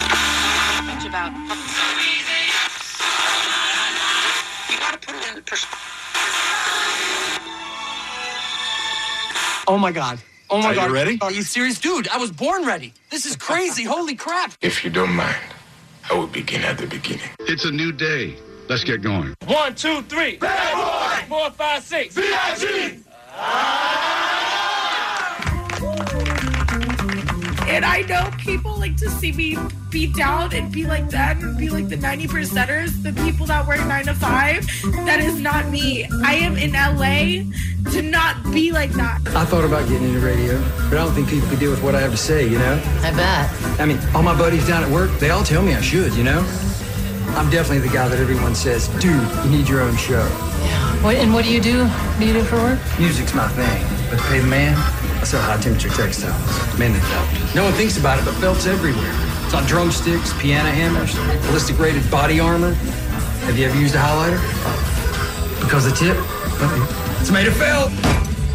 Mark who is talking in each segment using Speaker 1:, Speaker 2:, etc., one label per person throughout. Speaker 1: much about. You gotta put it in pers-
Speaker 2: Oh my god. Oh my
Speaker 3: Are you
Speaker 2: god.
Speaker 3: ready?
Speaker 2: Are you serious? Dude, I was born ready. This is crazy. Holy crap.
Speaker 4: If you don't mind, I will begin at the beginning.
Speaker 5: It's a new day. Let's get going.
Speaker 6: One, two, three. Bad boy. Four, five, six.
Speaker 7: And I know people like to see me be down and be like that and be like the 90 percenters, the people that work nine to five. That is not me. I am in LA to not be like that.
Speaker 8: I thought about getting into radio, but I don't think people could deal with what I have to say, you know?
Speaker 9: I bet.
Speaker 8: I mean, all my buddies down at work, they all tell me I should, you know? I'm definitely the guy that everyone says, dude, you need your own show.
Speaker 9: What, and what do you do? What do you do for work?
Speaker 8: Music's my thing, but to pay the man, I sell high temperature textiles, mainly felt. No one thinks about it, but felt's everywhere. It's on drumsticks, piano hammers, ballistic rated body armor. Have you ever used a highlighter? Because the tip, uh-uh. it's made of felt.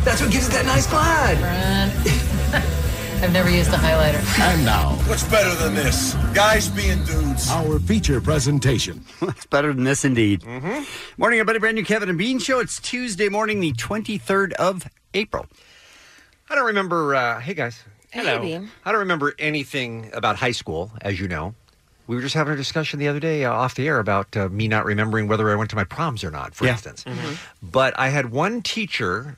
Speaker 8: That's what gives it that nice glide.
Speaker 9: Run. I've never used a highlighter.
Speaker 5: And now,
Speaker 10: What's better than this? Guys being dudes.
Speaker 5: our feature presentation.
Speaker 11: It's better than this, indeed.
Speaker 12: Mm-hmm.
Speaker 11: Morning, everybody. Brand new Kevin and Bean show. It's Tuesday morning, the 23rd of April.
Speaker 12: I don't remember. Uh, hey guys. Hello.
Speaker 11: Bean.
Speaker 12: I don't remember anything about high school, as you know. We were just having a discussion the other day uh, off the air about uh, me not remembering whether I went to my proms or not, for
Speaker 11: Yeah. Mm-hmm.
Speaker 12: instance. But I had one teacher.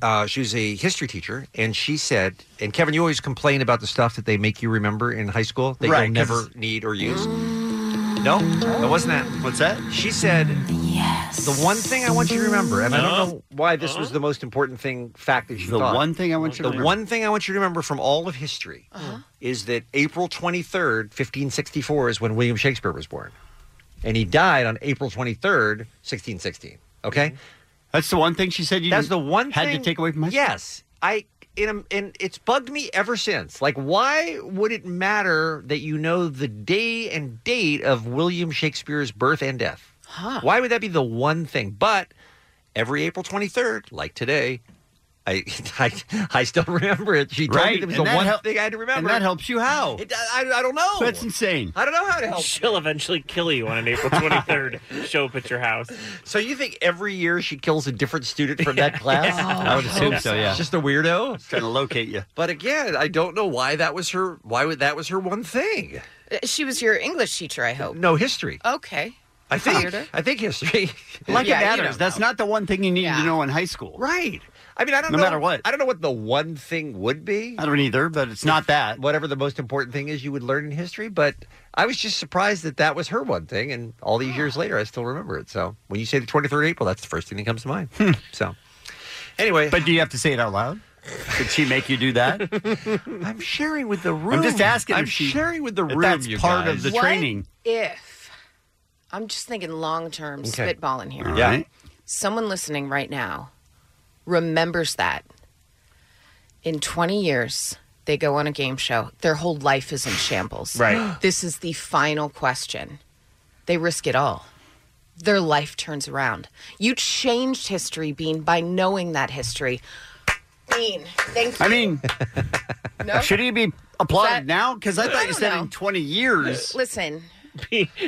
Speaker 12: Uh, she was a history teacher, and she said, "And Kevin, you always complain about the stuff that they make you remember in high school that
Speaker 11: Right,
Speaker 12: you'll
Speaker 11: 'cause-
Speaker 12: never need or use." No, that wasn't that. What's that? She said, "Yes." The one thing I want you to remember, and I
Speaker 11: Huh?
Speaker 12: don't know why this was the most important thing fact that she
Speaker 11: Uh-huh. The
Speaker 12: thought.
Speaker 11: one thing I want you to
Speaker 12: The
Speaker 11: remember.
Speaker 12: one thing I want you to remember from all of history is that April 23rd, 1564, is when William Shakespeare was born. And he died on April 23rd, 1616. Okay?
Speaker 11: Mm-hmm. That's the one thing she said you
Speaker 12: That's the one
Speaker 11: had to
Speaker 12: thing,
Speaker 11: take away from high school?
Speaker 12: Yes. I. And, and it's bugged me ever since. Like, why would it matter that you know the day and date of William Shakespeare's birth and death? Why would that be the one thing? But every April 23rd, like today, I, I, I still remember it. She told me
Speaker 11: Right,
Speaker 12: it was
Speaker 11: and
Speaker 12: the
Speaker 11: that
Speaker 12: one
Speaker 11: hel-
Speaker 12: thing I had to remember.
Speaker 11: and that helps you how?
Speaker 12: It, I, I don't know.
Speaker 11: That's insane.
Speaker 12: I don't know how to help.
Speaker 13: She'll eventually kill you on an April 23rd show up at your house.
Speaker 12: So you think every year she kills a different student from that class?
Speaker 11: I would assume so, yeah.
Speaker 12: Just a weirdo.
Speaker 11: Trying to locate you.
Speaker 12: But again, I don't know why that was her. Why would that was her one thing?
Speaker 14: Uh, She was your English teacher, I hope.
Speaker 12: No history.
Speaker 14: Okay.
Speaker 12: I think.
Speaker 14: Weirder.
Speaker 12: I think history.
Speaker 11: Like it matters. That's not the one thing you need to know in high school.
Speaker 12: Right. I mean, I don't
Speaker 11: No
Speaker 12: know.
Speaker 11: matter what.
Speaker 12: I don't know what the one thing would be.
Speaker 11: I don't either, but it's not that.
Speaker 12: Whatever the most important thing is you would learn in history, but I was just surprised that that was her one thing, and all these years later, I still remember it. So when you say the 23rd April, that's the first thing that comes to mind. so anyway.
Speaker 11: Hmm. But do you have to say it out loud? Did she make you do that?
Speaker 12: I'm sharing with the room.
Speaker 11: I'm just asking
Speaker 12: I'm
Speaker 11: if she-
Speaker 12: sharing with the
Speaker 11: if
Speaker 12: room.
Speaker 11: that's
Speaker 12: you
Speaker 11: part
Speaker 12: guys.
Speaker 11: of the training.
Speaker 14: If I'm just thinking long term,
Speaker 11: Okay.
Speaker 14: spitballing here.
Speaker 11: All Yeah. right.
Speaker 14: Someone listening right now remembers that in 20 years they go on a game show, their whole life is in shambles.
Speaker 13: Right.
Speaker 14: this is the final question. They risk it all. Their life turns around. You changed history, Bean, by knowing that history. Bean, thank you.
Speaker 11: I mean, should he be applauded now? Because I
Speaker 14: I
Speaker 11: thought you
Speaker 14: don't
Speaker 11: said
Speaker 14: know.
Speaker 11: in 20 years.
Speaker 14: Listen,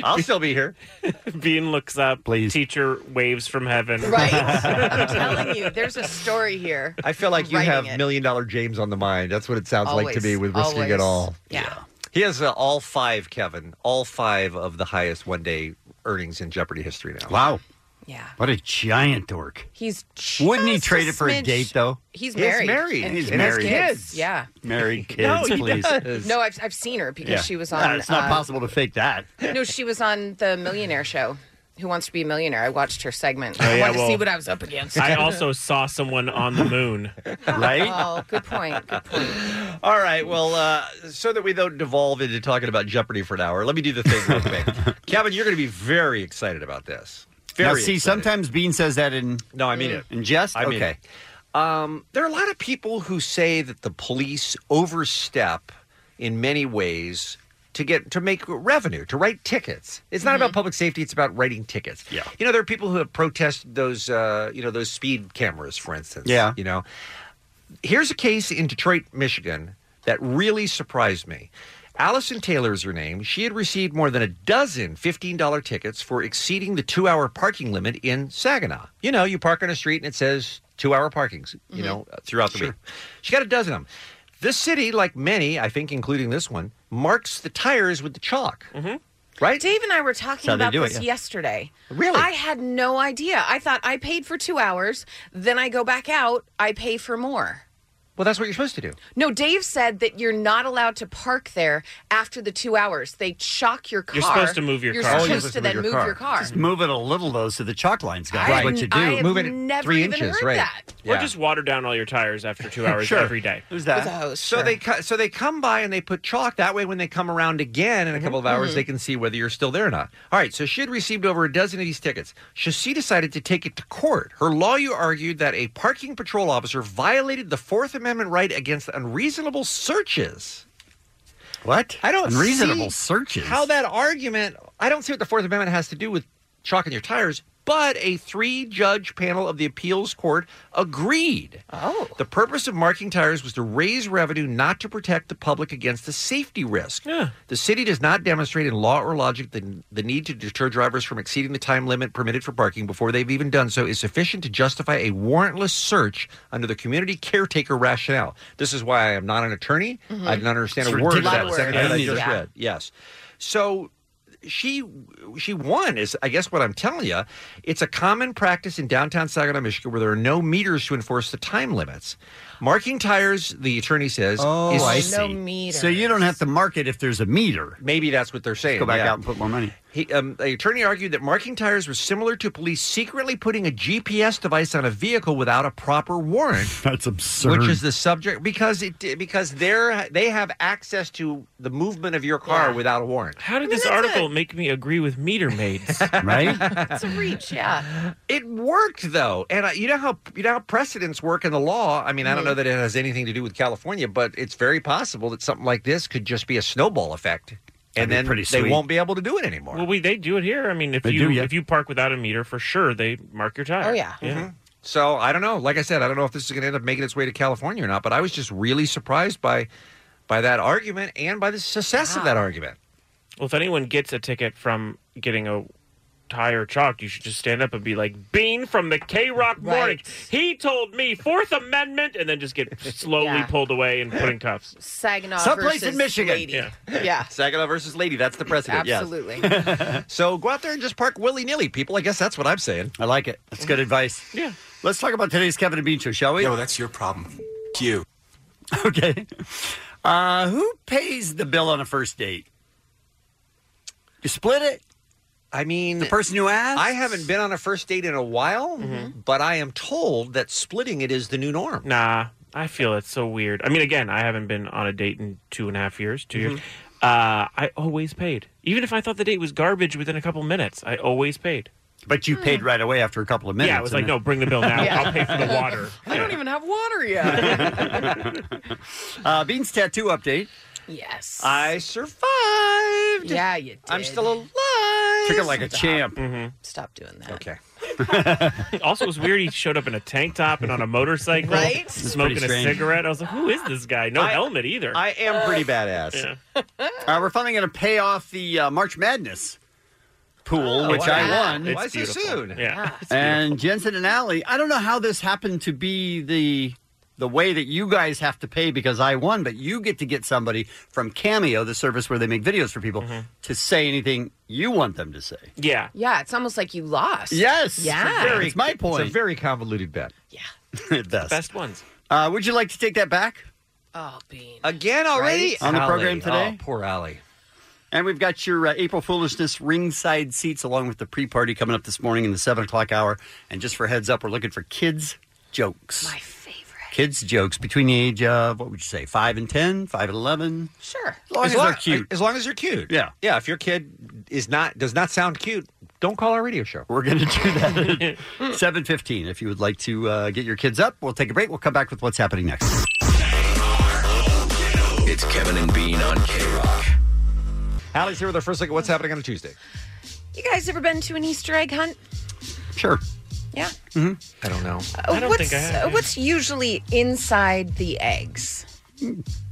Speaker 12: I'll still be here.
Speaker 13: Bean looks up. Please. Teacher waves from heaven.
Speaker 14: Right. I'm telling you, there's a story here.
Speaker 12: I feel like you
Speaker 14: Writing
Speaker 12: have
Speaker 14: it.
Speaker 12: million dollar James on the mind. That's what it sounds like to
Speaker 14: Always,
Speaker 12: me with risking it
Speaker 14: always.
Speaker 11: Oh,
Speaker 12: all.
Speaker 14: Yeah.
Speaker 12: He has uh, all five, Kevin. All five of the highest one day earnings in Jeopardy history now.
Speaker 11: Wow.
Speaker 14: Yeah.
Speaker 11: What a giant dork.
Speaker 14: He's
Speaker 11: Wouldn't he
Speaker 14: just
Speaker 11: trade it for a
Speaker 14: smidge-
Speaker 11: date, though?
Speaker 14: He's
Speaker 12: He's
Speaker 14: married.
Speaker 12: married.
Speaker 14: And
Speaker 11: He's
Speaker 14: he has
Speaker 11: married.
Speaker 14: Kids. Yeah.
Speaker 11: Married kids,
Speaker 14: No, he
Speaker 11: please.
Speaker 14: does. No, I've, I've seen her because
Speaker 11: Yeah.
Speaker 14: she was
Speaker 11: Nah,
Speaker 14: on.
Speaker 11: it's not
Speaker 14: uh,
Speaker 11: possible to fake that.
Speaker 14: No, she was on the Millionaire Show. Who Wants to Be a Millionaire. I watched her segment.
Speaker 13: Oh,
Speaker 14: I
Speaker 13: yeah,
Speaker 14: wanted
Speaker 13: well,
Speaker 14: to see what I was up against.
Speaker 13: I also saw someone on the moon.
Speaker 14: Oh, good point. Good point.
Speaker 12: All right. Well, uh, so that we don't devolve into talking about Jeopardy for an hour, let me do the thing real quick. Kevin, you're going to be very excited about this. Very
Speaker 11: now, see,
Speaker 12: excited.
Speaker 11: sometimes Bean says that in.
Speaker 12: No, I mean it.
Speaker 11: In jest?
Speaker 12: I mean
Speaker 11: okay.
Speaker 12: it. Um, there are a lot of people who say that the police overstep in many ways to get to make revenue, to write tickets. It's not about public safety; it's about writing tickets. Yeah. You know, there are people who have protested those, uh, you know, those speed cameras, for instance.
Speaker 11: Yeah.
Speaker 12: You know, here's a case in Detroit, Michigan that really surprised me. Allison Taylor is her name. She had received more than a dozen $15 tickets for exceeding the two hour parking limit in Saginaw. You know, you park on a street and it says two hour parkings,
Speaker 14: Mm-hmm.
Speaker 12: you know, uh, throughout the week. She got a dozen of them. This city, like many, I think, including this one, marks the tires with the chalk. Mm-hmm. Right?
Speaker 14: Dave and I were
Speaker 12: That's
Speaker 14: talking
Speaker 12: how they
Speaker 14: about
Speaker 12: do it,
Speaker 14: this
Speaker 12: yeah.
Speaker 14: yesterday.
Speaker 12: Really?
Speaker 14: I had no idea. I thought I paid for two hours, then I go back out, I pay for more.
Speaker 12: Well, that's what you're supposed to do.
Speaker 14: No, Dave said that you're not allowed to park there after the two hours. They chalk your car.
Speaker 11: You're supposed to move your
Speaker 14: You're
Speaker 11: car. Oh,
Speaker 14: supposed
Speaker 11: you're
Speaker 14: to,
Speaker 11: supposed to
Speaker 14: then move
Speaker 11: move
Speaker 14: your
Speaker 11: your
Speaker 14: car.
Speaker 11: Just move it a little, though, so the chalk line's got
Speaker 14: I-
Speaker 11: what you do.
Speaker 14: I have Move it never three even inches, heard right. that.
Speaker 13: Or
Speaker 12: Yeah.
Speaker 13: just water down all your tires after two hours
Speaker 12: Sure.
Speaker 13: every day.
Speaker 11: There's
Speaker 12: So they co- so they come by and they put chalk. That way, when they come around again in a couple of hours,
Speaker 13: Mhm.
Speaker 12: they can see whether you're still there or not. All right. So she had received over a dozen of these tickets. So she decided to take it to court. Her lawyer argued that a parking patrol officer violated the Fourth Amendment right against unreasonable searches.
Speaker 11: What?
Speaker 12: I don't
Speaker 11: Unreasonable
Speaker 12: see
Speaker 11: searches.
Speaker 12: How that argument? I don't see what the Fourth Amendment has to do with chalking your tires. But a three-judge panel of the appeals court agreed. Oh, the purpose of marking tires was to raise revenue, not to protect the public against a safety risk. The city does not demonstrate in law or logic the, the need to deter drivers from exceeding the time limit permitted for parking before they've even done so is sufficient to justify a warrantless search under the community caretaker rationale. This is why I am not an attorney.
Speaker 13: Mhm.
Speaker 12: I did not understand
Speaker 13: It's
Speaker 12: a word of
Speaker 13: ridiculous.
Speaker 12: that
Speaker 13: Lot of
Speaker 12: second
Speaker 13: words.
Speaker 12: that I
Speaker 13: Yeah.
Speaker 12: just
Speaker 13: Yeah.
Speaker 12: read. Yes. So she she won is I guess what I'm telling you. It's a common practice in downtown Saginaw, Michigan, where there are no meters to enforce the time limits. Marking tires, the attorney says,
Speaker 11: Oh,
Speaker 12: is
Speaker 11: I see. So you don't have to mark it if there's a meter.
Speaker 12: Maybe that's what they're saying.
Speaker 11: Go back
Speaker 12: yeah.
Speaker 11: out and put more money.
Speaker 12: He, um, the attorney argued that marking tires was similar to police secretly putting a GPS device on a vehicle without a proper warrant.
Speaker 11: That's absurd.
Speaker 12: Which is the subject because it because they're they have access to the movement of your car without a warrant.
Speaker 13: How did this article make me agree with meter maids?
Speaker 14: It's a reach, yeah.
Speaker 12: It worked though, and uh, you know how you know how precedents work in the law. I mean, I don't know that it has anything to do with California, but it's very possible that something like this could just be a snowball effect,
Speaker 13: That'd
Speaker 12: and
Speaker 13: be
Speaker 12: then
Speaker 13: pretty
Speaker 12: they
Speaker 13: sweet.
Speaker 12: won't be able to do it anymore.
Speaker 13: Well, we they do it here. I mean, if
Speaker 12: They
Speaker 13: you
Speaker 12: do, yeah.
Speaker 13: if you park without a meter, for sure they mark your tire.
Speaker 12: Oh, yeah. Mhm. So I don't know. Like I said, I don't know if this is going to end up making its way to California or not. But I was just really surprised by by that argument and by the success of that argument.
Speaker 13: Well, if anyone gets a ticket from getting a tire chalked, you should just stand up and be like, "Bean from the K Rock Morning, he told me Fourth Amendment," and then just get slowly
Speaker 14: Yeah.
Speaker 13: pulled away and put in cuffs.
Speaker 14: Saginaw
Speaker 12: Someplace
Speaker 14: versus
Speaker 12: in Michigan.
Speaker 14: Lady.
Speaker 12: Yeah.
Speaker 14: yeah.
Speaker 12: Saginaw versus Lady. That's the precedent. yes.
Speaker 14: Absolutely.
Speaker 12: so go out there and just park willy nilly, people. I guess that's what I'm saying.
Speaker 11: I like it. That's good advice.
Speaker 13: Yeah.
Speaker 11: Let's talk about today's Kevin and Bean show, shall we? No, that's your problem. You. Okay. Uh, who pays the bill on a first date? You split it?
Speaker 12: I mean,
Speaker 11: the person who Mm-hmm. asked?
Speaker 12: I haven't been on a first date in a while, but I am told that splitting it is the new norm.
Speaker 13: Nah, I feel it's so weird. I mean, again, I haven't been on a date in two and a half years, 2 years. Uh, I always paid, even if I thought the date was garbage. Within a couple minutes, I always paid.
Speaker 11: But you paid right away after a couple of
Speaker 13: Yeah,
Speaker 11: minutes,
Speaker 13: I was
Speaker 11: and
Speaker 13: like,
Speaker 11: then-
Speaker 13: "No, bring the bill now.
Speaker 11: Yeah.
Speaker 13: I'll pay for the water."
Speaker 14: I don't even have water yet.
Speaker 11: Uh, Bean's tattoo update.
Speaker 14: yes.
Speaker 12: I survived.
Speaker 14: Yeah, you did.
Speaker 12: I'm still alive.
Speaker 11: Took it like a champ.
Speaker 14: Stop doing that.
Speaker 12: Okay.
Speaker 13: Mm-hmm. also, it was weird. He showed up in a tank top and on a motorcycle,
Speaker 12: Right? That's pretty
Speaker 13: Smoking a
Speaker 12: strange.
Speaker 13: cigarette. I was like, "Who is this guy? No
Speaker 11: I-
Speaker 13: helmet either."
Speaker 12: I am pretty badass.
Speaker 11: Uh, we're finally going to pay off the uh, March Madness pool,
Speaker 12: Oh,
Speaker 11: which I
Speaker 12: wow.
Speaker 11: won.
Speaker 12: Why so soon?
Speaker 13: Yeah.
Speaker 11: and Jensen and Allie, I don't know how this happened to be the the way that you guys have to pay because I won, but you get to get somebody from Cameo, the service where they make videos for people, to say anything you want them to say.
Speaker 13: Mm-hmm. Yeah.
Speaker 14: Yeah, it's almost like you lost.
Speaker 11: Yes.
Speaker 14: Yeah.
Speaker 11: It's my point.
Speaker 12: It's a very convoluted bet.
Speaker 14: Yeah.
Speaker 11: It does.
Speaker 13: Best ones.
Speaker 11: Uh, would you like to take that back
Speaker 14: Oh, Bean.
Speaker 12: Again already?
Speaker 11: on the program
Speaker 12: Allie.
Speaker 11: today?
Speaker 12: Oh, poor Allie.
Speaker 11: And we've got your uh, April Foolishness ringside seats along with the pre party coming up this morning in the 7 o'clock hour. And just for heads up, we're looking for kids' jokes. My favorite. Kids' jokes between the age of, what would you say, 5 and 10, 5 and 11?
Speaker 14: Sure.
Speaker 11: As long as they're cute.
Speaker 12: As long as they're cute.
Speaker 11: Yeah.
Speaker 12: Yeah. If your kid is not does not sound cute, don't call our radio show.
Speaker 11: We're going to do that at 7.15 if you would like to uh, get your kids up. We'll take a break. We'll come back with what's happening next.
Speaker 3: It's Kevin and Bean on K Rock.
Speaker 12: Allie's here with our first look at what's happening on a Tuesday.
Speaker 14: You guys ever been to an Easter egg hunt?
Speaker 11: Sure.
Speaker 14: Yeah.
Speaker 12: Mm-hmm. I don't know.
Speaker 14: Uh, what's, uh, What's usually inside the eggs?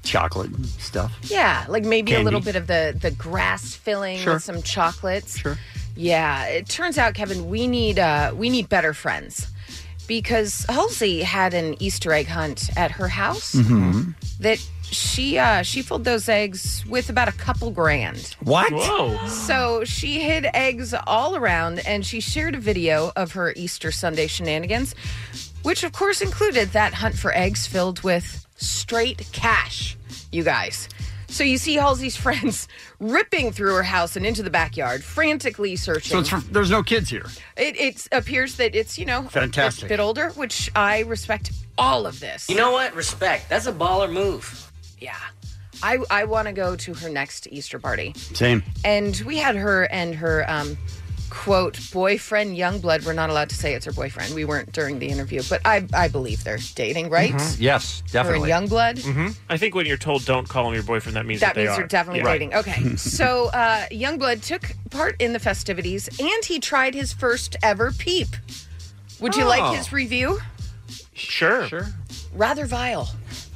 Speaker 11: Chocolate stuff.
Speaker 14: Yeah, like maybe a
Speaker 11: Candy.
Speaker 14: little bit of the the grass filling
Speaker 11: Sure.
Speaker 14: with some chocolates.
Speaker 11: Sure.
Speaker 14: Yeah, it turns out, Kevin, we need uh, we need better friends because Halsey had an Easter egg hunt at her house
Speaker 11: Mm-hmm.
Speaker 14: that she uh, she filled those eggs with about a couple grand.
Speaker 11: What?
Speaker 14: So she hid eggs all around and she shared a video of her Easter Sunday shenanigans, which of course included that hunt for eggs filled with straight cash, you guys. So you see Halsey's friends ripping through her house and into the backyard, frantically searching.
Speaker 11: So it's for, there's no kids here.
Speaker 14: it, it appears that it's, you know,
Speaker 11: Fantastic.
Speaker 14: a bit older, which I respect all of this.
Speaker 15: You know what? Respect. That's a baller move.
Speaker 14: Yeah. I, I want to go to her next Easter party.
Speaker 11: Same.
Speaker 14: and we had her and her um, quote boyfriend Youngblood. We're not allowed to say it's her boyfriend. We weren't during the interview, but I I believe they're dating, right?
Speaker 11: Yes,
Speaker 14: Her and Youngblood.
Speaker 13: Mm-hmm. I think when you're told don't call him your boyfriend, that means that,
Speaker 14: That
Speaker 13: they
Speaker 14: means
Speaker 13: are.
Speaker 14: they're definitely
Speaker 13: Yeah.
Speaker 14: dating. Okay, so uh, Youngblood took part in the festivities and he tried his first ever peep. Would you
Speaker 13: Oh.
Speaker 14: like his review?
Speaker 13: Sure. Sure.
Speaker 14: Rather vile.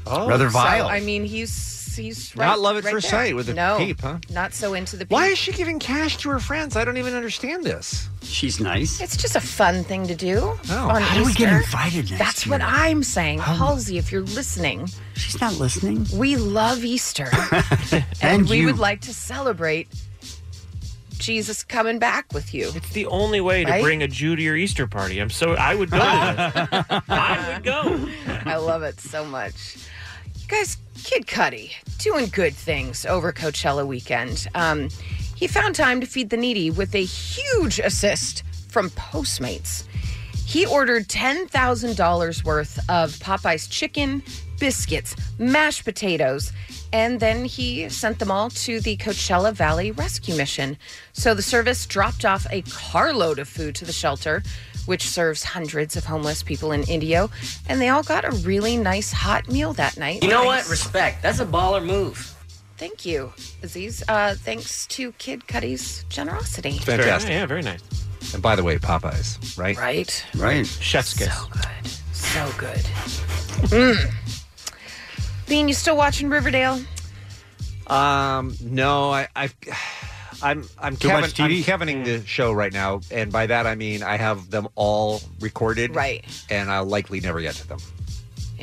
Speaker 12: Oh.
Speaker 14: So, I mean, he's he's right,
Speaker 12: Not love at
Speaker 14: right
Speaker 12: first
Speaker 14: there.
Speaker 12: sight with a
Speaker 14: no,
Speaker 12: peep, huh?
Speaker 14: Not so into the peep.
Speaker 12: Why is she giving cash to her friends? I don't even understand this.
Speaker 11: She's nice.
Speaker 14: It's just a fun thing to do.
Speaker 12: Oh,
Speaker 14: on
Speaker 11: How do we get
Speaker 14: Easter.
Speaker 11: invited next
Speaker 14: That's what I'm saying. Halsey, if you're listening,
Speaker 11: she's not listening.
Speaker 14: We love Easter. and,
Speaker 13: And
Speaker 14: we
Speaker 13: you.
Speaker 14: would like to celebrate Jesus coming back with you.
Speaker 13: It's the only way to
Speaker 14: Right?
Speaker 13: bring a Jew to your Easter party. I'm so I would go to this. I would go.
Speaker 14: I love it so much. You guys, Kid Cudi doing good things over Coachella weekend. Um, he found time to feed the needy with a huge assist from Postmates. He ordered $10,000 worth of Popeye's chicken, biscuits, mashed potatoes, and then he sent them all to the Coachella Valley Rescue Mission. So the service dropped off a carload of food to the shelter, which serves hundreds of homeless people in Indio, and they all got a really nice hot meal that night.
Speaker 15: You know
Speaker 14: Thanks-
Speaker 15: what? Respect. That's a baller move.
Speaker 14: Thank you, Aziz. Uh, thanks to Kid Cudi's generosity.
Speaker 12: Fantastic.
Speaker 13: Yeah, very nice.
Speaker 12: And by the way, Popeyes, right?
Speaker 14: Right.
Speaker 11: Right.
Speaker 13: Chef's kiss.
Speaker 14: So good. Mm. Bean, you still watching Riverdale?
Speaker 12: Um, no, I, I, I'm, I'm,
Speaker 14: Too
Speaker 12: Kevin,
Speaker 14: much
Speaker 12: I'm
Speaker 14: TV?
Speaker 13: Mm.
Speaker 12: Kevining the show right now, and by that I mean I have them all recorded,
Speaker 14: Right.
Speaker 12: And I'll likely never get to them.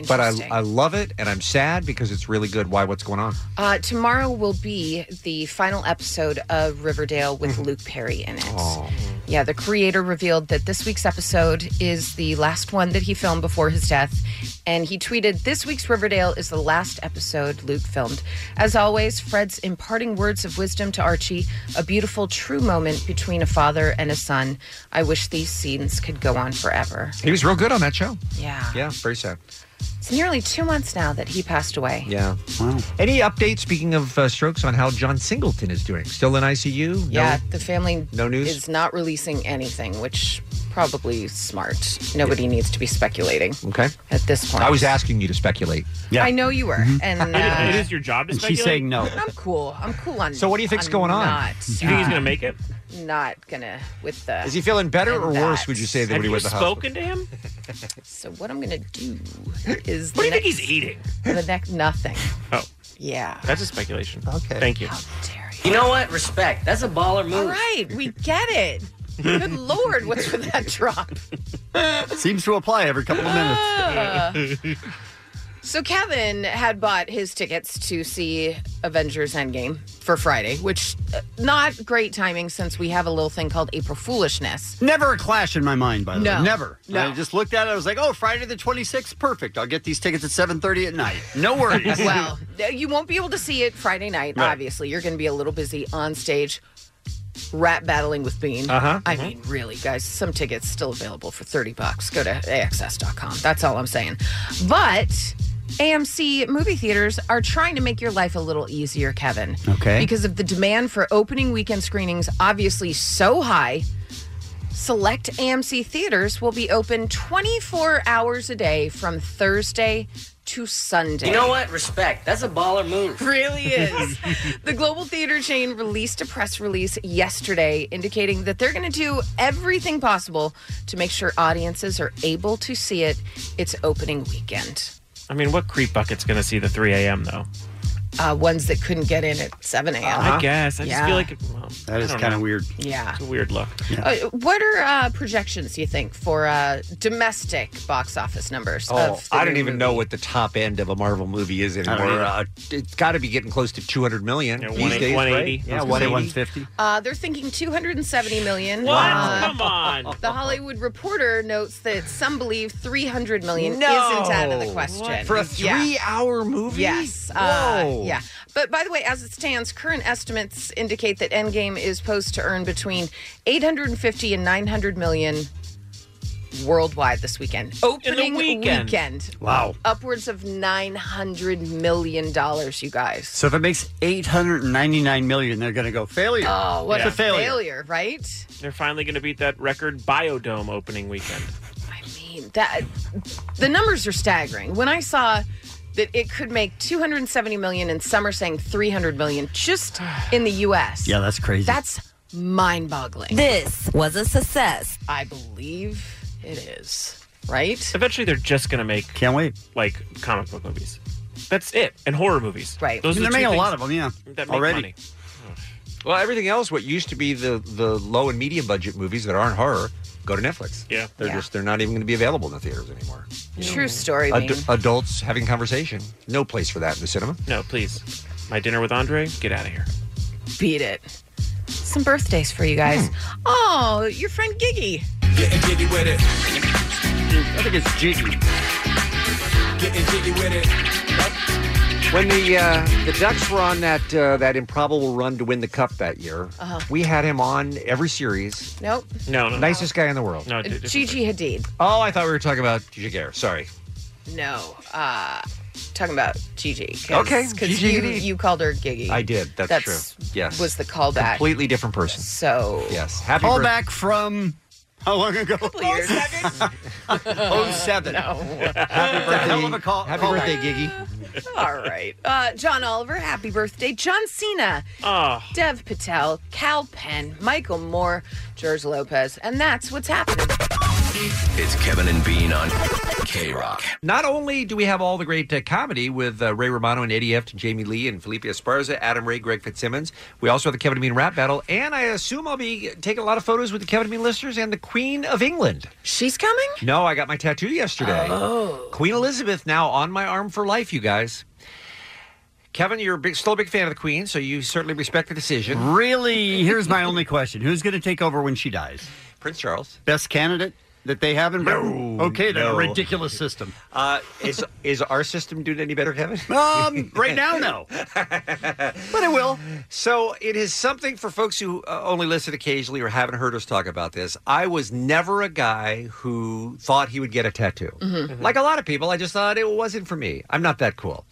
Speaker 12: But I,
Speaker 14: Interesting.
Speaker 12: I love it, and I'm sad because it's really good. Why? What's going on?
Speaker 14: Uh, tomorrow will be the final episode of Riverdale with
Speaker 12: Mm-hmm.
Speaker 14: Luke Perry in it.
Speaker 12: Oh.
Speaker 14: Yeah, the creator revealed that this week's episode is the last one that he filmed before his death. And he tweeted, This week's Riverdale is the last episode Luke filmed. As always, Fred's imparting words of wisdom to Archie, a beautiful, true moment between a father and a son. I wish these scenes could go on forever.
Speaker 12: He was real good on that show.
Speaker 14: Yeah.
Speaker 12: Yeah, very sad.
Speaker 14: It's nearly two months now that he passed away.
Speaker 12: Yeah. Wow. Any updates? Speaking of uh, strokes, on how John Singleton is doing? Still in ICU? No?
Speaker 14: Yeah, the family
Speaker 12: No news?
Speaker 14: is not releasing anything, which probably is smart. Nobody needs to be speculating.
Speaker 12: Okay.
Speaker 14: At this point,
Speaker 12: I was asking you to speculate.
Speaker 14: I know you were, and uh,
Speaker 13: it is your job to
Speaker 12: And
Speaker 13: speculate.
Speaker 12: she's saying no.
Speaker 14: I'm cool. I'm cool on.
Speaker 12: So what do you think's
Speaker 14: on
Speaker 12: going on?
Speaker 14: Not, uh,
Speaker 12: You think he's gonna make
Speaker 13: it?
Speaker 14: Not gonna with the.
Speaker 12: Is he feeling better
Speaker 14: and
Speaker 12: or
Speaker 14: that.
Speaker 12: worse? Would you say that
Speaker 13: Have
Speaker 12: when he
Speaker 13: you
Speaker 12: was at the
Speaker 13: spoken to him?
Speaker 14: So what I'm gonna do is.
Speaker 13: What do you
Speaker 14: the
Speaker 13: think he's
Speaker 14: next-
Speaker 13: eating?
Speaker 14: The next nothing.
Speaker 13: Oh,
Speaker 14: Yeah.
Speaker 13: that's a speculation.
Speaker 12: Okay.
Speaker 13: Thank you.
Speaker 15: You know what? Respect. That's a baller move.
Speaker 14: All right, we get it. Good lord, what's with that drop?
Speaker 11: Seems to apply every couple of minutes.
Speaker 14: Ah. So Kevin had bought his tickets to see Avengers Endgame for Friday, which uh, not great timing since we have a little thing called April Foolishness.
Speaker 11: Never a clash in my mind, by the
Speaker 14: No.
Speaker 11: way. Never.
Speaker 14: No.
Speaker 11: I just looked at it. I was like, oh, Friday the 26th. Perfect. I'll get these tickets at 7.30 at night. No worries.
Speaker 14: well, you won't be able to see it Friday night,
Speaker 11: Right.
Speaker 14: obviously. You're going to be a little busy on stage, rap battling with Bean.
Speaker 11: Uh-huh.
Speaker 14: I mean, really, guys, some tickets still available for 30 bucks. Go to AXS.com. That's all I'm saying. But AMC movie theaters are trying to make your life a little easier, Kevin.
Speaker 11: Okay.
Speaker 14: Because of the demand for opening weekend screenings, obviously so high. Select AMC theaters will be open 24 hours a day from Thursday to Sunday.
Speaker 15: You know what? Respect. That's a baller move.
Speaker 14: Really is. the global theater chain released a press release yesterday indicating that they're going to do everything possible to make sure audiences are able to see it its opening weekend.
Speaker 13: I mean, what creep bucket's going to see the 3 a.m. though?
Speaker 14: Uh, ones that couldn't get in at 7 a.m.
Speaker 12: Uh-huh.
Speaker 13: I guess. I just feel like it, well,
Speaker 11: Uh-huh. That
Speaker 13: I
Speaker 11: is
Speaker 13: don't
Speaker 11: kinda
Speaker 13: know.
Speaker 11: weird.
Speaker 14: Yeah.
Speaker 13: It's a weird look.
Speaker 14: Uh, what are uh, projections, do you think, for uh, domestic box office numbers?
Speaker 12: Oh,
Speaker 14: of the
Speaker 12: I don't
Speaker 14: new
Speaker 12: even
Speaker 14: movie?
Speaker 12: know what the top end of a Marvel movie is
Speaker 11: don't
Speaker 12: anymore.
Speaker 11: either.
Speaker 12: Uh, it's got to be getting close to 200 million these
Speaker 13: 180,
Speaker 12: days, right?
Speaker 13: 180. I
Speaker 12: Yeah,
Speaker 13: was gonna say
Speaker 12: 150.
Speaker 14: Uh, they're thinking 270 million.
Speaker 12: What?
Speaker 14: Uh,
Speaker 12: Come on.
Speaker 14: The Hollywood Reporter notes that some believe 300 million
Speaker 12: No.
Speaker 14: isn't out of the question
Speaker 12: What? For a three-hour movie?
Speaker 14: Yes. Uh,
Speaker 12: Whoa.
Speaker 14: yeah. But by the way, as it stands, current estimates indicate that Endgame is poised to earn between 850 and 900 million worldwide this weekend. Opening
Speaker 11: weekend. Wow.
Speaker 14: Upwards of 900 million dollars, you guys.
Speaker 11: So if it makes 899 million, they're going to go failure.
Speaker 14: Oh, what
Speaker 11: It's
Speaker 14: a failure, right?
Speaker 13: They're finally going to beat that record Biodome opening weekend.
Speaker 14: mean, that the numbers are staggering. When I saw that it could make 270 million and some are saying 300 million just in the US.
Speaker 11: Yeah, that's crazy.
Speaker 14: That's mind-boggling.
Speaker 16: This was a success.
Speaker 14: I believe it is. Right?
Speaker 13: Eventually, they're just going to make
Speaker 11: can't wait
Speaker 13: like comic book movies. That's it, and horror movies.
Speaker 14: Right.
Speaker 13: Those are
Speaker 11: They're
Speaker 13: the two
Speaker 11: making a lot
Speaker 13: things
Speaker 11: of them, yeah.
Speaker 13: That make
Speaker 11: Already.
Speaker 13: money.
Speaker 12: Well, everything else, what used to be the the low and medium budget movies that aren't horror, go to Netflix.
Speaker 13: Yeah,
Speaker 12: they're
Speaker 14: Yeah.
Speaker 12: just they're not even going to be available in the theaters anymore.
Speaker 14: True story.
Speaker 12: Ad-
Speaker 14: Wayne.
Speaker 12: adults having conversation, no place for that in the cinema.
Speaker 13: No, please. My dinner with Andre, get out of here.
Speaker 14: Beat it. Some birthdays for you guys.
Speaker 11: Hmm.
Speaker 14: Oh, your friend Giggy.
Speaker 10: Getting jiggy with it.
Speaker 11: I think it's jiggy.
Speaker 10: Getting jiggy with it.
Speaker 12: When the uh, the Ducks were on that uh, that improbable run to win the cup that year,
Speaker 14: Uh-huh.
Speaker 12: we had him on every series.
Speaker 14: Nope.
Speaker 13: No, no,
Speaker 12: nicest guy in the world.
Speaker 13: No,
Speaker 14: Gigi Hadid.
Speaker 12: Oh, I thought we were talking about Jaguar. Sorry.
Speaker 14: No. Uh talking about Gigi. 'cause-
Speaker 12: Okay,
Speaker 14: Cuz
Speaker 12: Gigi
Speaker 14: you,
Speaker 12: Hadid.
Speaker 14: you called her Giggy.
Speaker 12: I did. That's, true. Yes.
Speaker 14: Was the callback.
Speaker 12: Completely different person.
Speaker 14: So
Speaker 12: yes. Happy
Speaker 11: Call
Speaker 12: birth-
Speaker 11: back from how long ago?
Speaker 14: Oh,
Speaker 11: seven.
Speaker 14: No.
Speaker 11: Happy birthday. Hell of a call.
Speaker 12: Happy
Speaker 11: call
Speaker 12: birthday,
Speaker 11: back.
Speaker 12: Giggy.
Speaker 14: All right. Uh, John Oliver, happy birthday. John Cena,
Speaker 11: Ah.
Speaker 13: Oh.
Speaker 14: Dev Patel, Cal Penn, Michael Moore, George Lopez. And that's what's happening.
Speaker 3: It's Kevin and Bean on K Rock.
Speaker 12: Not only do we have all the great uh, comedy with uh, Ray Romano and Eddie Eft and Jamie Lee and Felipe Esparza, Adam Ray, Greg Fitzsimmons, we also have the Kevin and Bean rap battle, and I assume I'll be taking a lot of photos with the Kevin and Bean listeners and the Queen of England.
Speaker 14: She's coming?
Speaker 12: No, I got my tattoo yesterday. Oh. Queen Elizabeth now on my arm for life, you guys. Kevin, you're a big, still a big fan of the Queen, so you certainly respect the decision.
Speaker 11: Really? Here's my only question: Who's going to take over when she dies?
Speaker 12: Prince Charles.
Speaker 11: Best candidate that they have in Britain. okay, then a
Speaker 12: no.
Speaker 11: ridiculous system.
Speaker 12: Uh, is is our system doing any better, Kevin?
Speaker 11: Um, right now, no.
Speaker 12: but it will. So it is something for folks who uh, only listen occasionally or haven't heard us talk about this. I was never a guy who thought he would get a tattoo.
Speaker 14: Mm-hmm.
Speaker 17: Mm-hmm.
Speaker 10: Mhm.
Speaker 12: Like a lot of people, I just thought it wasn't for me. I'm not that cool.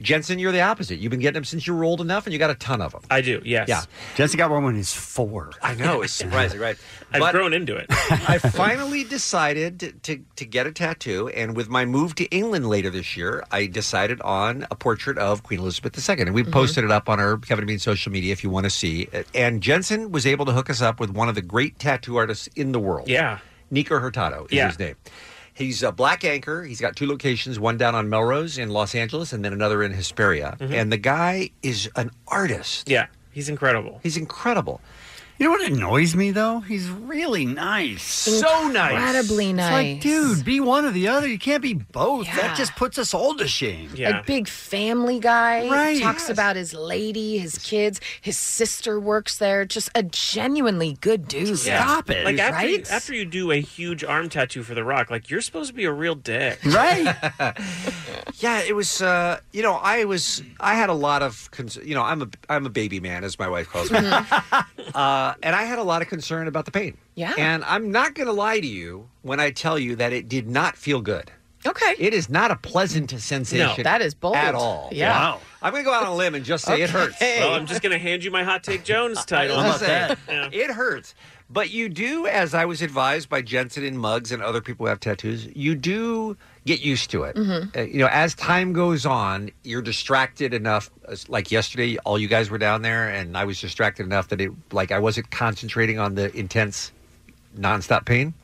Speaker 12: Jensen, you're the opposite. You've been getting them since you were old enough, and you got a ton of them.
Speaker 13: I do, yes.
Speaker 12: Yeah.
Speaker 11: Jesse got one when he's four.
Speaker 12: I know it's surprising, right?
Speaker 13: I've grown into it.
Speaker 12: I finally decided to, to to get a tattoo, and with my move to England later this year, I decided on a portrait of Queen Elizabeth II, and we posted it up on our Kevin and Bean social media if you want to see. And Jensen was able to hook us up with one of the great tattoo artists in the world.
Speaker 13: Yeah.
Speaker 12: Nico Hurtado is
Speaker 13: Yeah.
Speaker 12: his name. He's a black anchor. He's got two locations, one down on Melrose in Los Angeles, and then another in Hesperia.
Speaker 13: Mhm.
Speaker 12: And the guy is an artist.
Speaker 13: Yeah, he's incredible.
Speaker 12: He's incredible.
Speaker 11: You know what annoys me though? He's really nice. So nice.
Speaker 14: Incredibly
Speaker 11: It's
Speaker 14: nice.
Speaker 11: like, dude, be one or the other. You can't be both. That just puts us all to shame.
Speaker 14: Like big family guy.
Speaker 11: Right.
Speaker 14: Talks about his lady, his kids, his sister works there. Just a genuinely good dude.
Speaker 13: Like after,
Speaker 14: right?
Speaker 13: you, after you do a huge arm tattoo for The Rock, like you're supposed to be a real dick,
Speaker 11: right?
Speaker 12: yeah, it was. Uh, you know, I was. I had a lot of. Cons- you know, I'm a. I'm a baby man, as my wife calls me. uh, and I had a lot of concern about the pain.
Speaker 14: Mm-hmm. Yeah.
Speaker 12: And I'm not going to lie to you when I tell you that it did not feel good.
Speaker 14: Okay.
Speaker 12: It is not a pleasant sensation.
Speaker 14: that is bold.
Speaker 12: At all.
Speaker 14: Yeah. Wow.
Speaker 12: I'm going to go out on a limb and just say it hurts.
Speaker 13: Well, I'm just gonna hand you my Hot Take Jones title.
Speaker 12: How about that? It hurts. But you do, as I was advised by Jensen and Muggs and other people who have tattoos, you do get used to it.
Speaker 14: Mhm.
Speaker 12: Uh, you know, as time goes on, you're distracted enough. as- Like yesterday, all you guys were down there, and I was distracted enough that it, like, I wasn't concentrating on the intense, nonstop pain.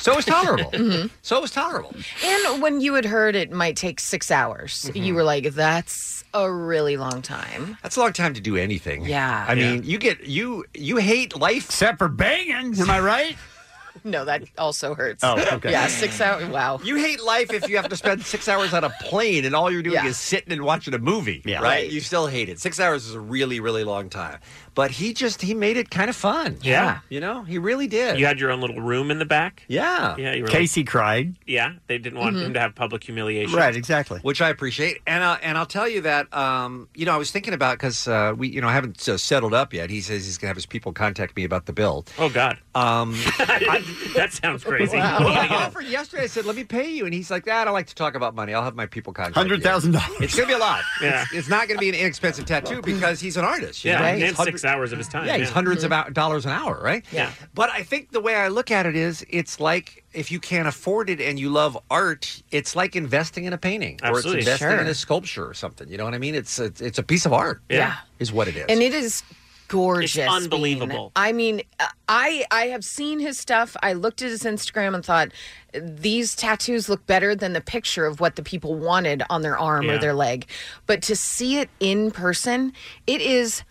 Speaker 12: So it was tolerable.
Speaker 14: Mhm.
Speaker 12: So it was tolerable.
Speaker 14: And when you had heard it might take six hours, you were like, that's a really long time.
Speaker 12: That's a long time to do anything.
Speaker 14: Yeah.
Speaker 12: I mean, you get you you hate life
Speaker 11: except for banging. Am I right?
Speaker 14: No, that also hurts.
Speaker 12: Oh, okay.
Speaker 14: Yeah, six hours. Wow.
Speaker 12: You hate life if you have to spend six hours on a plane and all you're doing
Speaker 14: Yeah.
Speaker 12: is sitting and watching a movie.
Speaker 11: Yeah.
Speaker 12: Right? You still hate it. Six hours is a really, really long time. But he just he made it kind of fun.
Speaker 13: Yeah.
Speaker 12: You know, he really did.
Speaker 13: You had your own little room in the back.
Speaker 12: Yeah.
Speaker 13: Yeah. You were
Speaker 11: Casey cried.
Speaker 13: Like, yeah. They didn't want
Speaker 11: Mm-hmm.
Speaker 12: Mhm.
Speaker 13: him to have public humiliation.
Speaker 11: Right, exactly.
Speaker 12: Which I appreciate, and uh, and I'll tell you that um, you know I was thinking about because uh, we you know I haven't uh, settled up yet. He says he's gonna have his people contact me about the bill.
Speaker 13: Oh God.
Speaker 12: Um,
Speaker 13: that sounds crazy.
Speaker 12: Wow.
Speaker 13: Well, I
Speaker 12: offered yesterday. I said, "Let me pay you," and he's like, "Ah, "I don't like to talk about money. I'll have my people contact." you."
Speaker 11: $100,000.
Speaker 12: It's gonna be a lot.
Speaker 13: Yeah.
Speaker 12: It's, it's not gonna be an inexpensive tattoo because he's an artist. you
Speaker 13: Yeah,
Speaker 12: know?
Speaker 13: and
Speaker 12: He's hundred-
Speaker 13: six hours of his time. Mm-hmm.
Speaker 12: Yeah, he's hundreds of hou- dollars an hour, right?
Speaker 13: Yeah.
Speaker 12: But I think the way I look at it is, it's like if you can't afford it and you love art, it's like investing in a painting or
Speaker 14: Absolutely.
Speaker 12: it's investing
Speaker 14: Sure.
Speaker 12: in a sculpture or something. You know what I mean? It's a, it's a piece of art.
Speaker 14: Yeah.
Speaker 12: is what it is.
Speaker 14: And it is gorgeous.
Speaker 12: It's
Speaker 14: Bean.
Speaker 12: unbelievable.
Speaker 14: I mean, uh, I I have seen his stuff. I looked at his Instagram and thought these tattoos look better than the picture of what the people wanted on their arm
Speaker 18: Yeah.
Speaker 14: or their leg. But to see it in person, it is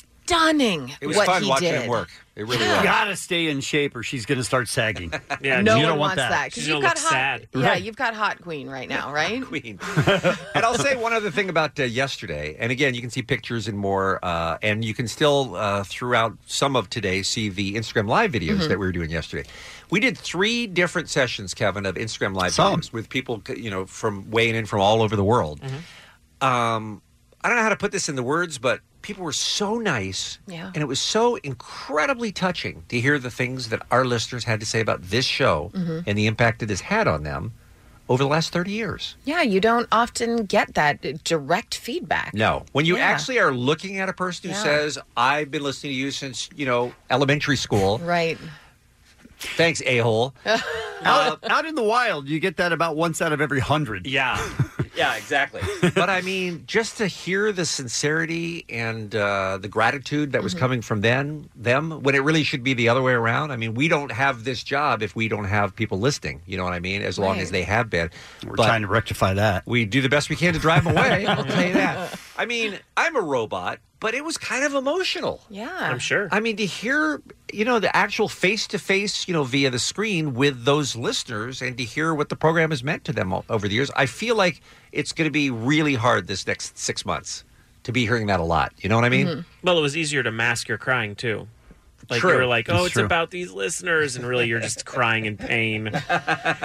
Speaker 14: stunning
Speaker 11: It was
Speaker 14: what
Speaker 11: fun
Speaker 14: he
Speaker 11: watching
Speaker 14: did.
Speaker 11: him work.
Speaker 12: It
Speaker 11: really
Speaker 14: Yeah.
Speaker 11: You gotta stay in shape or she's gonna start sagging.
Speaker 14: Yeah,
Speaker 11: You
Speaker 14: no
Speaker 11: don't
Speaker 14: one
Speaker 11: want
Speaker 14: wants that because you've got hot. Yeah,
Speaker 11: Right.
Speaker 14: you've got hot queen right now, right?
Speaker 12: queen. and I'll say one other thing about uh, yesterday. And again, you can see pictures and more. Uh, and you can still, uh, throughout some of today, see the Instagram live videos
Speaker 19: Mhm.
Speaker 12: that we were doing yesterday. We did three different sessions, Kevin, of Instagram live
Speaker 19: Some.
Speaker 12: videos with people, you know, from weighing in from all over the world. Um, I don't know how to put this in the words, but people were so nice.
Speaker 14: Yeah.
Speaker 12: And it was so incredibly touching to hear the things that our listeners had to say about this show
Speaker 14: Mhm.
Speaker 12: and the impact it has had on them over the last 30 years.
Speaker 14: Yeah, you don't often get that uh, direct feedback.
Speaker 12: No. When you
Speaker 14: Yeah.
Speaker 12: actually are looking at a person who
Speaker 14: Yeah.
Speaker 12: says, I've been listening to you since, you know, elementary school.
Speaker 14: Right.
Speaker 12: Thanks, a hole.
Speaker 11: out, out in the wild, you get that about once out of every hundred.
Speaker 12: Yeah. yeah, exactly. but I mean, just to hear the sincerity and uh, the gratitude that was coming from then them when it really should be the other way around. I mean, we don't have this job if we don't have people listening. You know what I mean? As long
Speaker 11: Right.
Speaker 12: as they have been,
Speaker 11: We're trying to rectify that.
Speaker 12: We do the best we can to drive them away. I'll tell you that. I mean, I'm a robot, but it was kind of emotional.
Speaker 14: Yeah.
Speaker 13: I'm sure.
Speaker 12: I mean, to hear, you know, the actual face to face, you know, via the screen with those listeners and to hear what the program has meant to them o- over the years, I feel like it's going to be really hard this next six months to be hearing that a lot. You know what I mean?
Speaker 13: Well, it was easier to mask your crying too. Like
Speaker 12: True.
Speaker 13: you were like, oh,
Speaker 12: That's
Speaker 13: it's
Speaker 12: true.
Speaker 13: about these listeners, and really you're just crying in pain.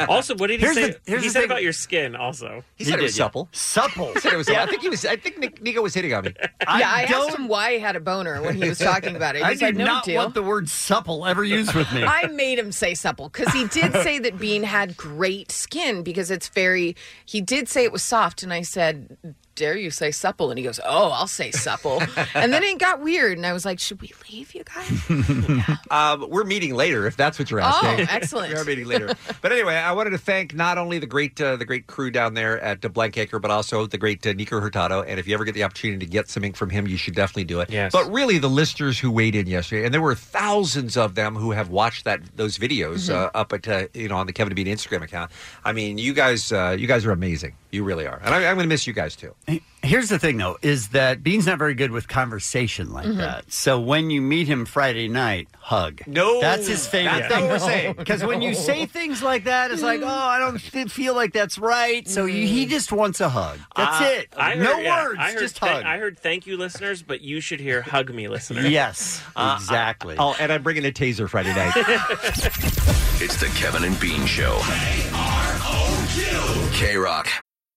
Speaker 13: Also, what did he
Speaker 12: Here's
Speaker 13: say?
Speaker 12: the- here's
Speaker 13: he
Speaker 12: the
Speaker 13: said
Speaker 12: thing-
Speaker 13: about your skin. Also,
Speaker 12: He said it was supple.
Speaker 11: Supple.
Speaker 12: He said it was. I think he was. I think Nick, Nico was hitting on me.
Speaker 14: yeah, I asked him why he had a boner when he was talking about it. He
Speaker 11: I
Speaker 14: was
Speaker 11: do
Speaker 14: like, no
Speaker 11: not
Speaker 14: deal.
Speaker 11: want the word supple ever used with me.
Speaker 14: I made him say supple because he did say that Bean had great skin because it's very. He did say it was soft, and I said, "Dare you say supple?" And he goes, "Oh, I'll say supple." and then it got weird, and I was like, "Should we leave you guys?"
Speaker 12: um, we're meeting later if that's what you're
Speaker 14: Oh,
Speaker 12: asking.
Speaker 14: excellent.
Speaker 12: we are meeting later. but anyway, I wanted to thank not only the great uh, the great crew down there at uh, Blankacre, but also the great uh, Nico Hurtado. And if you ever get the opportunity to get some ink from him, you should definitely do it.
Speaker 13: Yes.
Speaker 12: But really, the listeners who weighed in yesterday, and there were thousands of them who have watched that those videos
Speaker 19: Mhm.
Speaker 12: uh,
Speaker 14: Mm-hmm.
Speaker 12: up at uh, you know on the Kevin and Bean Instagram account. I mean, you guys uh, you guys are amazing. You really are, and I, I'm going to miss you guys too.
Speaker 11: Here's the thing, though, is that Bean's not very good with conversation like
Speaker 12: Mhm.
Speaker 11: that. So when you meet him Friday night, hug.
Speaker 12: No,
Speaker 11: that's his favorite
Speaker 12: that's
Speaker 11: thing.
Speaker 12: What we're saying
Speaker 11: Because when you say things like Oh, that, it's like, oh, I don't f- feel like that's right. So you, he just wants a hug. That's
Speaker 13: Uh,
Speaker 11: it.
Speaker 13: I heard-
Speaker 11: no
Speaker 13: yeah,
Speaker 11: words.
Speaker 13: I heard
Speaker 11: just
Speaker 13: thank-
Speaker 11: hug.
Speaker 13: I heard thank you, listeners, but you should hear hug me, Uh, listeners.
Speaker 11: Yes,
Speaker 12: exactly. oh, and I'm bringing a taser Friday night.
Speaker 3: It's the Kevin and Bean Show.
Speaker 20: K Rock.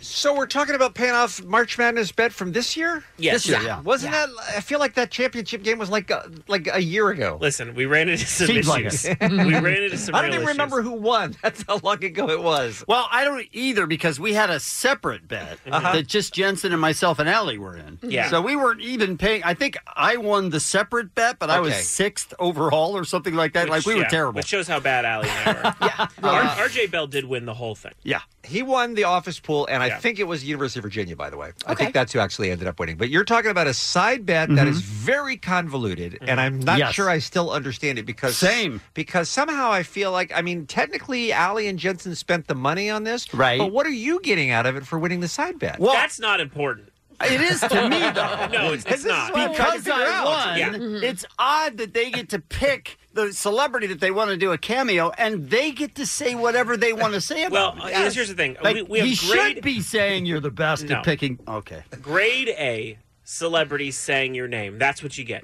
Speaker 12: So we're talking about paying off March Madness bet from this year.
Speaker 13: Yes.
Speaker 12: This year,
Speaker 13: Yeah. Yeah.
Speaker 12: Wasn't that? I feel like that championship game was like a, like a year ago.
Speaker 13: Listen, we ran into some
Speaker 12: Seems like
Speaker 13: issues.
Speaker 12: it.
Speaker 13: we ran into some.
Speaker 12: I don't
Speaker 13: real
Speaker 12: even
Speaker 13: issues.
Speaker 12: remember who won. That's how long ago it was.
Speaker 11: Well, I don't either because we had a separate bet
Speaker 12: Uh-huh.
Speaker 11: that just Jensen and myself and Allie were in.
Speaker 12: Yeah.
Speaker 11: So we weren't even paying. I think I won the separate bet, but I was
Speaker 13: Okay.
Speaker 11: sixth overall or something like that.
Speaker 13: Which,
Speaker 11: like we were
Speaker 13: yeah,
Speaker 11: terrible.
Speaker 13: Which shows how bad Allie and I were. yeah. R- RJ Bell did win the whole thing.
Speaker 11: Yeah.
Speaker 12: He won the office pool, and I
Speaker 13: Yeah.
Speaker 12: think it was University of Virginia, by the way. I think that's who actually ended up winning. But you're talking about a side bet that is very convoluted, and I'm not
Speaker 11: Yes.
Speaker 12: sure I still understand it because
Speaker 11: Same.
Speaker 12: because somehow I feel like I mean, technically, Allie and Jensen spent the money on this,
Speaker 11: Right.
Speaker 12: But what are you getting out of it for winning the side bet?
Speaker 13: that's not important.
Speaker 11: It is to me though.
Speaker 13: no, it's, it's not
Speaker 11: because
Speaker 13: Trying to figure
Speaker 11: I
Speaker 13: out.
Speaker 11: won.
Speaker 13: Yeah.
Speaker 11: Mm-hmm.
Speaker 13: Mm-hmm.
Speaker 11: It's odd that they get to pick the celebrity that they want to do a cameo, and they get to say whatever they want to say
Speaker 13: Well,
Speaker 11: about.
Speaker 13: uh,
Speaker 11: it.
Speaker 13: here's- here's the thing.
Speaker 11: Like,
Speaker 13: We- we have
Speaker 11: he
Speaker 13: great-
Speaker 11: should be saying you're the best
Speaker 13: No.
Speaker 11: at picking. Okay.
Speaker 13: Grade A celebrities saying your name. That's what you get.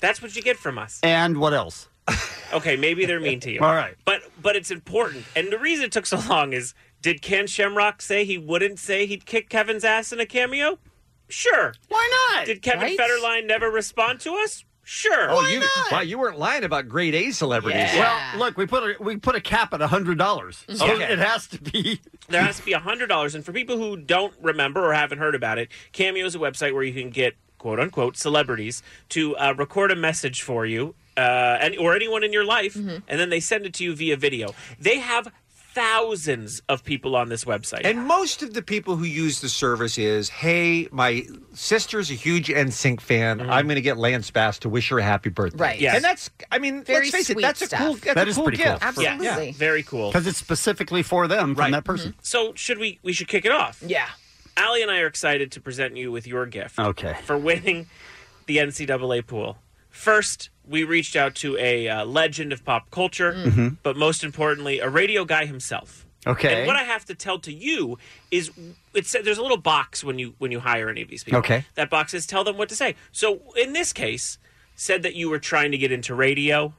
Speaker 13: That's what you get from us.
Speaker 11: And what else?
Speaker 13: Okay, maybe they're mean to you.
Speaker 11: All right.
Speaker 13: But but it's important. And the reason it took so long is did Ken Shamrock say he wouldn't say he'd kick Kevin's ass in a cameo? Sure.
Speaker 11: Why not?
Speaker 13: Did Kevin
Speaker 12: Right?
Speaker 13: Federline never respond to us? Sure.
Speaker 12: Oh, you wow, you weren't lying about grade A celebrities.
Speaker 11: Well, look, we put a we put a cap at hundred dollars. So
Speaker 13: Okay.
Speaker 11: it has to be.
Speaker 13: There has to be hundred dollars, and for people who don't remember or haven't heard about it, Cameo is a website where you can get "quote unquote" celebrities to uh, record a message for you, uh, and, or anyone in your life, and then they send it to you via video. They have thousands of people on this website.
Speaker 12: And most of the people who use the service is, hey, my sister's a huge NSYNC fan. I'm going to get Lance Bass to wish her a happy birthday.
Speaker 13: Right. Mm-hmm. Yes.
Speaker 12: And that's, I mean,
Speaker 13: Very
Speaker 12: let's face it,
Speaker 13: sweet
Speaker 12: that's
Speaker 13: stuff.
Speaker 12: a cool, that's
Speaker 11: That
Speaker 12: a
Speaker 11: is
Speaker 12: cool
Speaker 11: pretty
Speaker 12: gift.
Speaker 11: cool.
Speaker 13: Yeah, very cool. Mm-hmm.
Speaker 11: because it's specifically for them from that person.
Speaker 13: So should we? We should kick it off.
Speaker 14: Yeah.
Speaker 13: Allie and I are excited to present you with your gift.
Speaker 11: Okay.
Speaker 13: for winning the NCAA pool. First, we reached out to a uh, legend of pop culture,
Speaker 18: Mm-hmm.
Speaker 11: Mhm.
Speaker 13: but most importantly, a radio guy himself.
Speaker 11: Okay.
Speaker 13: And what I have to tell to you is, it's there's a little box when you when you hire any of these people.
Speaker 11: Okay.
Speaker 13: That box says tell them what to say. So in this case, said that you were trying to get into radio.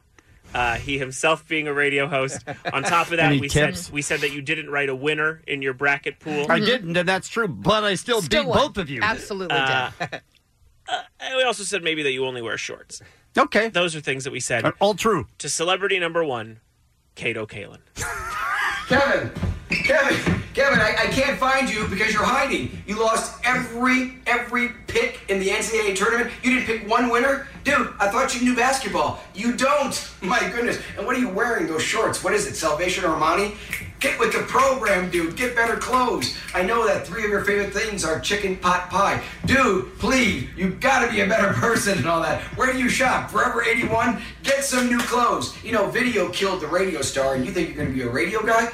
Speaker 13: Uh, he himself being a radio host. On top of that,
Speaker 11: Any
Speaker 13: we
Speaker 11: tips?
Speaker 13: said we said that you didn't write a winner in your bracket pool.
Speaker 11: I didn't, and that's true. But I still, beat both of you.
Speaker 13: Uh, uh, and we also said maybe that you only wear shorts.
Speaker 11: Okay.
Speaker 13: Those are things that we said.
Speaker 11: All true.
Speaker 13: To celebrity number one, Kato Kalin.
Speaker 10: Kevin, Kevin, Kevin, I, I can't find you because you're hiding. You lost every every pick in the NCAA tournament. You didn't pick one winner, dude. I thought you knew basketball. You don't. My goodness. And what are you wearing? Those shorts? What is it? Salvation Armani? Get with the program, dude. Get better clothes. I know that three of your favorite things are chicken pot pie. Dude, please, you gotta be a better person and all that. Where do you shop? Forever 81? Get some new clothes. You know, video killed the radio star, and you think you're gonna be a radio guy?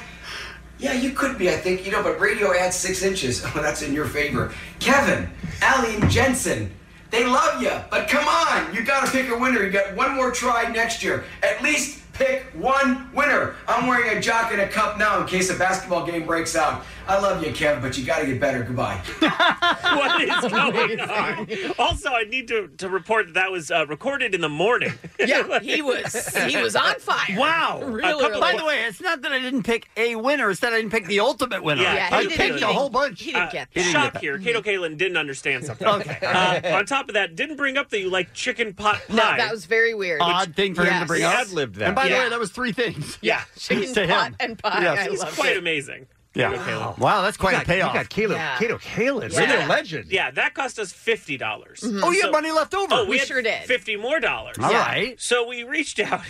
Speaker 10: Yeah, you could be, I think. You know, but radio adds six inches. Oh, that's in your favor. Kevin, Allie, and Jensen, they love you, but come on, you gotta pick a winner. You got one more try next year. At least pick pick one winner. I'm wearing a jock and a cup now in case a basketball game breaks out. I love you, Kev, but you got to get better. Goodbye.
Speaker 13: what is going on? Also, I need to, to report that that was uh, recorded in the morning.
Speaker 14: Yeah, he was- he was on fire.
Speaker 11: Wow.
Speaker 14: Really
Speaker 11: A couple- By
Speaker 14: early.
Speaker 11: the way, it's not that I didn't pick a winner, it's that I didn't pick the ultimate winner.
Speaker 13: Yeah,
Speaker 11: I
Speaker 13: he didn't-
Speaker 11: picked
Speaker 13: he
Speaker 11: a
Speaker 13: didn't-
Speaker 11: whole bunch.
Speaker 14: He didn't get
Speaker 11: that.
Speaker 13: Shop Uh, here. Kato Kalin didn't understand something. okay. Uh, on top of that, didn't bring up that you like chicken pot pie.
Speaker 14: No, that was very weird.
Speaker 11: Odd thing for him to bring up.
Speaker 13: Yes. Ad-libbed that.
Speaker 11: And by
Speaker 13: Yeah.
Speaker 11: the way, that was three things.
Speaker 13: Yeah.
Speaker 14: Chicken
Speaker 11: to
Speaker 14: pot
Speaker 11: him.
Speaker 14: and pie.
Speaker 11: Yes.
Speaker 14: I
Speaker 13: He's
Speaker 14: loved
Speaker 13: quite
Speaker 14: it.
Speaker 13: amazing.
Speaker 11: Yeah.
Speaker 13: Kato Kalin.
Speaker 11: Wow, that's quite
Speaker 12: You
Speaker 11: a
Speaker 12: got- you
Speaker 11: payoff.
Speaker 12: got Caleb- Yeah. Caleb Kalin, really a legend.
Speaker 13: Yeah, that cost us fifty dollars.
Speaker 11: Oh, you had money left over.
Speaker 13: Oh, we,
Speaker 11: We
Speaker 13: had
Speaker 11: sure did.
Speaker 13: Fifty more dollars.
Speaker 11: All Yeah. right.
Speaker 13: So we reached out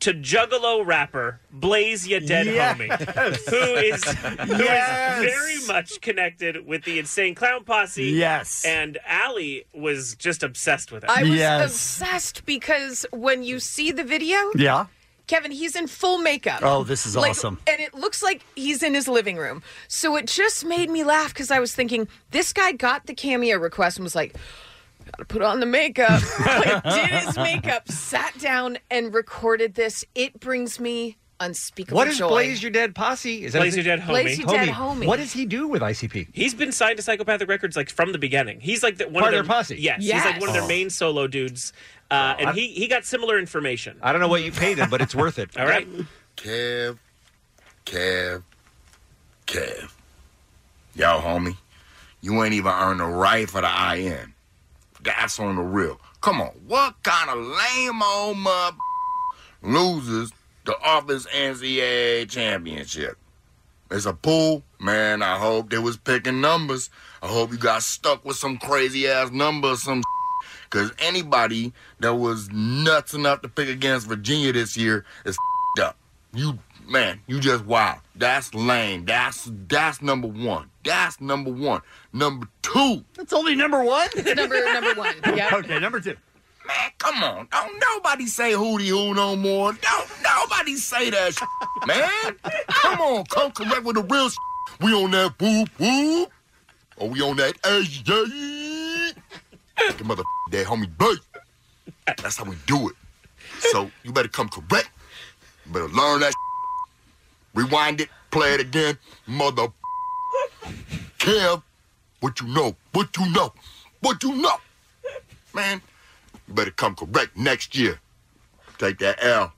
Speaker 13: to Juggalo rapper Blaze Ya Dead
Speaker 6: Yes.
Speaker 13: Homie, who is who is
Speaker 6: Yes.
Speaker 13: very much connected with the Insane Clown Posse.
Speaker 6: Yes.
Speaker 13: And Allie was just obsessed with it.
Speaker 14: I was obsessed because when you see the video,
Speaker 11: Yeah.
Speaker 14: Kevin, he's in full makeup.
Speaker 11: Oh, this is
Speaker 14: Like,
Speaker 11: awesome.
Speaker 14: And it looks like he's in his living room. So it just made me laugh because I was thinking, this guy got the cameo request and was like, gotta put on the makeup. like, did his makeup, sat down and recorded this. It brings me unspeakable
Speaker 12: What is
Speaker 14: joy.
Speaker 12: Blaze Your Dead Posse? Is
Speaker 13: Blaze
Speaker 12: his-
Speaker 13: Your Dead Homie. Blaze Your Dead Homie.
Speaker 12: What does he do with ICP?
Speaker 13: He's been signed to Psychopathic Records like from the beginning. He's like the, one
Speaker 12: Part
Speaker 13: of
Speaker 12: of
Speaker 13: their,
Speaker 12: their posse.
Speaker 13: Yes, he's like
Speaker 12: Yes.
Speaker 13: one of their
Speaker 12: Oh.
Speaker 13: main solo dudes, uh, and he he got similar information.
Speaker 12: I don't know what you paid him, but it's worth it.
Speaker 13: All right,
Speaker 4: Kev, Kev, Kev. Yo, homie, you ain't even earned the right for the IN. That's on the real. Come on, what kind of lame old mother loses the Office NCAA championship? It's a pool. Man, I hope they was picking numbers. I hope you got stuck with some crazy ass number or some Because anybody that was nuts enough to pick against Virginia this year is f***ed up. You, man, you just wow. That's lame. That's that's number one. That's number one. Number two.
Speaker 11: That's only number one.
Speaker 14: number number one. Yeah.
Speaker 11: Okay, number two.
Speaker 4: Man, come on. Don't nobody say hootie hoo no more. Don't nobody say that sh- man. Come on, come correct with the real sh- We on that boop boop. Or we on that ay yay. That mother that homie bait. That's how we do it. So you better come correct. You better learn that sh- Rewind it, play it again, mother Kev, what you know, what you know, what you know. Man, you better come correct next year. Take that L.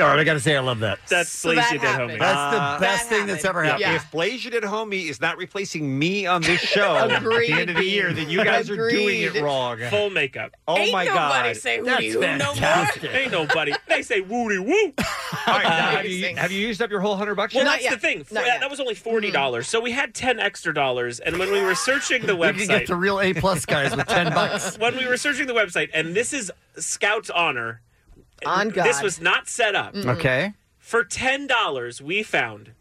Speaker 11: All right, I got to say, I love that.
Speaker 13: That's
Speaker 11: So Blaze that Your Dead happened. Homie. That's
Speaker 12: Uh,
Speaker 11: the best thing that's ever happened. Yeah.
Speaker 12: If Blaze Your Dead Homie is not replacing me on this show at the end of the year, then you guys are doing it
Speaker 13: Agreed.
Speaker 12: wrong.
Speaker 13: Full makeup.
Speaker 12: Oh my God. That's fantastic.
Speaker 13: Ain't nobody. They say woody woo.
Speaker 12: All right, now, have, you, have you used up your whole hundred bucks?
Speaker 13: Well,
Speaker 12: yet? Mm-hmm.
Speaker 13: that's the thing. that, that was only forty dollars, so we had ten extra dollars. And when we were searching the website,
Speaker 11: We can get the real A plus guys with ten bucks.
Speaker 13: when we were searching the website, and this is Scout's honor.
Speaker 14: On
Speaker 13: This
Speaker 14: God.
Speaker 13: was not set up.
Speaker 11: Okay.
Speaker 13: For ten dollars, we found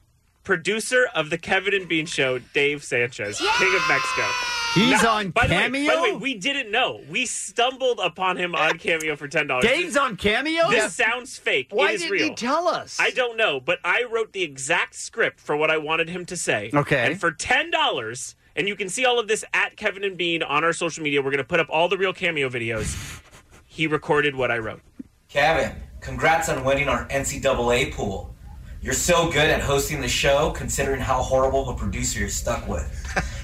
Speaker 13: producer of the Kevin and Bean Show, Dave Sanchez, King of Mexico.
Speaker 11: He's on
Speaker 13: by the way- by the way,
Speaker 11: Cameo?
Speaker 13: we didn't know. We stumbled upon him on Cameo for ten dollars.
Speaker 11: Dave's on Cameo?
Speaker 13: This
Speaker 11: Yeah.
Speaker 13: sounds fake.
Speaker 11: Why
Speaker 13: it is
Speaker 11: didn't he
Speaker 13: real.
Speaker 11: tell us?
Speaker 13: I don't know, but I wrote the exact script for what I wanted him to say.
Speaker 11: Okay.
Speaker 13: and for ten dollars. And you can see all of this at Kevin and Bean on our social media. We're going to put up all the real cameo videos. He recorded what I wrote.
Speaker 19: Kevin, congrats on winning our NCAA pool. You're so good at hosting the show considering how horrible of a producer you're stuck with.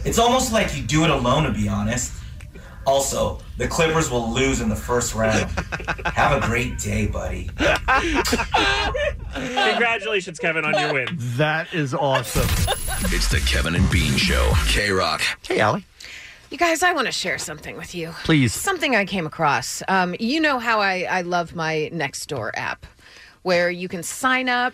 Speaker 19: It's almost like you do it alone, to be honest. Also, the Clippers will lose in the first round. Have a great day, buddy.
Speaker 13: Congratulations, Kevin, on your win.
Speaker 11: That is awesome.
Speaker 3: It's the Kevin and Bean Show. K Rock.
Speaker 11: Hey, Allie.
Speaker 14: You guys, I want to share something with you.
Speaker 11: Please.
Speaker 14: Something I came across. Um, you know how I, I love my Nextdoor app, where you can sign up,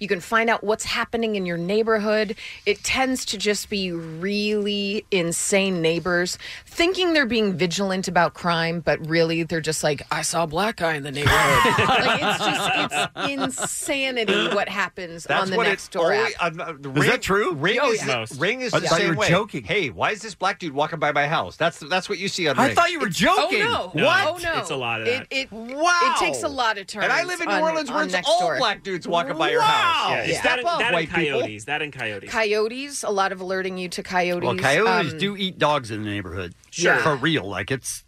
Speaker 14: you can find out what's happening in your neighborhood. It tends to just be really insane neighbors thinking they're being vigilant about crime, but really they're just like, I saw a black guy in the neighborhood. like, it's just, it's insanity what happens
Speaker 12: That's
Speaker 14: on the
Speaker 12: what it
Speaker 14: Nextdoor app.
Speaker 12: always- I'm, uh, the ring,
Speaker 11: that true?
Speaker 12: Ring
Speaker 11: Oh,
Speaker 12: is,
Speaker 11: yeah. Most.
Speaker 12: ring is
Speaker 11: I
Speaker 12: the
Speaker 11: thought you
Speaker 12: same
Speaker 11: were
Speaker 12: way.
Speaker 11: joking.
Speaker 12: Hey, why is this black dude walking by my house? That's that's what you see on.
Speaker 11: I
Speaker 12: Ring.
Speaker 11: thought you were It's-
Speaker 14: Oh, joking. no.
Speaker 12: What?
Speaker 14: Oh, no. It's a lot of that. It- it- it takes a lot of
Speaker 12: And I
Speaker 14: turns
Speaker 12: live in New
Speaker 14: on-
Speaker 12: Orleans where
Speaker 14: on
Speaker 12: it's
Speaker 14: next
Speaker 12: all
Speaker 14: door.
Speaker 12: black dudes walking by your house.
Speaker 13: Yeah, it's
Speaker 12: Step
Speaker 13: that,
Speaker 12: up,
Speaker 13: that and
Speaker 12: white people.
Speaker 13: coyotes. That and coyotes.
Speaker 14: coyotes, a lot of alerting you to coyotes.
Speaker 11: Well, coyotes
Speaker 14: um,
Speaker 11: do eat dogs in the neighborhood.
Speaker 14: Sure.
Speaker 11: For real. Like, it's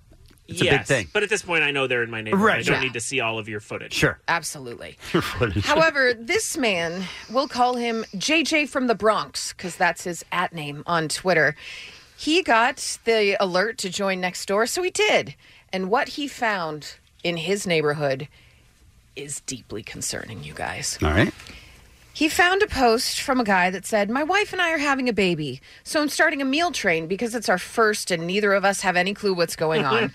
Speaker 11: It's a big thing.
Speaker 13: But at this point, I know they're in my neighborhood.
Speaker 11: Right,
Speaker 13: I don't
Speaker 11: yeah.
Speaker 13: need to see all of your footage.
Speaker 11: Sure.
Speaker 14: Absolutely.
Speaker 11: Your footage.
Speaker 14: However, this man, we'll call him JJ from the Bronx because that's his at name on Twitter. He got the alert to join next door, so he did. And what he found in his neighborhood is deeply concerning, you guys.
Speaker 11: All right.
Speaker 14: He found a post from a guy that said, My wife and I are having a baby, so I'm starting a meal train because it's our first and neither of us have any clue what's going on.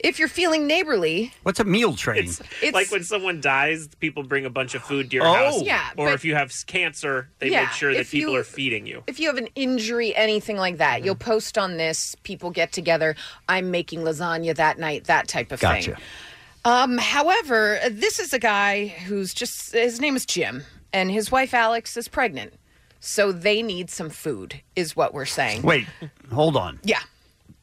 Speaker 14: if you're feeling neighborly,
Speaker 11: What's a meal train?
Speaker 14: It's-
Speaker 13: like when someone dies, people bring a bunch of food to your
Speaker 11: Oh.
Speaker 13: house.
Speaker 14: Yeah,
Speaker 13: or
Speaker 14: but-
Speaker 13: if you have s- cancer, they
Speaker 14: Yeah,
Speaker 13: make sure that
Speaker 14: if you-
Speaker 13: people are feeding you.
Speaker 14: if you have an injury, anything like that, you'll
Speaker 11: Mm-hmm.
Speaker 14: post on this. People get together. I'm making lasagna that night, that type of
Speaker 11: Gotcha.
Speaker 14: thing. Um, however, this is a guy who's just his name is Jim, and his wife Alex is pregnant, so they need some food, is what we're saying.
Speaker 11: Wait, hold on.
Speaker 14: Yeah.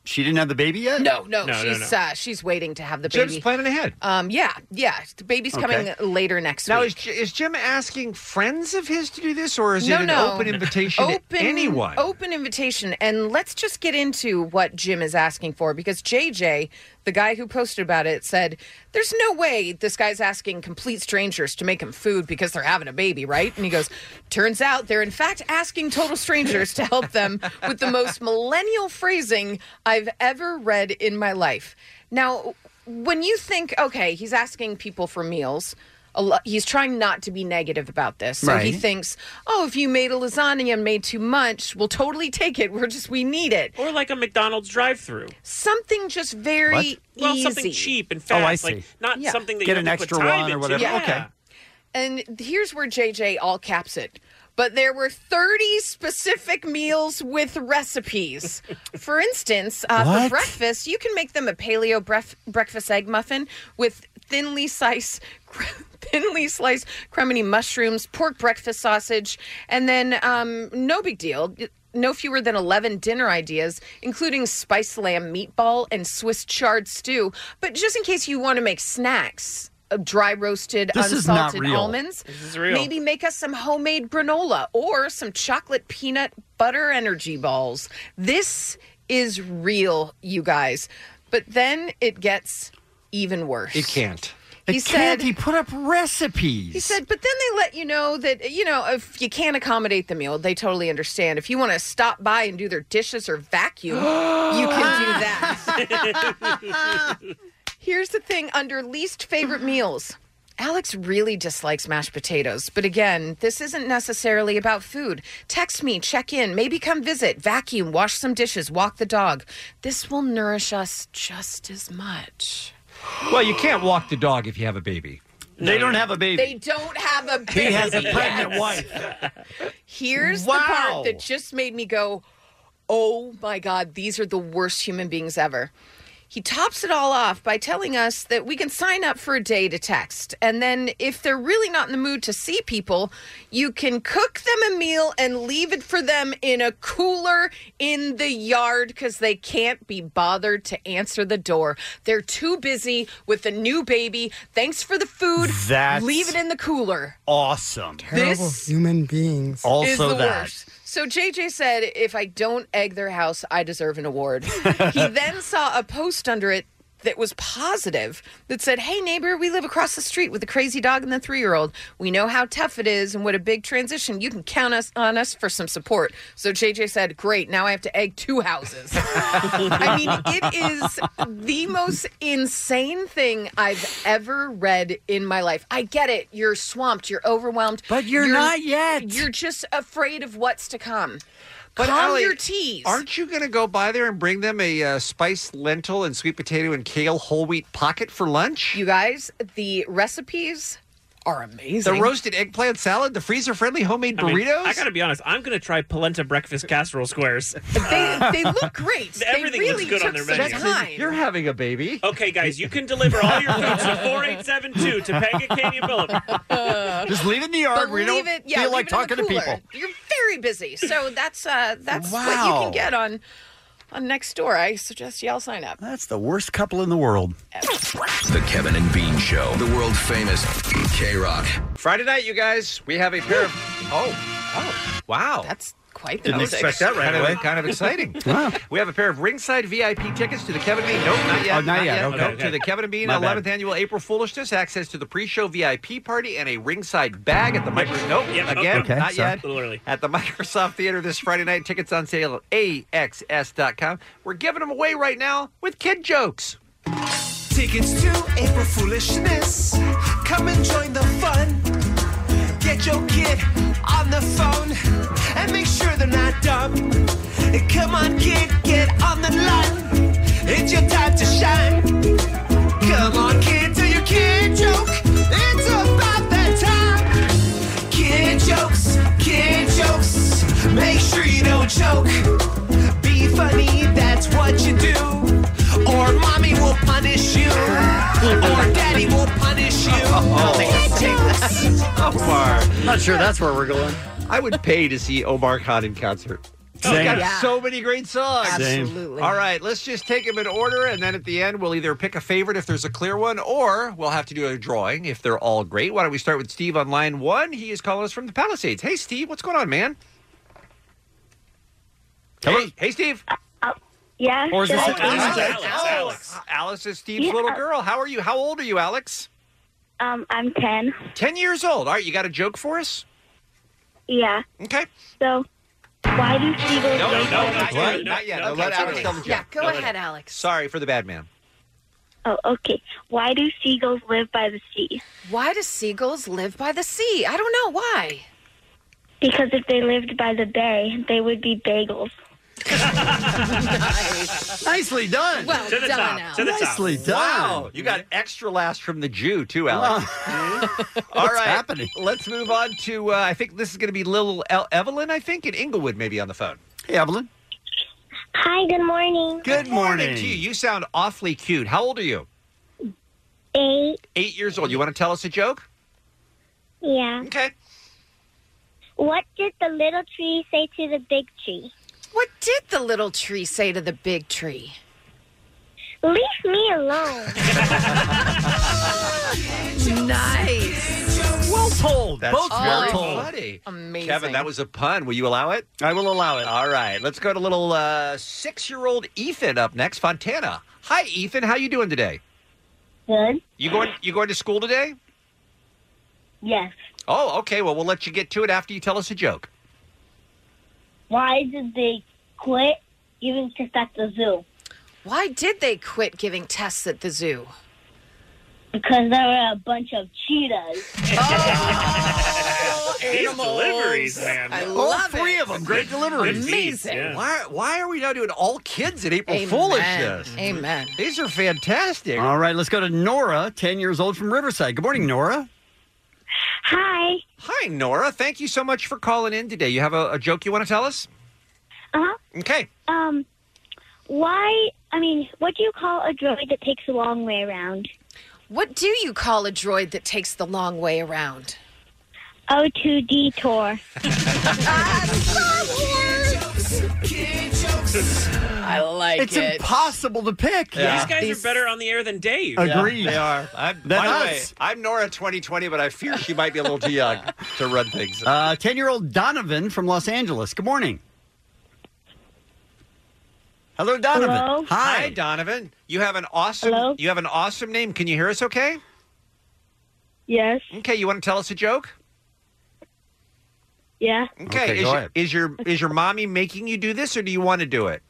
Speaker 11: She didn't have the baby yet?
Speaker 14: No, no, she's Uh, she's waiting to have the
Speaker 11: Jim's
Speaker 14: baby.
Speaker 11: planning ahead.
Speaker 14: Um, yeah, yeah, the baby's coming
Speaker 12: Okay.
Speaker 14: later next
Speaker 12: Now, is,
Speaker 14: week.
Speaker 12: J- is Jim asking friends of his to do this, or is
Speaker 14: no,
Speaker 12: it an
Speaker 14: no.
Speaker 12: open invitation
Speaker 14: Open-
Speaker 12: to anyone?
Speaker 14: Open invitation. And let's just get into what Jim is asking for because JJ, the guy who posted about it, said, There's no way this guy's asking complete strangers to make him food because they're having a baby, right? And he goes, Turns out they're in fact asking total strangers to help them with the most millennial phrasing I've ever read in my life. Now, when you think, okay, he's asking people for meals, a lo- he's trying not to be negative about this. So he
Speaker 17: Right.
Speaker 14: thinks, oh, if you made a lasagna and made too much, we'll totally take it. We're just, we need it.
Speaker 13: Or like a McDonald's drive-through.
Speaker 14: Something just very easy.
Speaker 13: Well, something cheap and
Speaker 11: Oh,
Speaker 13: fast.
Speaker 11: I
Speaker 13: Like
Speaker 11: see.
Speaker 13: not
Speaker 14: Yeah.
Speaker 13: something that
Speaker 11: Get
Speaker 13: you
Speaker 11: an
Speaker 13: have
Speaker 11: extra
Speaker 13: to put time
Speaker 11: one or
Speaker 13: into.
Speaker 11: whatever.
Speaker 13: Yeah.
Speaker 11: Okay.
Speaker 14: And here's where JJ all caps it. But there were 30 specific meals with recipes. For instance, uh, for
Speaker 17: What?
Speaker 14: breakfast, you can make them a paleo bref- breakfast egg muffin with thinly sliced. Thinly sliced cremini mushrooms, pork breakfast sausage, and then um, no big deal. No fewer than 11 dinner ideas, including spice lamb meatball and Swiss chard stew. But just in case you want to make snacks, uh, dry roasted
Speaker 17: This is not
Speaker 14: unsalted
Speaker 17: real.
Speaker 14: almonds.
Speaker 17: This is real.
Speaker 14: Maybe make us some homemade granola or some chocolate peanut butter energy balls. This is real, you guys. But then it gets even worse.
Speaker 12: It can't.
Speaker 14: He
Speaker 11: It
Speaker 14: said-
Speaker 11: can't. He put up recipes.
Speaker 14: He said, but then they let you know that, you know, if you can't accommodate the meal, they totally understand. If you want to stop by and do their dishes or vacuum, you can do that. Here's the thing under least favorite meals. Alex really dislikes mashed potatoes, but again, this isn't necessarily about food. Text me, check in, maybe come visit, vacuum, wash some dishes, walk the dog. This will nourish us just as much.
Speaker 12: Well, you can't walk the dog if you have a baby.
Speaker 11: They don't have a baby.
Speaker 14: They don't have a baby.
Speaker 11: He has a pregnant
Speaker 14: Yes.
Speaker 11: wife.
Speaker 14: Here's the
Speaker 11: Wow.
Speaker 14: part that just made me go, oh my God, these are the worst human beings ever. He tops it all off by telling us that we can sign up for a day to text. And then, if they're really not in the mood to see people, you can cook them a meal and leave it for them in a cooler in the yard because they can't be bothered to answer the door. They're too busy with the new baby. Thanks for the food.
Speaker 11: That's-
Speaker 14: leave it in the cooler.
Speaker 11: Awesome.
Speaker 14: Terrible This
Speaker 11: human beings. Also
Speaker 14: is the
Speaker 11: that.
Speaker 14: worst. So JJ said, if I don't egg their house, I deserve an award. he then saw a post under it that was positive that said, Hey neighbor, we live across the street with a crazy dog and the three year old. We know how tough it is and what a big transition. You can count us on us for some support. So JJ said, Great, now I have to egg two houses. I mean, it is the most insane thing I've ever read in my life. I get it. You're swamped. You're overwhelmed. But
Speaker 11: you're not yet.
Speaker 14: You're just afraid of what's to come.
Speaker 12: But
Speaker 14: Calm
Speaker 12: Ally,
Speaker 14: your teas.
Speaker 12: Aren't you going to go by there and bring them a uh, spiced lentil and sweet potato and kale whole wheat pocket for lunch?
Speaker 14: You guys, the recipes are amazing.
Speaker 12: The roasted eggplant salad, the freezer friendly homemade
Speaker 13: I mean,
Speaker 12: burritos.
Speaker 13: I gotta be honest. I'm gonna try polenta breakfast casserole squares.
Speaker 14: they look great. They
Speaker 13: Everything
Speaker 14: really
Speaker 13: looks good on
Speaker 14: took
Speaker 13: their
Speaker 14: some
Speaker 13: menu.
Speaker 14: time.
Speaker 12: You're having a baby.
Speaker 13: Okay, guys, you can deliver all your food to 4872 Topanga Canyon Boulevard.
Speaker 11: Just uh, leave it in the
Speaker 14: But
Speaker 11: yard where you don't
Speaker 14: leave it- yeah,
Speaker 11: feel like
Speaker 14: leave it in the
Speaker 11: talking to
Speaker 14: cooler.
Speaker 11: people.
Speaker 14: You're very busy, so that's uh, that's what you
Speaker 11: Wow.
Speaker 14: can get on on next door. I suggest y'all sign up.
Speaker 11: That's the worst couple in the world.
Speaker 3: The Kevin and Bean Show, the world famous K Rock.
Speaker 12: Friday night, you guys, we have a pair of. Oh, oh, wow.
Speaker 14: That's quite the
Speaker 12: Didn't
Speaker 14: music.
Speaker 12: expect that right kind away. Of, kind of exciting. we have a pair of ringside VIP tickets to the Kevin and Bean. Nope, not yet.
Speaker 11: Oh, not yet. Okay,
Speaker 12: Nope,
Speaker 11: okay.
Speaker 12: To the Kevin and Bean
Speaker 11: My bad.
Speaker 12: 11th annual April Foolishness. Access to the pre-show VIP party and a ringside bag at the Microsoft. Nope.
Speaker 11: Yep,
Speaker 12: Again,
Speaker 11: okay,
Speaker 12: not
Speaker 11: sorry.
Speaker 12: yet. At the Microsoft Theater this Friday night. Tickets on sale at axs.com. We're giving them away right now with kid jokes.
Speaker 17: Tickets to April Foolishness. Come and join the fun. Get your kid on the phone and make sure they're not dumb. Come on, kid, get on the line. It's your time to shine. Come on, kid, tell your kid joke. It's about that time. Kid jokes, kid jokes. Make sure you don't joke. Be funny, that's what you do. Or mommy will punish you. or daddy will punish you. Kid jokes.
Speaker 12: Omar.
Speaker 11: Not sure that's where we're going.
Speaker 12: I would pay to see Omar Khan in concert.
Speaker 11: Same.
Speaker 12: He's Oh, got
Speaker 11: Yeah.
Speaker 12: so many great songs.
Speaker 11: Same. Absolutely.
Speaker 12: All right, let's just take them in order, and then at the end, we'll either pick a favorite if there's a clear one, or we'll have to do a drawing if they're all great. Why don't we start with Steve on line one? He is calling us from the Palisades. Hey, Steve, what's going on, man? Hey, hey, Steve.
Speaker 21: Yeah.
Speaker 12: Or is
Speaker 21: should
Speaker 12: this-
Speaker 21: I
Speaker 12: oh,
Speaker 21: go
Speaker 12: Alice,
Speaker 21: on?
Speaker 12: Alice, Alice. Alice is Steve's
Speaker 21: Yeah,
Speaker 12: little
Speaker 21: uh,
Speaker 12: girl. How are you? How old are you, Alex?
Speaker 21: Um, I'm 10.
Speaker 12: 10 years old. All right, you got a joke for us?
Speaker 21: Yeah.
Speaker 12: Okay.
Speaker 21: So, why do seagulls
Speaker 12: No,
Speaker 21: go
Speaker 12: no, no,
Speaker 21: to
Speaker 12: not
Speaker 21: sleep?
Speaker 12: yet. Not yet. No, let Alex tell the joke.
Speaker 21: Yeah, go
Speaker 12: No, let
Speaker 21: ahead,
Speaker 12: him.
Speaker 21: Alex.
Speaker 12: Sorry for the bad man.
Speaker 21: Oh, okay. Why do seagulls live by the sea?
Speaker 14: Why do seagulls live by the sea? I don't know why.
Speaker 21: Because if they lived by the bay, they would be bagels.
Speaker 11: Nicely done.
Speaker 21: Well To the done, top, Alex. to the top.
Speaker 11: Nicely done.
Speaker 12: Wow, you got extra last from the Jew too, Alex. All
Speaker 11: What's
Speaker 12: right,
Speaker 11: happening?
Speaker 12: let's move on to. Uh, I think this is going to be little El- Evelyn. I think in Inglewood, maybe on the phone. Hey, Evelyn.
Speaker 22: Hi, good morning.
Speaker 12: Good morning. to you. You sound awfully cute. How old are you?
Speaker 22: Eight.
Speaker 12: Eight years old. You want to tell us a joke?
Speaker 22: Yeah.
Speaker 12: Okay.
Speaker 22: What did the little tree say to the big tree?
Speaker 14: What did the little tree say to the big tree?
Speaker 22: Leave me alone.
Speaker 14: nice.
Speaker 12: Well told. That's
Speaker 14: Both
Speaker 12: very
Speaker 14: well told.
Speaker 12: funny.
Speaker 14: Amazing.
Speaker 12: Kevin, that was a pun. Will you allow it? I will allow it. All right. Let's go to little uh, six-year-old Ethan up next, Fontana. Hi, Ethan. How you doing today?
Speaker 22: Good.
Speaker 12: You going? You going to school today?
Speaker 22: Yes.
Speaker 12: Oh, okay. Well, we'll let you get to it after you tell us a joke.
Speaker 22: Why did they quit giving tests at the zoo?
Speaker 14: Why did they quit giving tests at the zoo?
Speaker 22: Because there were a bunch of cheetahs.
Speaker 12: These deliveries, man.
Speaker 14: I
Speaker 12: All
Speaker 14: love
Speaker 12: three
Speaker 14: it.
Speaker 12: of them. Great deliveries.
Speaker 14: Amazing. Yeah.
Speaker 12: Why, why are we now doing all kids at April
Speaker 14: Amen.
Speaker 12: Foolishness?
Speaker 14: Amen.
Speaker 12: These are fantastic.
Speaker 11: All right, let's go to Nora, 10 years old from Riverside. Good morning, Nora.
Speaker 22: Hi.
Speaker 12: Hi, Nora. Thank you so much for calling in today. You have a, a joke you want to tell us?
Speaker 22: Uh-huh.
Speaker 12: Okay.
Speaker 22: Um, why, I mean, what do you call a droid that takes a long way around?
Speaker 14: What do you call a droid that takes the long way around?
Speaker 22: O2 detour.
Speaker 12: Oh.
Speaker 21: Kid jokes.
Speaker 14: I like
Speaker 11: it's
Speaker 13: it.
Speaker 11: impossible to pick.
Speaker 13: These guys are better on the air than Dave.
Speaker 11: Agreed.
Speaker 12: They are. I'm,
Speaker 11: Then
Speaker 12: by the way,
Speaker 11: us.
Speaker 12: I'm Nora 2020, but I fear she might be a little too young to run things.
Speaker 11: Uh, 10-year-old Donovan from Los Angeles. Good morning. Hello, Donovan. Hi.
Speaker 12: Hi, Donovan. You have an awesome. You have an awesome name. Can you hear us? Okay.
Speaker 22: Yes.
Speaker 12: Okay. You want to tell us a joke?
Speaker 22: Yeah.
Speaker 12: Okay.
Speaker 22: Okay,
Speaker 12: is,
Speaker 22: go
Speaker 12: your,
Speaker 22: ahead.
Speaker 12: is your is your mommy making you do this, or do you want to do it?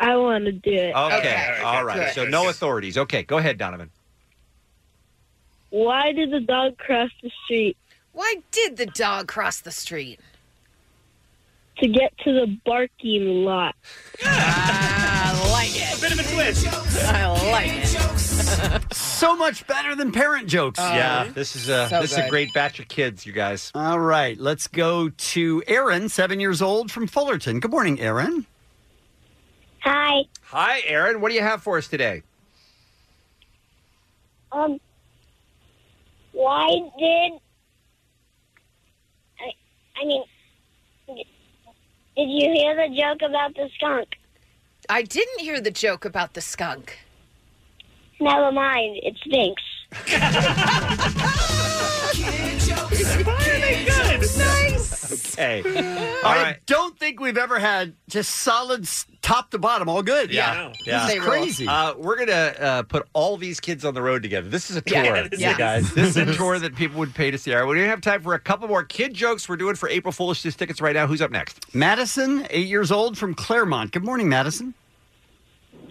Speaker 22: I want to do it.
Speaker 12: Okay. All right. So no authorities. Okay. Go ahead, Donovan.
Speaker 22: Why did the dog cross the street?
Speaker 14: Why did the dog cross the street?
Speaker 22: To get to the barking lot.
Speaker 14: I like it. A bit of a twist. I like it.
Speaker 11: So much better than parent jokes.
Speaker 12: yeah. This is a
Speaker 11: so
Speaker 12: this is
Speaker 11: good.
Speaker 12: a great batch of kids, you guys.
Speaker 11: All right, let's go to Aaron, seven years old from Fullerton. Good morning, Aaron.
Speaker 22: Hi.
Speaker 12: Hi, Aaron. What do you have for us today?
Speaker 22: Um, why did I? I mean, did you hear the joke about the skunk?
Speaker 14: I didn't hear the joke about the skunk.
Speaker 22: Never mind, it stinks.
Speaker 14: Why are they good? Nice.
Speaker 12: okay.
Speaker 11: I don't think we've ever had just solid s- top to bottom, all good. This is crazy.
Speaker 12: Uh, we're gonna uh, put all these kids on the road together. This is a tour,
Speaker 11: Yeah, this is-
Speaker 12: guys. This is a tour that people would pay to see. All right, we don't have time for a couple more kid jokes. We're doing for April Foolishness tickets right now. Who's up next?
Speaker 11: Madison, eight years old from Claremont. Good morning, Madison.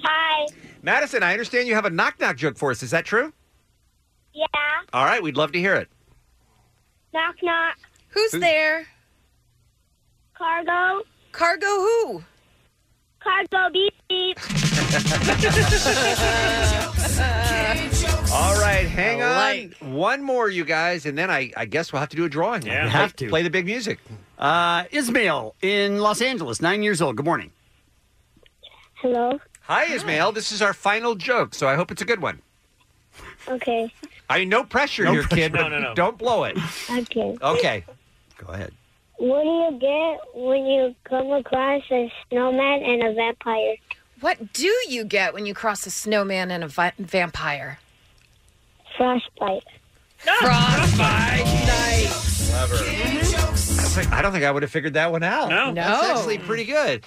Speaker 12: Hi, Madison. I understand you have a knock knock joke for us. Is that true?
Speaker 21: Yeah.
Speaker 12: All right, we'd love to hear it.
Speaker 21: Knock knock.
Speaker 14: Who's there?
Speaker 21: Cargo.
Speaker 14: Cargo who?
Speaker 21: Cargo beep beep.
Speaker 12: All right, hang
Speaker 21: I
Speaker 12: on.
Speaker 21: like.
Speaker 12: One more, you guys, and then I, I guess we'll have to do a drawing. Yeah,
Speaker 11: have to.
Speaker 12: play the big music.
Speaker 11: Uh, Ismail in Los Angeles, nine years old. Good morning.
Speaker 21: Hello.
Speaker 12: Hi, Ismail. This is our final joke, so I hope it's a good one.
Speaker 21: Okay.
Speaker 12: I no pressure
Speaker 21: No
Speaker 12: here,
Speaker 21: pressure.
Speaker 12: kid.
Speaker 21: No,
Speaker 12: but
Speaker 21: no, no.
Speaker 12: Don't blow it.
Speaker 21: Okay.
Speaker 12: Okay. Go ahead.
Speaker 21: What do you get when you come across a snowman and a vampire?
Speaker 14: What do you get when you cross a snowman and a vi- vampire?
Speaker 21: Frostbite.
Speaker 14: Frostbite.
Speaker 12: Clever. I don't think I would have figured that one out.
Speaker 14: No.
Speaker 12: That's
Speaker 14: No.
Speaker 12: actually pretty good.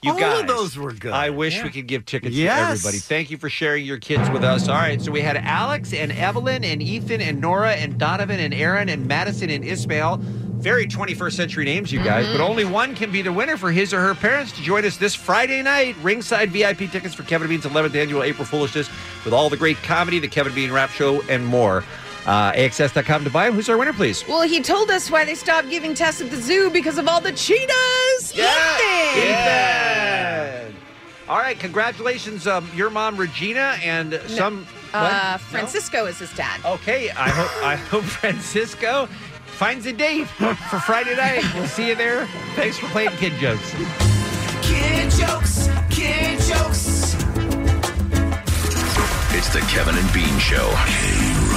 Speaker 12: You
Speaker 11: All
Speaker 12: guys,
Speaker 11: of those were good.
Speaker 12: I wish we
Speaker 11: Yeah.
Speaker 12: could give tickets
Speaker 11: Yes.
Speaker 12: to everybody. Thank you for sharing your kids with us. All right, so we had Alex and Evelyn and Ethan and Nora and Donovan and Aaron and Madison and Ismail. Very 21st century names, you guys, but only one can be the winner for his or her parents to join us this Friday night. Ringside VIP tickets for Kevin and Bean's 11th annual April Foolishness with all the great comedy, the Kevin Bean Rap Show, and more. Uh, AXS.com to buy them. Who's our winner, please?
Speaker 14: Well, he told us why they stopped giving tests at the zoo because of all the cheetahs. Ethan!
Speaker 12: Ethan. All right, congratulations, um, your mom Regina and some.
Speaker 14: Uh,
Speaker 12: what?
Speaker 14: Francisco is his dad.
Speaker 12: No? Okay, I hope I hope Francisco finds a date for Friday night. We'll see you there. Thanks for playing kid jokes.
Speaker 17: Kid jokes, kid jokes.
Speaker 3: It's the Kevin and Bean Show.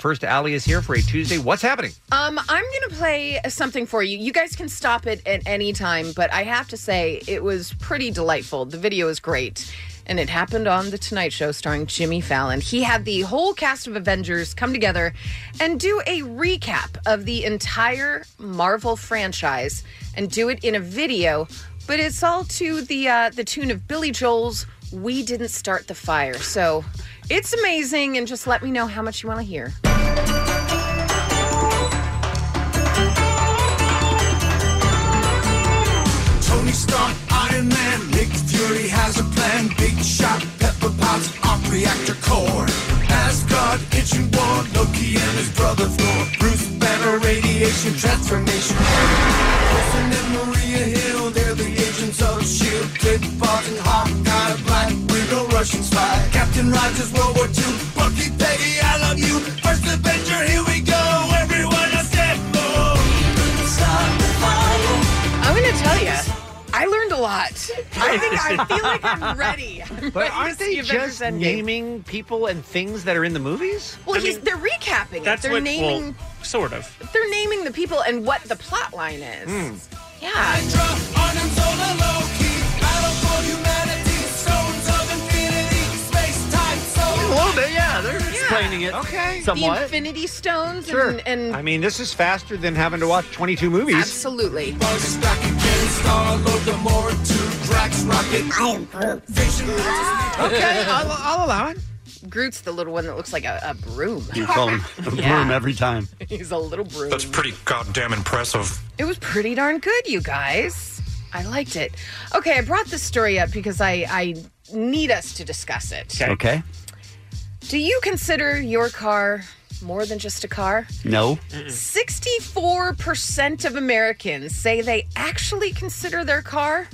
Speaker 12: First Alley is here for a Tuesday. What's happening?
Speaker 14: Um, I'm going to play something for you. You guys can stop it at any time, but I have to say it was pretty delightful. The video is great. And it happened on The Tonight Show starring Jimmy Fallon. He had the whole cast of Avengers come together and do a recap of the entire Marvel franchise and do it in a video But it's all to the uh, the tune of Billy Joel's "We Didn't Start the Fire." So it's amazing, and just let me know how much you want to hear.
Speaker 17: Tony Stark, Iron Man, Nick Fury has a plan. Big shot, Pepper Potts, op reactor core. Asgard, Ancient War, Loki and his brother Thor. Bruce Banner, radiation transformation. Wilson and Maria Hill, they're the agents of S.H.I.E.L.D. Clint Barton, Hawkeye, Black Widow, Russian spy. Captain Rogers, World War II. Bucky, Peggy, I love you. First Avenger, here we go. Everyone a step forward. Start the fire.
Speaker 14: I'm going to tell you, I learned a lot. I think I feel like I'm ready. I'm
Speaker 12: But
Speaker 14: ready to
Speaker 12: aren't
Speaker 14: see
Speaker 12: they
Speaker 14: Avengers
Speaker 12: just
Speaker 14: Endgame.
Speaker 12: naming people and things that are in the movies?
Speaker 14: Well, he's, they're recapping it. They're naming
Speaker 13: sort of.
Speaker 14: they're naming the people and what the plot line is.
Speaker 12: Hmm.
Speaker 14: Yeah.
Speaker 17: Arnhem's on a low key. Battle for humanity. Stones of infinity. Space time soul.
Speaker 12: A little bit, yeah. They're explaining it
Speaker 14: Okay.
Speaker 12: somewhat.
Speaker 14: The Infinity Stones
Speaker 12: Sure.
Speaker 14: and, and
Speaker 12: I mean, this is faster than having to watch 22 movies.
Speaker 14: absolutely.
Speaker 17: Buzz is back again. Star-Lord, the more to Drax Rocket. I am Groot. Ah. Vision.
Speaker 12: Okay, I'll- allow it.
Speaker 14: Groot's the little one that looks like a, a broom.
Speaker 11: You call him a
Speaker 14: Yeah.
Speaker 11: broom every time.
Speaker 14: He's a little broom.
Speaker 5: That's pretty goddamn impressive.
Speaker 14: It was pretty darn good, you guys. I liked it. Okay, I brought this story up because I, I need us to discuss it.
Speaker 11: Okay.
Speaker 14: Do you consider your car more than just a car?
Speaker 11: No.
Speaker 14: 64% of Americans say they actually consider their car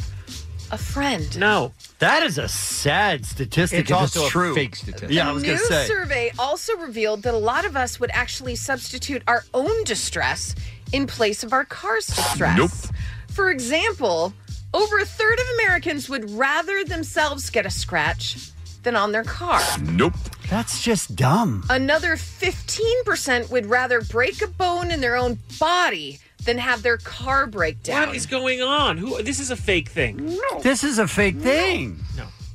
Speaker 14: a friend.
Speaker 13: No.
Speaker 11: That is a sad statistic.
Speaker 12: It's
Speaker 11: if
Speaker 12: also a
Speaker 11: it's true.
Speaker 12: fake statistic.
Speaker 11: Yeah, I was
Speaker 14: the
Speaker 11: going
Speaker 14: new
Speaker 11: to say.
Speaker 14: survey also revealed that a lot of us would actually substitute our own distress in place of our car's distress. For example, over a third of Americans would rather themselves get a scratch than on their car.
Speaker 11: Nope. That's just dumb.
Speaker 14: Another 15% would rather break a bone in their own body than have their car break down.
Speaker 13: What is going on? Who? This is a fake thing.
Speaker 11: This is a fake thing.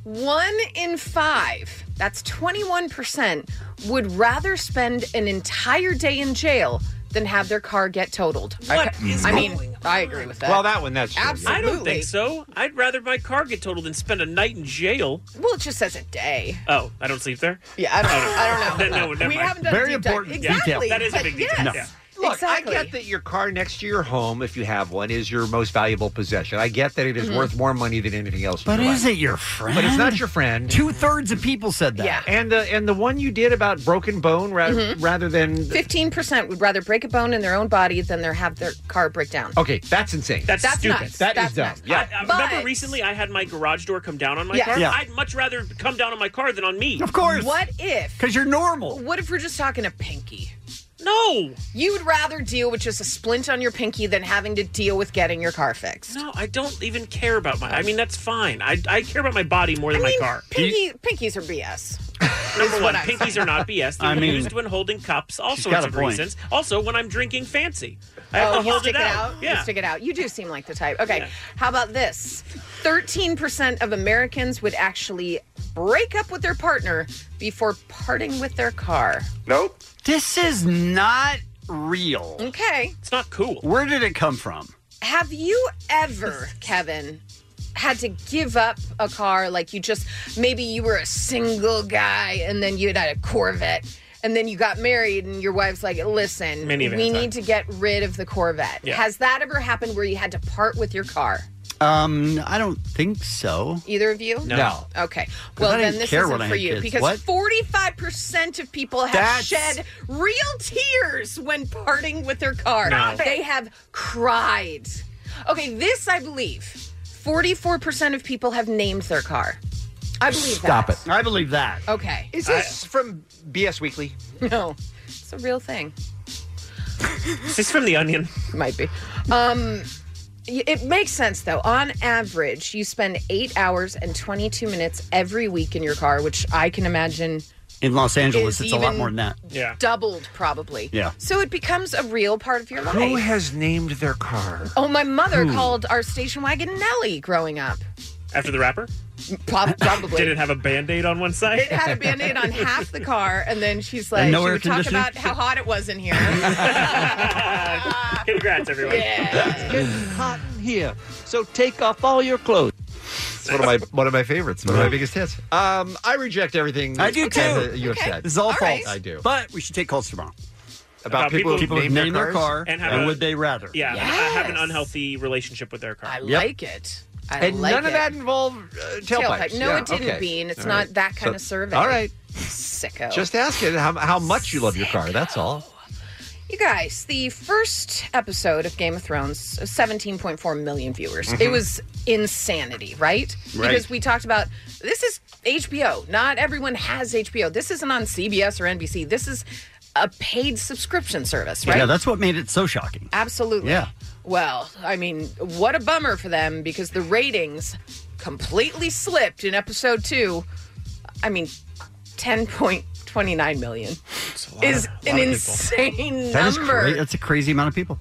Speaker 14: One in five, that's 21%, would rather spend an entire day in jail than have their car get totaled.
Speaker 12: What
Speaker 14: I,
Speaker 12: is
Speaker 14: I mean,
Speaker 12: going
Speaker 14: I agree with that.
Speaker 12: Well, that one, that's true, yeah.
Speaker 14: Absolutely.
Speaker 13: I don't think so. I'd rather my car get totaled than spend a night in jail.
Speaker 14: Well, it just says a day.
Speaker 13: Oh, I don't sleep there.
Speaker 14: Yeah, I don't. I don't know.
Speaker 13: Then, no, never
Speaker 14: we
Speaker 13: mind.
Speaker 14: haven't done a deep dive. Exactly.
Speaker 13: That is a
Speaker 14: but
Speaker 13: big detail.
Speaker 14: Yes.
Speaker 12: No. Look,
Speaker 14: exactly.
Speaker 12: I get that your car next to your home, if you have one, is your most valuable possession. I get that it is
Speaker 14: Mhm.
Speaker 12: worth more money than anything else. in
Speaker 11: But
Speaker 12: your
Speaker 11: is
Speaker 12: life.
Speaker 11: it your friend?
Speaker 12: But it's not your friend.
Speaker 11: Two thirds of people said that.
Speaker 14: Yeah.
Speaker 12: And the and the one you did about broken bone ra-
Speaker 14: Mhm.
Speaker 12: rather than
Speaker 14: 15% would rather break a bone in their own body than their have their car break down.
Speaker 12: okay, that's insane.
Speaker 14: That's That's stupid. nuts.
Speaker 12: That is
Speaker 14: That's
Speaker 12: dumb.
Speaker 14: nuts.
Speaker 12: Yeah.
Speaker 13: I remember recently I had my garage door come down on my
Speaker 14: Yeah.
Speaker 13: car.
Speaker 14: Yeah.
Speaker 13: I'd much rather come down on my car than on me.
Speaker 14: What if?
Speaker 11: Because you're normal.
Speaker 14: What if we're just talking a pinky?
Speaker 13: No.
Speaker 14: You would rather deal with just a splint on your pinky than having to deal with getting your car fixed.
Speaker 13: No, I don't even care about my. I mean, that's fine. I, I care about my body more than my car.
Speaker 14: Pinky, pinkies are BS.
Speaker 13: Number one, pinkies are not BS. They're
Speaker 11: I mean,
Speaker 13: used when holding cups, all
Speaker 11: she's
Speaker 13: sorts
Speaker 11: got a
Speaker 13: of
Speaker 11: point.
Speaker 13: reasons. Also, when I'm drinking fancy, I have
Speaker 14: Oh,
Speaker 13: to
Speaker 14: you
Speaker 13: hold
Speaker 14: stick
Speaker 13: it out.
Speaker 14: You
Speaker 13: Yeah.
Speaker 14: stick it out. You do seem like the type. Okay, how about this? 13% of Americans would actually break up with their partner before parting with their car.
Speaker 11: Nope. This is not real.
Speaker 14: Okay.
Speaker 13: It's not cool.
Speaker 11: Where did it come from?
Speaker 14: Have you ever, Kevin, had to give up a car? Like you just maybe you were a single guy and then you had a Corvette. And then you got married, and your wife's like, "Listen,
Speaker 11: Minivan
Speaker 14: we
Speaker 11: time.
Speaker 14: need to get rid of the Corvette."
Speaker 11: Yeah.
Speaker 14: Has that ever happened where you had to part with your car?
Speaker 11: Um, I don't think so.
Speaker 14: Either of you?
Speaker 11: No. No.
Speaker 14: Okay.
Speaker 11: 'Cause
Speaker 14: Well,
Speaker 11: I
Speaker 14: then
Speaker 11: didn't
Speaker 14: this
Speaker 11: care
Speaker 14: isn't
Speaker 11: when I
Speaker 14: for
Speaker 11: had
Speaker 14: you
Speaker 11: kids.
Speaker 14: because
Speaker 11: What?
Speaker 14: forty-five percent of people have
Speaker 11: That's-
Speaker 14: shed real tears when parting with their car.
Speaker 11: No.
Speaker 14: They have cried. Okay, this I believe. Forty-four percent of people have named their car. I believe
Speaker 11: Stop
Speaker 14: that.
Speaker 11: it. I believe that.
Speaker 14: Okay.
Speaker 12: Oh, Is this from BS Weekly?
Speaker 14: No, it's a real thing.
Speaker 13: Is this from The Onion?
Speaker 14: Might be. Um, y- it makes sense though. On average, you spend eight hours and 22 minutes every week in your car, which I can imagine
Speaker 11: In Los Angeles,
Speaker 14: is
Speaker 11: it's a lot
Speaker 14: even
Speaker 11: more than that.
Speaker 14: Doubled probably.
Speaker 11: Yeah.
Speaker 14: So it becomes a real part of your
Speaker 12: Who
Speaker 14: life.
Speaker 12: has named their car?
Speaker 14: Oh, my mother
Speaker 12: Who?
Speaker 14: called our station wagon Nelly growing up.
Speaker 13: After the rapper?
Speaker 14: Prob- Probably.
Speaker 13: Did it have a band aid on one side?
Speaker 14: It had a band aid on half the car, and then she's like,
Speaker 13: And no
Speaker 14: she
Speaker 13: air
Speaker 14: would talk
Speaker 13: conditioning?
Speaker 14: about how hot it was in here.
Speaker 13: Congrats, everyone.
Speaker 14: Yeah.
Speaker 12: It's hot in here, so take off all your clothes. It's one of my one of my favorites. One of my biggest hits. Um, I reject everything.
Speaker 11: I do too.
Speaker 12: that You have said
Speaker 11: This is all, false.
Speaker 12: I do.
Speaker 11: But we should take calls tomorrow
Speaker 12: About About people who people who name their
Speaker 11: name their
Speaker 12: cars.
Speaker 11: car and,
Speaker 13: have a-
Speaker 11: would they rather?
Speaker 13: Yeah, and ha- have an unhealthy relationship with their car. I
Speaker 11: Yep. like
Speaker 14: it.
Speaker 12: and none of that involved uh, tailpipes.
Speaker 14: Tailpipe. No,
Speaker 12: Yeah,
Speaker 14: it didn't,
Speaker 12: okay.
Speaker 14: Bean. It's
Speaker 12: All
Speaker 14: not
Speaker 12: right.
Speaker 14: that kind
Speaker 12: So-
Speaker 14: of survey.
Speaker 12: All right.
Speaker 14: Sicko.
Speaker 12: Just ask it how, how much you love your car. That's all.
Speaker 14: You guys, the first episode of Game of Thrones, uh, 17.4 million viewers.
Speaker 12: Mhm.
Speaker 11: Mm-hmm.
Speaker 14: It was insanity, right?
Speaker 12: Right.
Speaker 14: Because we talked about this is HBO. Not everyone has HBO. This isn't on CBS or NBC. This is a paid subscription service, right?
Speaker 11: Yeah, that's what made it so shocking.
Speaker 14: Absolutely.
Speaker 11: Yeah.
Speaker 14: Well, I mean, what a bummer for them because the ratings completely slipped in episode two. I mean, 10.29 million is
Speaker 11: a lot
Speaker 14: an
Speaker 11: of people.
Speaker 14: insane
Speaker 11: That is
Speaker 14: number.
Speaker 11: cra- that's a crazy amount of people.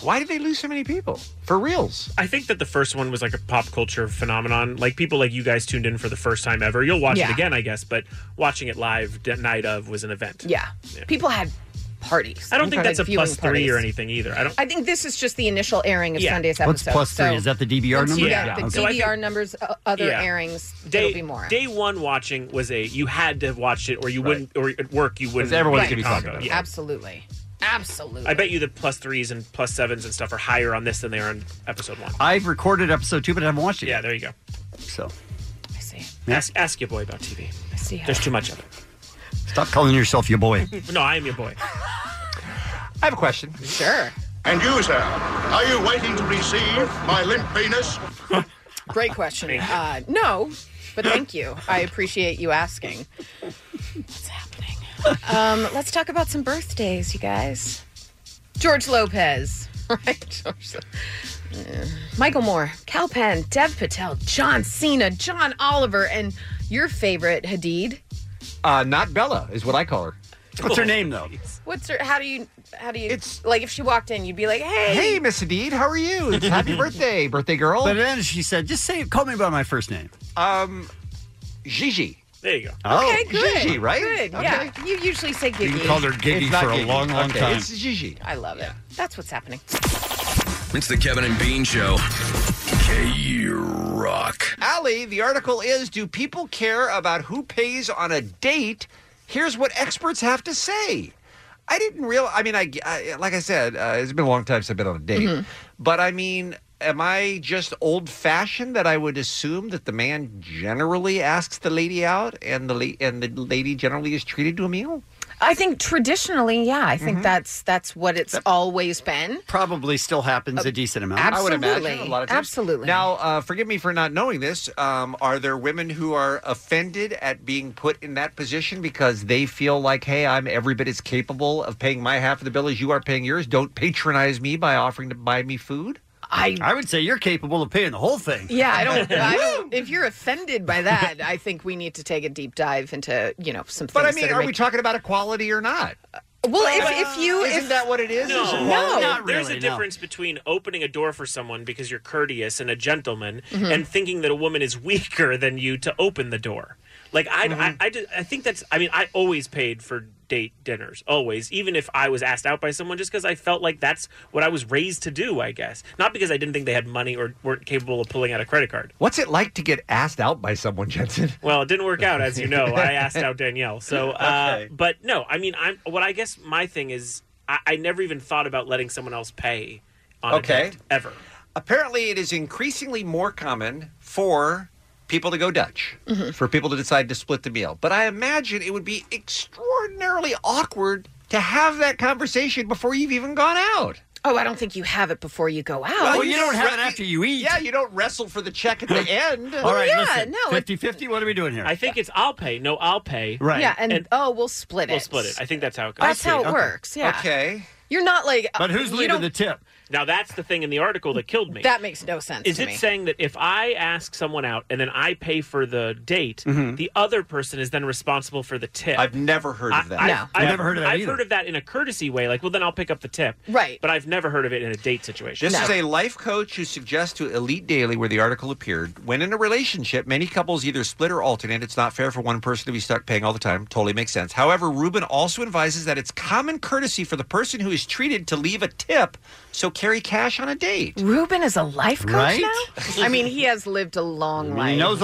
Speaker 12: Why did they lose so many people? For reals.
Speaker 13: I think that the first one was like a pop culture phenomenon. Like people like you guys tuned in for the first time ever. You'll watch
Speaker 14: Yeah.
Speaker 13: it again, I guess, but watching it live the night of was an event.
Speaker 14: yeah. People had parties.
Speaker 13: I don't think
Speaker 14: They
Speaker 13: that's a
Speaker 14: had viewing
Speaker 13: plus three
Speaker 14: parties.
Speaker 13: or anything either. I don't.
Speaker 14: I think this is just the initial airing of
Speaker 13: Yeah.
Speaker 14: Sunday's
Speaker 13: What's
Speaker 14: episode.
Speaker 13: plus three?
Speaker 14: So
Speaker 13: Is that
Speaker 11: The DVR
Speaker 14: once
Speaker 11: number?
Speaker 14: you
Speaker 13: Yeah.
Speaker 14: get
Speaker 13: Yeah,
Speaker 14: the
Speaker 13: okay. So I
Speaker 14: DVR numbers, uh, other
Speaker 13: Yeah.
Speaker 14: airings,
Speaker 13: Day,
Speaker 14: it'll be more.
Speaker 13: day one watching was a you had to have watched it or you wouldn't or at work you wouldn't.
Speaker 12: everyone's
Speaker 13: make
Speaker 12: gonna be
Speaker 13: a
Speaker 12: talking
Speaker 13: combo.
Speaker 12: about it.
Speaker 13: Yeah.
Speaker 14: Absolutely. Absolutely.
Speaker 13: I bet you the plus threes and plus sevens and stuff are higher on this than they are on episode one.
Speaker 11: I've recorded episode two, but I haven't watched it.
Speaker 13: Yeah, there you go.
Speaker 11: So
Speaker 14: I see.
Speaker 13: Ask, ask your boy about TV.
Speaker 14: I see. how-
Speaker 13: There's too much of it.
Speaker 11: Stop calling yourself your boy.
Speaker 13: No, I am your boy.
Speaker 12: I have a question.
Speaker 14: Sure.
Speaker 7: And you, sir, are you waiting to receive my limp penis?
Speaker 14: Great question. Uh, no, but thank you. I appreciate you asking. What's happening? Um, let's talk about some birthdays, you guys. George Lopez, right? George Lo- Yeah. Michael Moore, Cal Penn, Dev Patel, John Cena, John Oliver, and your favorite Hadid.
Speaker 12: Uh, not Bella is what I call her.
Speaker 14: What's
Speaker 13: Oh.
Speaker 14: her
Speaker 11: name though?
Speaker 14: What's her? How do you? How do you? It's like if she walked in, you'd be like, "Hey,
Speaker 12: Hey, Miss Hadid, how are you? It's happy birthday, birthday girl.
Speaker 11: But then she said, "Just say, call me by my first name."
Speaker 12: Um, Gigi.
Speaker 13: There you go.
Speaker 12: Oh,
Speaker 14: okay, good,
Speaker 11: Gigi, right?
Speaker 14: Good,
Speaker 11: Okay.
Speaker 14: yeah. You usually say Gigi.
Speaker 11: It's not Gigi. Okay,
Speaker 12: It's Gigi.
Speaker 14: I love it. That's what's happening.
Speaker 3: It's the Kevin and Bean Show. K Rock.
Speaker 12: Allie, the article is Do people care about who pays on a date? Here's what experts have to say. I didn't realize, I mean, I, I- like I said, uh, it's been a long time since I've been on a date. But I mean, am I just old fashioned that I would assume that the man generally asks the lady out and the, la- and the lady generally is treated to a meal?
Speaker 14: I think traditionally, yeah, I
Speaker 12: Mm-hmm.
Speaker 14: think that's that's what it's always been.
Speaker 11: Probably still happens a decent amount.
Speaker 12: I would imagine a lot of times.
Speaker 14: Absolutely.
Speaker 12: Now, uh, forgive me for not knowing this. Um, are there women who are offended at being put in that position because they feel like, hey, I'm every bit as capable of paying my half of the bill as you are paying yours? Don't patronize me by offering to buy me food.
Speaker 14: I
Speaker 11: I would say you're capable of paying the whole thing.
Speaker 14: Yeah, I don't, I don't. If you're offended by that, I think we need to take a deep dive into you know some.
Speaker 12: But I
Speaker 14: things
Speaker 12: mean,
Speaker 14: that Uh,
Speaker 12: are we talking about equality or not?
Speaker 14: Well,
Speaker 12: But-
Speaker 14: if, if you
Speaker 12: Isn't
Speaker 14: if,
Speaker 12: that what it is?
Speaker 13: No,
Speaker 12: Is it-
Speaker 13: There's a difference between opening a door for someone because you're courteous and a gentleman,
Speaker 14: Mhm.
Speaker 13: and thinking that a woman is weaker than you to open the door. Like I, I, I, ju- I think that's. I mean, I always paid for date dinners, always, even if I was asked out by someone, just because I felt like that's what I was raised to do. I guess not because I didn't think they had money or weren't capable of pulling out a credit card.
Speaker 12: What's it like to get asked out by someone, Jensen?
Speaker 13: Well, it didn't work out, as you know. I asked out Danielle. So, uh,
Speaker 12: Okay.
Speaker 13: but no, I mean, I'm what I guess my thing is, I, I never even thought about letting someone else pay on a
Speaker 12: Okay.
Speaker 13: date ever.
Speaker 12: Apparently, it is increasingly more common for people to go Dutch,
Speaker 14: Mm-hmm.
Speaker 12: for people to decide to split the meal. But I imagine it would be extraordinarily awkward to have that conversation before you've even gone out.
Speaker 14: oh, I don't think you have it before you go out.
Speaker 12: after you eat. Yeah, you don't wrestle for the check at the end.
Speaker 14: All right, Well, yeah, listen, no, it-
Speaker 11: 50 What are we doing here?
Speaker 13: I think it's I'll pay. No, I'll pay.
Speaker 14: Yeah, and, oh, we'll split it.
Speaker 13: we'll split it. I think that's how it goes.
Speaker 14: That's how it works. Yeah.
Speaker 12: Okay.
Speaker 14: You're not like. you don't-
Speaker 13: tip? Now that's the thing in the article that killed me.
Speaker 14: That makes no sense.
Speaker 13: Is
Speaker 14: to
Speaker 13: it
Speaker 14: me.
Speaker 13: saying that if I ask someone out and then I pay for the date,
Speaker 8: Mhm.
Speaker 13: the other person is then responsible for the tip?
Speaker 8: I've never heard of that.
Speaker 13: I,
Speaker 8: No.
Speaker 13: I've
Speaker 8: Never heard of that
Speaker 13: I've
Speaker 8: either.
Speaker 13: heard of that in a courtesy way, like, well, then I'll pick up the tip.
Speaker 14: Right.
Speaker 13: But I've never heard of it in a date situation.
Speaker 12: This is a life coach who suggests to Elite Daily, where the article appeared, when in a relationship, many couples either split or alternate. It's not fair for one person to be stuck paying all the time. Totally makes sense. However, Rubin also advises that it's common courtesy for the person who is treated to leave a tip, so carry cash on a date.
Speaker 14: Ruben is a life coach
Speaker 12: Right?
Speaker 14: now? I mean, he has lived a long life.
Speaker 12: No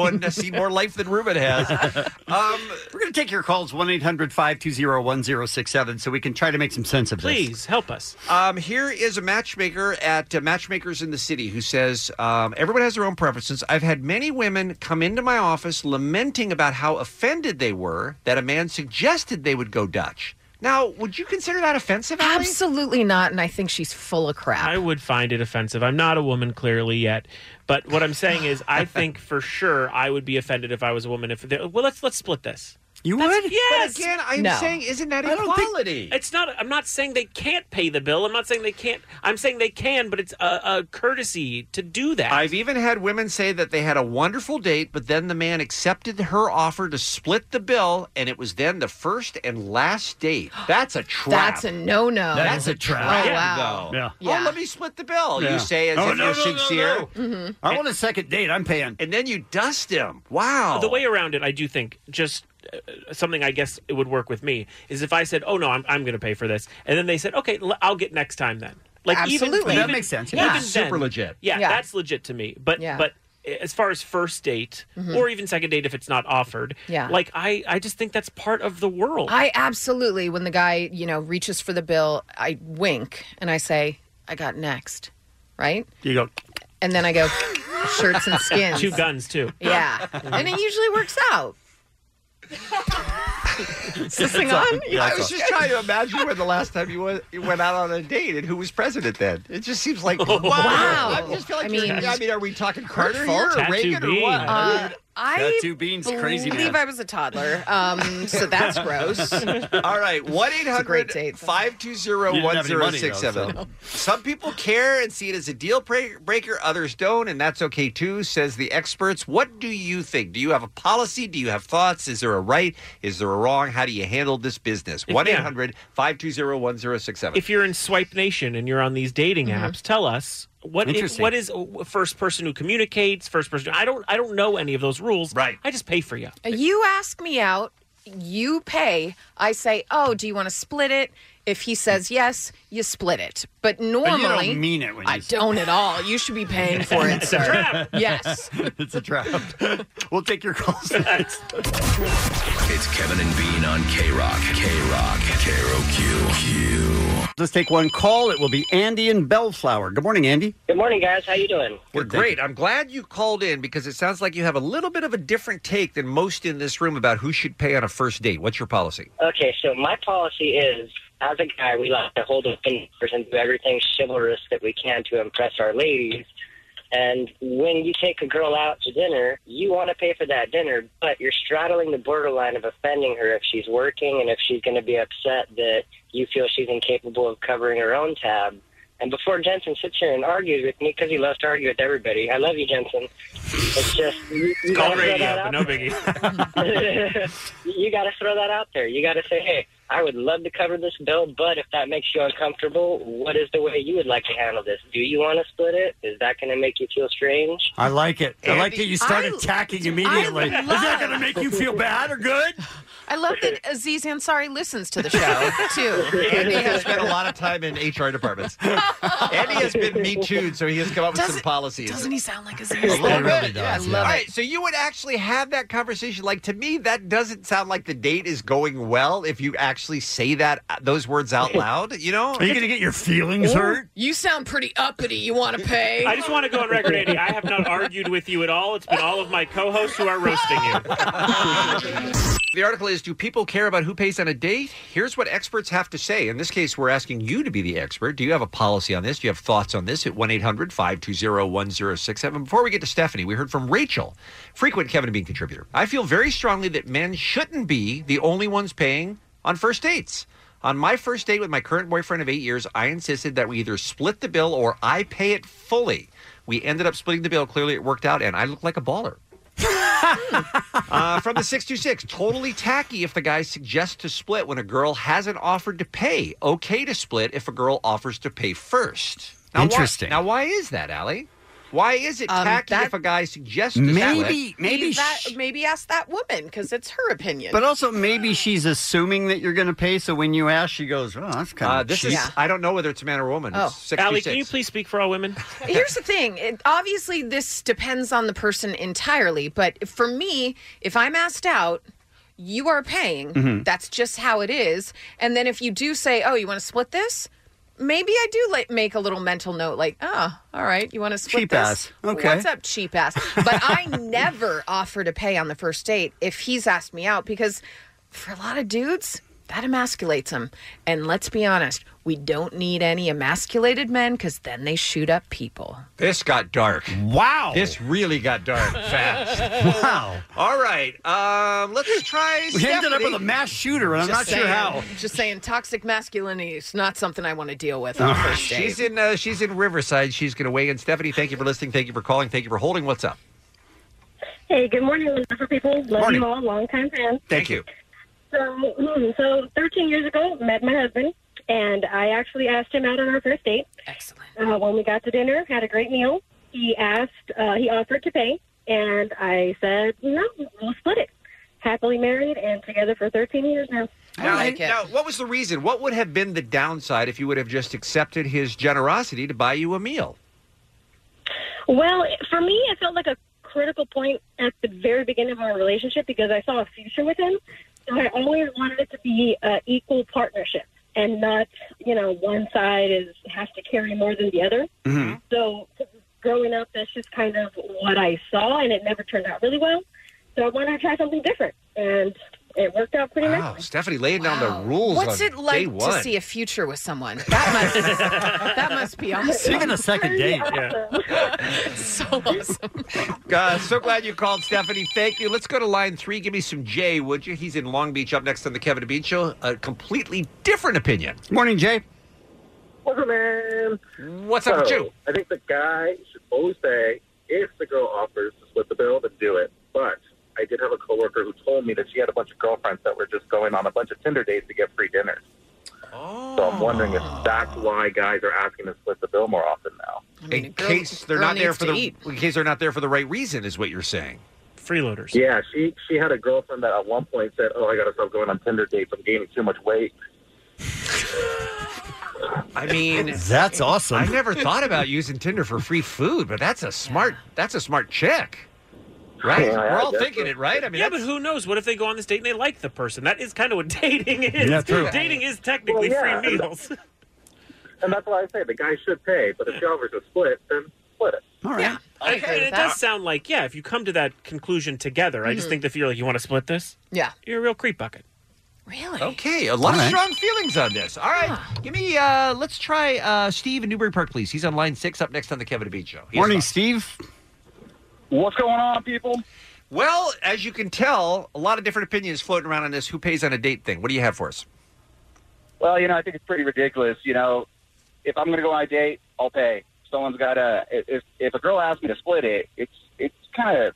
Speaker 12: one has seen more life than Ruben has.
Speaker 11: Um, We're going to take your calls 1 800 520 1067 so we can try to make some sense of this.
Speaker 13: Please help us.
Speaker 12: Um, here is a matchmaker at uh, Matchmakers in the City who says um, everyone has their own preferences. I've had many women come into my office lamenting about how offended they were that a man suggested they would go Dutch. Now, would you consider that offensive? Allie?
Speaker 14: Absolutely not. And I think she's full of crap.
Speaker 13: I would find it offensive. I'm not a woman clearly yet, but what I'm saying is, I think for sure I would be offended if I was a woman. If they, well, let's let's split this.
Speaker 11: You
Speaker 13: would?
Speaker 12: But
Speaker 13: Yes.
Speaker 12: again, I'm
Speaker 13: No.
Speaker 12: saying, isn't that
Speaker 13: I don't think-
Speaker 12: equality?
Speaker 13: It's not. I'm not saying they can't pay the bill. I'm not saying they can't. I'm saying they can, but it's a, a courtesy to do that.
Speaker 12: I've even had women say that they had a wonderful date, but then the man accepted her offer to split the bill, and it was then the first and last date. That's a trap.
Speaker 14: That's a no-no.
Speaker 12: That's a
Speaker 14: Oh,
Speaker 12: trap.
Speaker 14: wow.
Speaker 12: though.
Speaker 14: Yeah.
Speaker 12: Oh, let me split the bill.
Speaker 11: Yeah.
Speaker 12: You say as
Speaker 11: Oh,
Speaker 12: if
Speaker 11: no,
Speaker 12: you're
Speaker 11: no, no, no.
Speaker 12: sincere.
Speaker 14: Mhm.
Speaker 11: I want a second date. I'm paying.
Speaker 12: And then you dust him. Wow.
Speaker 13: The way around it, I do think just. Uh, something I guess it would work with me is if I said, "Oh no, I'm I'm going to pay for this," and then they said, "Okay, l- I'll get next time then." Like even-
Speaker 14: Absolutely.
Speaker 13: even,
Speaker 14: That makes sense,
Speaker 13: even
Speaker 14: yeah.
Speaker 13: then-
Speaker 14: Super legit.
Speaker 13: Yeah,
Speaker 14: Yeah.
Speaker 13: that's legit to me. But
Speaker 14: Yeah.
Speaker 13: but uh, as far as first date
Speaker 14: Mhm.
Speaker 13: or even second date if it's not offered,
Speaker 14: Yeah.
Speaker 13: like I I just think that's part of the world.
Speaker 14: I absolutely, when the guy, you know, reaches for the bill, I wink and I say, I got next. Right?
Speaker 11: You go.
Speaker 14: And then I go, shirts and skins.
Speaker 13: two guns too.
Speaker 14: Yeah. and it usually works out.
Speaker 12: Is
Speaker 14: this thing on? Yeah,
Speaker 12: I
Speaker 14: it's
Speaker 12: was
Speaker 14: on.
Speaker 12: just trying to imagine when the last time you went, you went out on a date and who was president then. It just seems like wow. I just feel like
Speaker 14: I
Speaker 12: you're-
Speaker 14: mean-
Speaker 12: I mean, are we talking Carter
Speaker 14: Hurtful.
Speaker 12: here, or
Speaker 14: Tattoo
Speaker 12: Reagan, or what?
Speaker 14: Uh, I
Speaker 12: Tattoo Bean's
Speaker 14: believe
Speaker 12: crazy, man.
Speaker 14: I was a toddler, um, so that's gross.
Speaker 12: All right, 1 800 520 1067. Some people care and see it as a deal break- breaker, others don't, and that's okay too, says the experts. What do you think? Do you have a policy? Do you have thoughts? Is there a right? Is there a wrong? How do you handle this business?
Speaker 13: If-
Speaker 12: 1 800 520 1067.
Speaker 13: If you're in Swipe Nation and you're on these dating
Speaker 16: Mm-hmm.
Speaker 12: Mhm.
Speaker 13: apps, tell us what is,
Speaker 12: Interesting.
Speaker 13: what is uh, first person who communicates, first person. I don't I don't know any of those rules. Right. I just pay for you.
Speaker 14: You ask me out, you pay. I say, "Oh, do you want to split it?" If he says yes, you split it. But normally,
Speaker 11: mean it when
Speaker 14: I don't at all. You should be paying for it,
Speaker 11: It's
Speaker 14: sir.
Speaker 11: a trap.
Speaker 14: Yes.
Speaker 11: it's a trap. we'll take your calls.
Speaker 3: It's Kevin and Bean on K Rock. K Rock. K Rock. Q.
Speaker 11: Let's take one call. It will be Andy in Bellflower. Good morning, Andy.
Speaker 9: Good morning, guys. How you doing?
Speaker 12: We're great. I'm glad you called in because it sounds like you have a little bit of a different take than most in this room about who should pay on a first date. What's your policy?
Speaker 9: Okay, so my policy is, as a guy, we like to hold open doors and do everything chivalrous that we can to impress our ladies. And when you take a girl out to dinner, you want to pay for that dinner, but you're straddling the borderline of offending her if she's working and if she's going to be upset that you feel she's incapable of covering her own tab. And before Jensen sits here and argues with me, because he loves to argue with everybody, I love you, Jensen. It's just you, you
Speaker 13: Call
Speaker 9: gotta throw
Speaker 13: radio,
Speaker 9: that out
Speaker 13: but no biggie.
Speaker 9: you got to throw that out there. You got to say, hey, I would love to cover this bill, but if that makes you uncomfortable, what is the way you would like to handle this? Do you want to split it? Is that going to make you feel strange?
Speaker 11: I like it. I like
Speaker 9: Andy,
Speaker 11: that you start attacking immediately. Is that going to make you feel bad or good?
Speaker 14: I love that Aziz Ansari listens to the show too.
Speaker 12: Andy has spent a lot of time in HR departments. Andy has been Me Too'd, so he has come up with some
Speaker 14: Doesn't-
Speaker 12: policies.
Speaker 14: Doesn't he sound like Aziz?
Speaker 12: A little bit.
Speaker 14: Ansari? Yeah, I
Speaker 12: All
Speaker 14: love it.
Speaker 12: right, so you would actually have that conversation. Like to me, that doesn't sound like the date is going well if you actually say that uh, those words out loud. You know,
Speaker 11: Are you going to get your feelings hurt?
Speaker 14: You sound pretty uppity. You want to pay?
Speaker 13: I just want to go on record, Andy. I have not argued with you at all. It's been all of my co-hosts who are roasting you.
Speaker 12: The article is Do people care about who pays on a date? Here's what experts have to say. In this case, we're asking you to be the expert. Do you have a policy on this? Do you have thoughts on this? At 1 800 520 1067. Before we get to Stephanie, we heard from Rachel, frequent Kevin and Bean contributor. I feel very strongly that men shouldn't be the only ones paying on first dates. On my first date with my current boyfriend of eight years, I insisted that we either split the bill or I pay it fully. We ended up splitting the bill. Clearly, it worked out, and I look like a baller. uh, from the 626, totally tacky if the guy suggests to split when a girl hasn't offered to pay. Okay to split if a girl offers to pay first. Now, why-
Speaker 11: Interesting.
Speaker 12: now, why is that, Allie? Why is it
Speaker 14: Um,
Speaker 12: tacky
Speaker 14: that-
Speaker 12: if a guy suggests to
Speaker 11: Maybe-
Speaker 12: split?
Speaker 14: Maybe that, maybe ask that woman because it's her opinion.
Speaker 11: But also, maybe she's assuming that you're going to pay. So when you ask, she goes, "Oh, that's kind of
Speaker 12: Uh, this is- Yeah. I don't know whether it's a man or woman.
Speaker 14: Oh.
Speaker 13: Allie, can you please speak for all women?
Speaker 14: Here's the thing. It, obviously, this depends on the person entirely. But for me, if I'm asked out, you are paying.
Speaker 12: Mm-hmm.
Speaker 20: Mhm.
Speaker 14: That's just how it is. And then if you do say, "Oh, you want to split this," maybe I do like, make a little mental note, like, "Oh, all right, you want to split
Speaker 11: Cheap
Speaker 14: this?
Speaker 11: ass. Okay.
Speaker 14: What's up, cheap ass?" But I never offer to pay on the first date if he's asked me out because for a lot of dudes. That emasculates them. And let's be honest, we don't need any emasculated men because then they shoot up people.
Speaker 12: This got dark.
Speaker 11: Wow.
Speaker 12: This really got dark fast.
Speaker 11: wow.
Speaker 12: All right. Um, let's try.
Speaker 11: We ended up
Speaker 12: Stephanie.
Speaker 11: with a mass shooter, and I'm not
Speaker 14: Just
Speaker 11: sure
Speaker 14: saying-
Speaker 11: how.
Speaker 14: Just saying, toxic masculinity is not something I want to deal with on the first date.
Speaker 12: She's in. Uh, she's in Riverside. She's going to weigh in. Stephanie, thank you for listening. Thank you for calling. Thank you for holding. What's up?
Speaker 8: Hey, good morning, wonderful people. Love
Speaker 12: Morning.
Speaker 8: you all, long time fan.
Speaker 12: Thank you.
Speaker 8: So, hmm, so 13 years ago, met my husband, and I actually asked him out on our first date.
Speaker 14: Excellent.
Speaker 8: Uh, when we got to dinner, had a great meal. He asked, uh, he offered to pay, and I said, no, we'll split it. Happily married and together for 13 years now.
Speaker 12: now, now, what was the reason? What would have been the downside if you would have just accepted his generosity to buy you a meal?
Speaker 8: Well, for me, it felt like a critical point at the very beginning of our relationship because I saw a future with him. So I always wanted it to be an equal partnership and not, you know, one side is has to carry more than the other.
Speaker 12: Mm-hmm.
Speaker 15: Mhm.
Speaker 8: So growing up, that's just kind of what I saw, and it never turned out really well. So I wanted to try something different, and it worked out pretty
Speaker 12: Wow, Stephanie laying down the rules.
Speaker 14: What's
Speaker 12: on
Speaker 14: it like
Speaker 12: day one.
Speaker 14: to see a future with someone? That must that must be awesome.
Speaker 12: Even a second date, yeah.
Speaker 14: so awesome.
Speaker 12: Uh, so glad you called, Stephanie. Thank you. Let's go to line three. Give me some Jay, would you? He's in Long Beach up next on the Kevin and Bean Show. A completely different opinion.
Speaker 11: Morning, Jay.
Speaker 16: What's up, man?
Speaker 12: What's up with you?
Speaker 16: I think the guy should always say, if the girl offers to split the bill, then do it. But I did have a coworker who told me that she had a bunch of girlfriends that were just going on a bunch of Tinder dates to get free dinners. So I'm wondering if
Speaker 12: Oh.
Speaker 16: that's why guys are asking to split the bill more often now.
Speaker 12: in case they're
Speaker 16: girl
Speaker 12: not there
Speaker 16: needs
Speaker 12: for
Speaker 16: to
Speaker 12: the
Speaker 16: eat.
Speaker 12: in case they're not there for the right reason, is what you're saying. Freeloaders.
Speaker 16: Yeah, she she had a girlfriend that at one point said, "Oh, I got to stop going on Tinder dates. I'm gaining too much weight."
Speaker 12: I mean,
Speaker 11: that's awesome.
Speaker 12: I never thought about using Tinder for free food, but that's a smart that's a smart chick. Right?
Speaker 16: Yeah,
Speaker 12: We're all
Speaker 16: that's
Speaker 12: thinking it, right? I mean,
Speaker 13: yeah, but who knows? What if they go on this date and they like the person? That is kind of what dating is.
Speaker 16: Yeah, true.
Speaker 13: Dating is technically
Speaker 16: Well, yeah.
Speaker 13: free meals.
Speaker 16: And that's why I say the guy should pay. But if she offers to split, then split it.
Speaker 11: All right.
Speaker 13: I
Speaker 16: agree
Speaker 13: it
Speaker 16: with
Speaker 13: does
Speaker 16: that.
Speaker 13: sound like yeah. If you come to that conclusion together, I just
Speaker 16: Mhm.
Speaker 13: think that if you're like, you want to split this,
Speaker 14: yeah,
Speaker 13: you're a real creep bucket.
Speaker 14: Really?
Speaker 12: Okay, a
Speaker 13: All
Speaker 12: lot of
Speaker 13: right.
Speaker 12: strong feelings on this. All right, give me. Uh, let's try uh, Steve in Newbury Park, please. He's on line six, up next on the Kevin and Bean Show. He's
Speaker 11: Morning, Steve.
Speaker 12: What's going on, people? Well, as you can tell, a lot of different opinions floating around on this who pays on a date thing. What do you have for us?
Speaker 16: Well, you know, I think it's pretty ridiculous. You know, if I'm going to go on a date, I'll pay. Someone's got to. If if a girl asks me to split it, it's it's kind of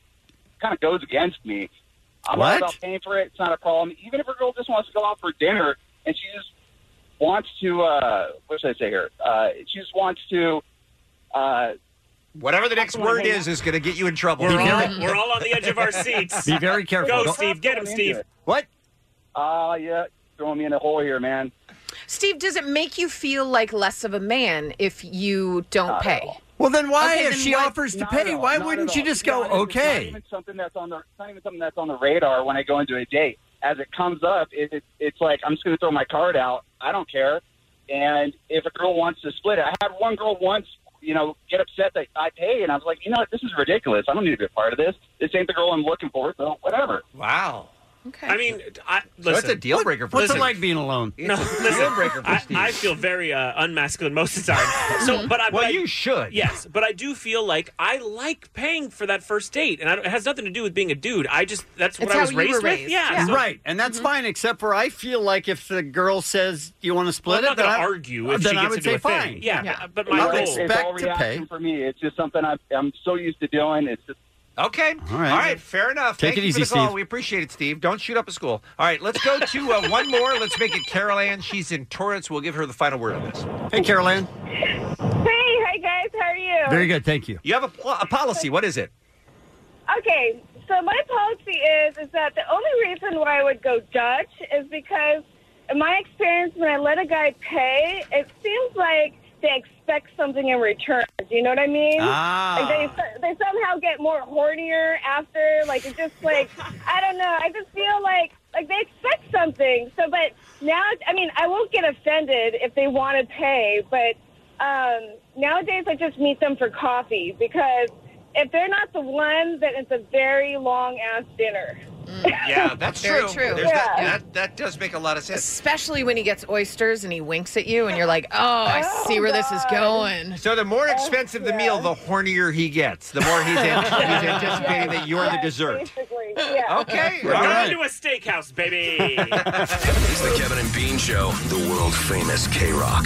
Speaker 16: kind of goes against me. I'm
Speaker 23: What?
Speaker 16: all about paying for it. It's not a problem. Even if a girl just wants to go out for dinner and she just wants to, uh, what should I say here? Uh, she just wants to. Uh,
Speaker 12: Whatever the next word is is going to get you in trouble.
Speaker 16: We're all-
Speaker 13: We're all on the edge of our seats.
Speaker 16: Be very careful.
Speaker 13: Go, Steve. Get him, Steve.
Speaker 16: What? Uh, yeah, throwing me in a hole here, man.
Speaker 14: Steve, does it make you feel like less of a man if you don't pay?
Speaker 11: Well, then why,
Speaker 14: Okay,
Speaker 11: if
Speaker 14: then
Speaker 11: she
Speaker 14: what-
Speaker 11: offers to
Speaker 14: Not
Speaker 11: pay,
Speaker 14: at all,
Speaker 11: why
Speaker 16: not
Speaker 11: wouldn't
Speaker 16: at
Speaker 11: you
Speaker 16: all.
Speaker 11: just go,
Speaker 16: Not even- Not
Speaker 11: okay?
Speaker 16: even something that's on the it's not even something that's on the radar when I go into a date. As it comes up, it, it, it's like I'm just going to throw my card out. I don't care. And if a girl wants to split it, I had one girl once, you know, get upset that I paid, and I was like, you know what, this is ridiculous. I don't need to be a part of this. This ain't the girl I'm looking for. So whatever.
Speaker 12: Wow.
Speaker 14: Okay.
Speaker 13: I mean, I,
Speaker 11: So
Speaker 13: listen.
Speaker 11: that's a deal breaker for
Speaker 13: Listen.
Speaker 11: What's it like being alone?
Speaker 13: No, listen. I, I feel very uh, unmasculine most of the time. So, but I, well, you
Speaker 12: should.
Speaker 13: Yes, but I do feel like I like paying for that first date, and I don't, it has nothing to do with being a dude. I just that's what I was raised, with. Yeah, so-
Speaker 11: right, and that's fine. Except for I feel like if the girl says you want to
Speaker 13: Well,
Speaker 11: split
Speaker 13: I'm not
Speaker 11: it, then
Speaker 13: going to
Speaker 11: I-
Speaker 13: argue if
Speaker 11: then
Speaker 13: she
Speaker 11: I
Speaker 13: gets
Speaker 11: would
Speaker 13: into
Speaker 11: say
Speaker 13: a
Speaker 11: fine.
Speaker 13: thing. Yeah, but
Speaker 16: It's
Speaker 13: my
Speaker 16: all-
Speaker 13: goal.
Speaker 16: it's all reaction for me. It's just something I, I'm so used to doing. It's just
Speaker 12: Okay. All
Speaker 16: right.
Speaker 12: right. Fair enough.
Speaker 16: Take
Speaker 12: Thank
Speaker 16: it
Speaker 12: you
Speaker 16: easy,
Speaker 12: for the call.
Speaker 16: Steve.
Speaker 12: We appreciate it, Steve. Don't shoot up a school. All right. Let's go to uh, one more. Let's make it Carol Ann. She's in Torrance. We'll give her the final word on this.
Speaker 11: Hey, Carol Ann.
Speaker 24: Hey, hi guys, how are you?
Speaker 11: Very good. Thank you.
Speaker 12: You have a, pl- a policy. What is it?
Speaker 24: Okay, so my policy is is that the only reason why I would go Dutch is because, in my experience, when I let a guy pay, it seems like they expect something in return. Do you know what I mean?
Speaker 15: Ah.
Speaker 24: Like they they somehow get more hornier after. Like it's just like I don't know. I just feel like like they expect something. So, but now I mean I won't get offended if they want to pay, but um, nowadays I just meet them for coffee because if they're not the one, then it's a very long ass dinner.
Speaker 12: Yeah, that's
Speaker 14: Very
Speaker 12: true.
Speaker 14: true.
Speaker 12: There's That,
Speaker 14: Yeah.
Speaker 12: that, that does make a lot of sense.
Speaker 14: Especially when he gets oysters and he winks at you, and you're like, "Oh, I see where this is going."
Speaker 12: So the more expensive the meal, the hornier he gets. The more he's, an- he's anticipating that you're the dessert.
Speaker 24: Basically, yeah.
Speaker 12: Okay.
Speaker 13: We're going to a steakhouse, baby.
Speaker 17: It's the Kevin and Bean Show, the world famous K Rock.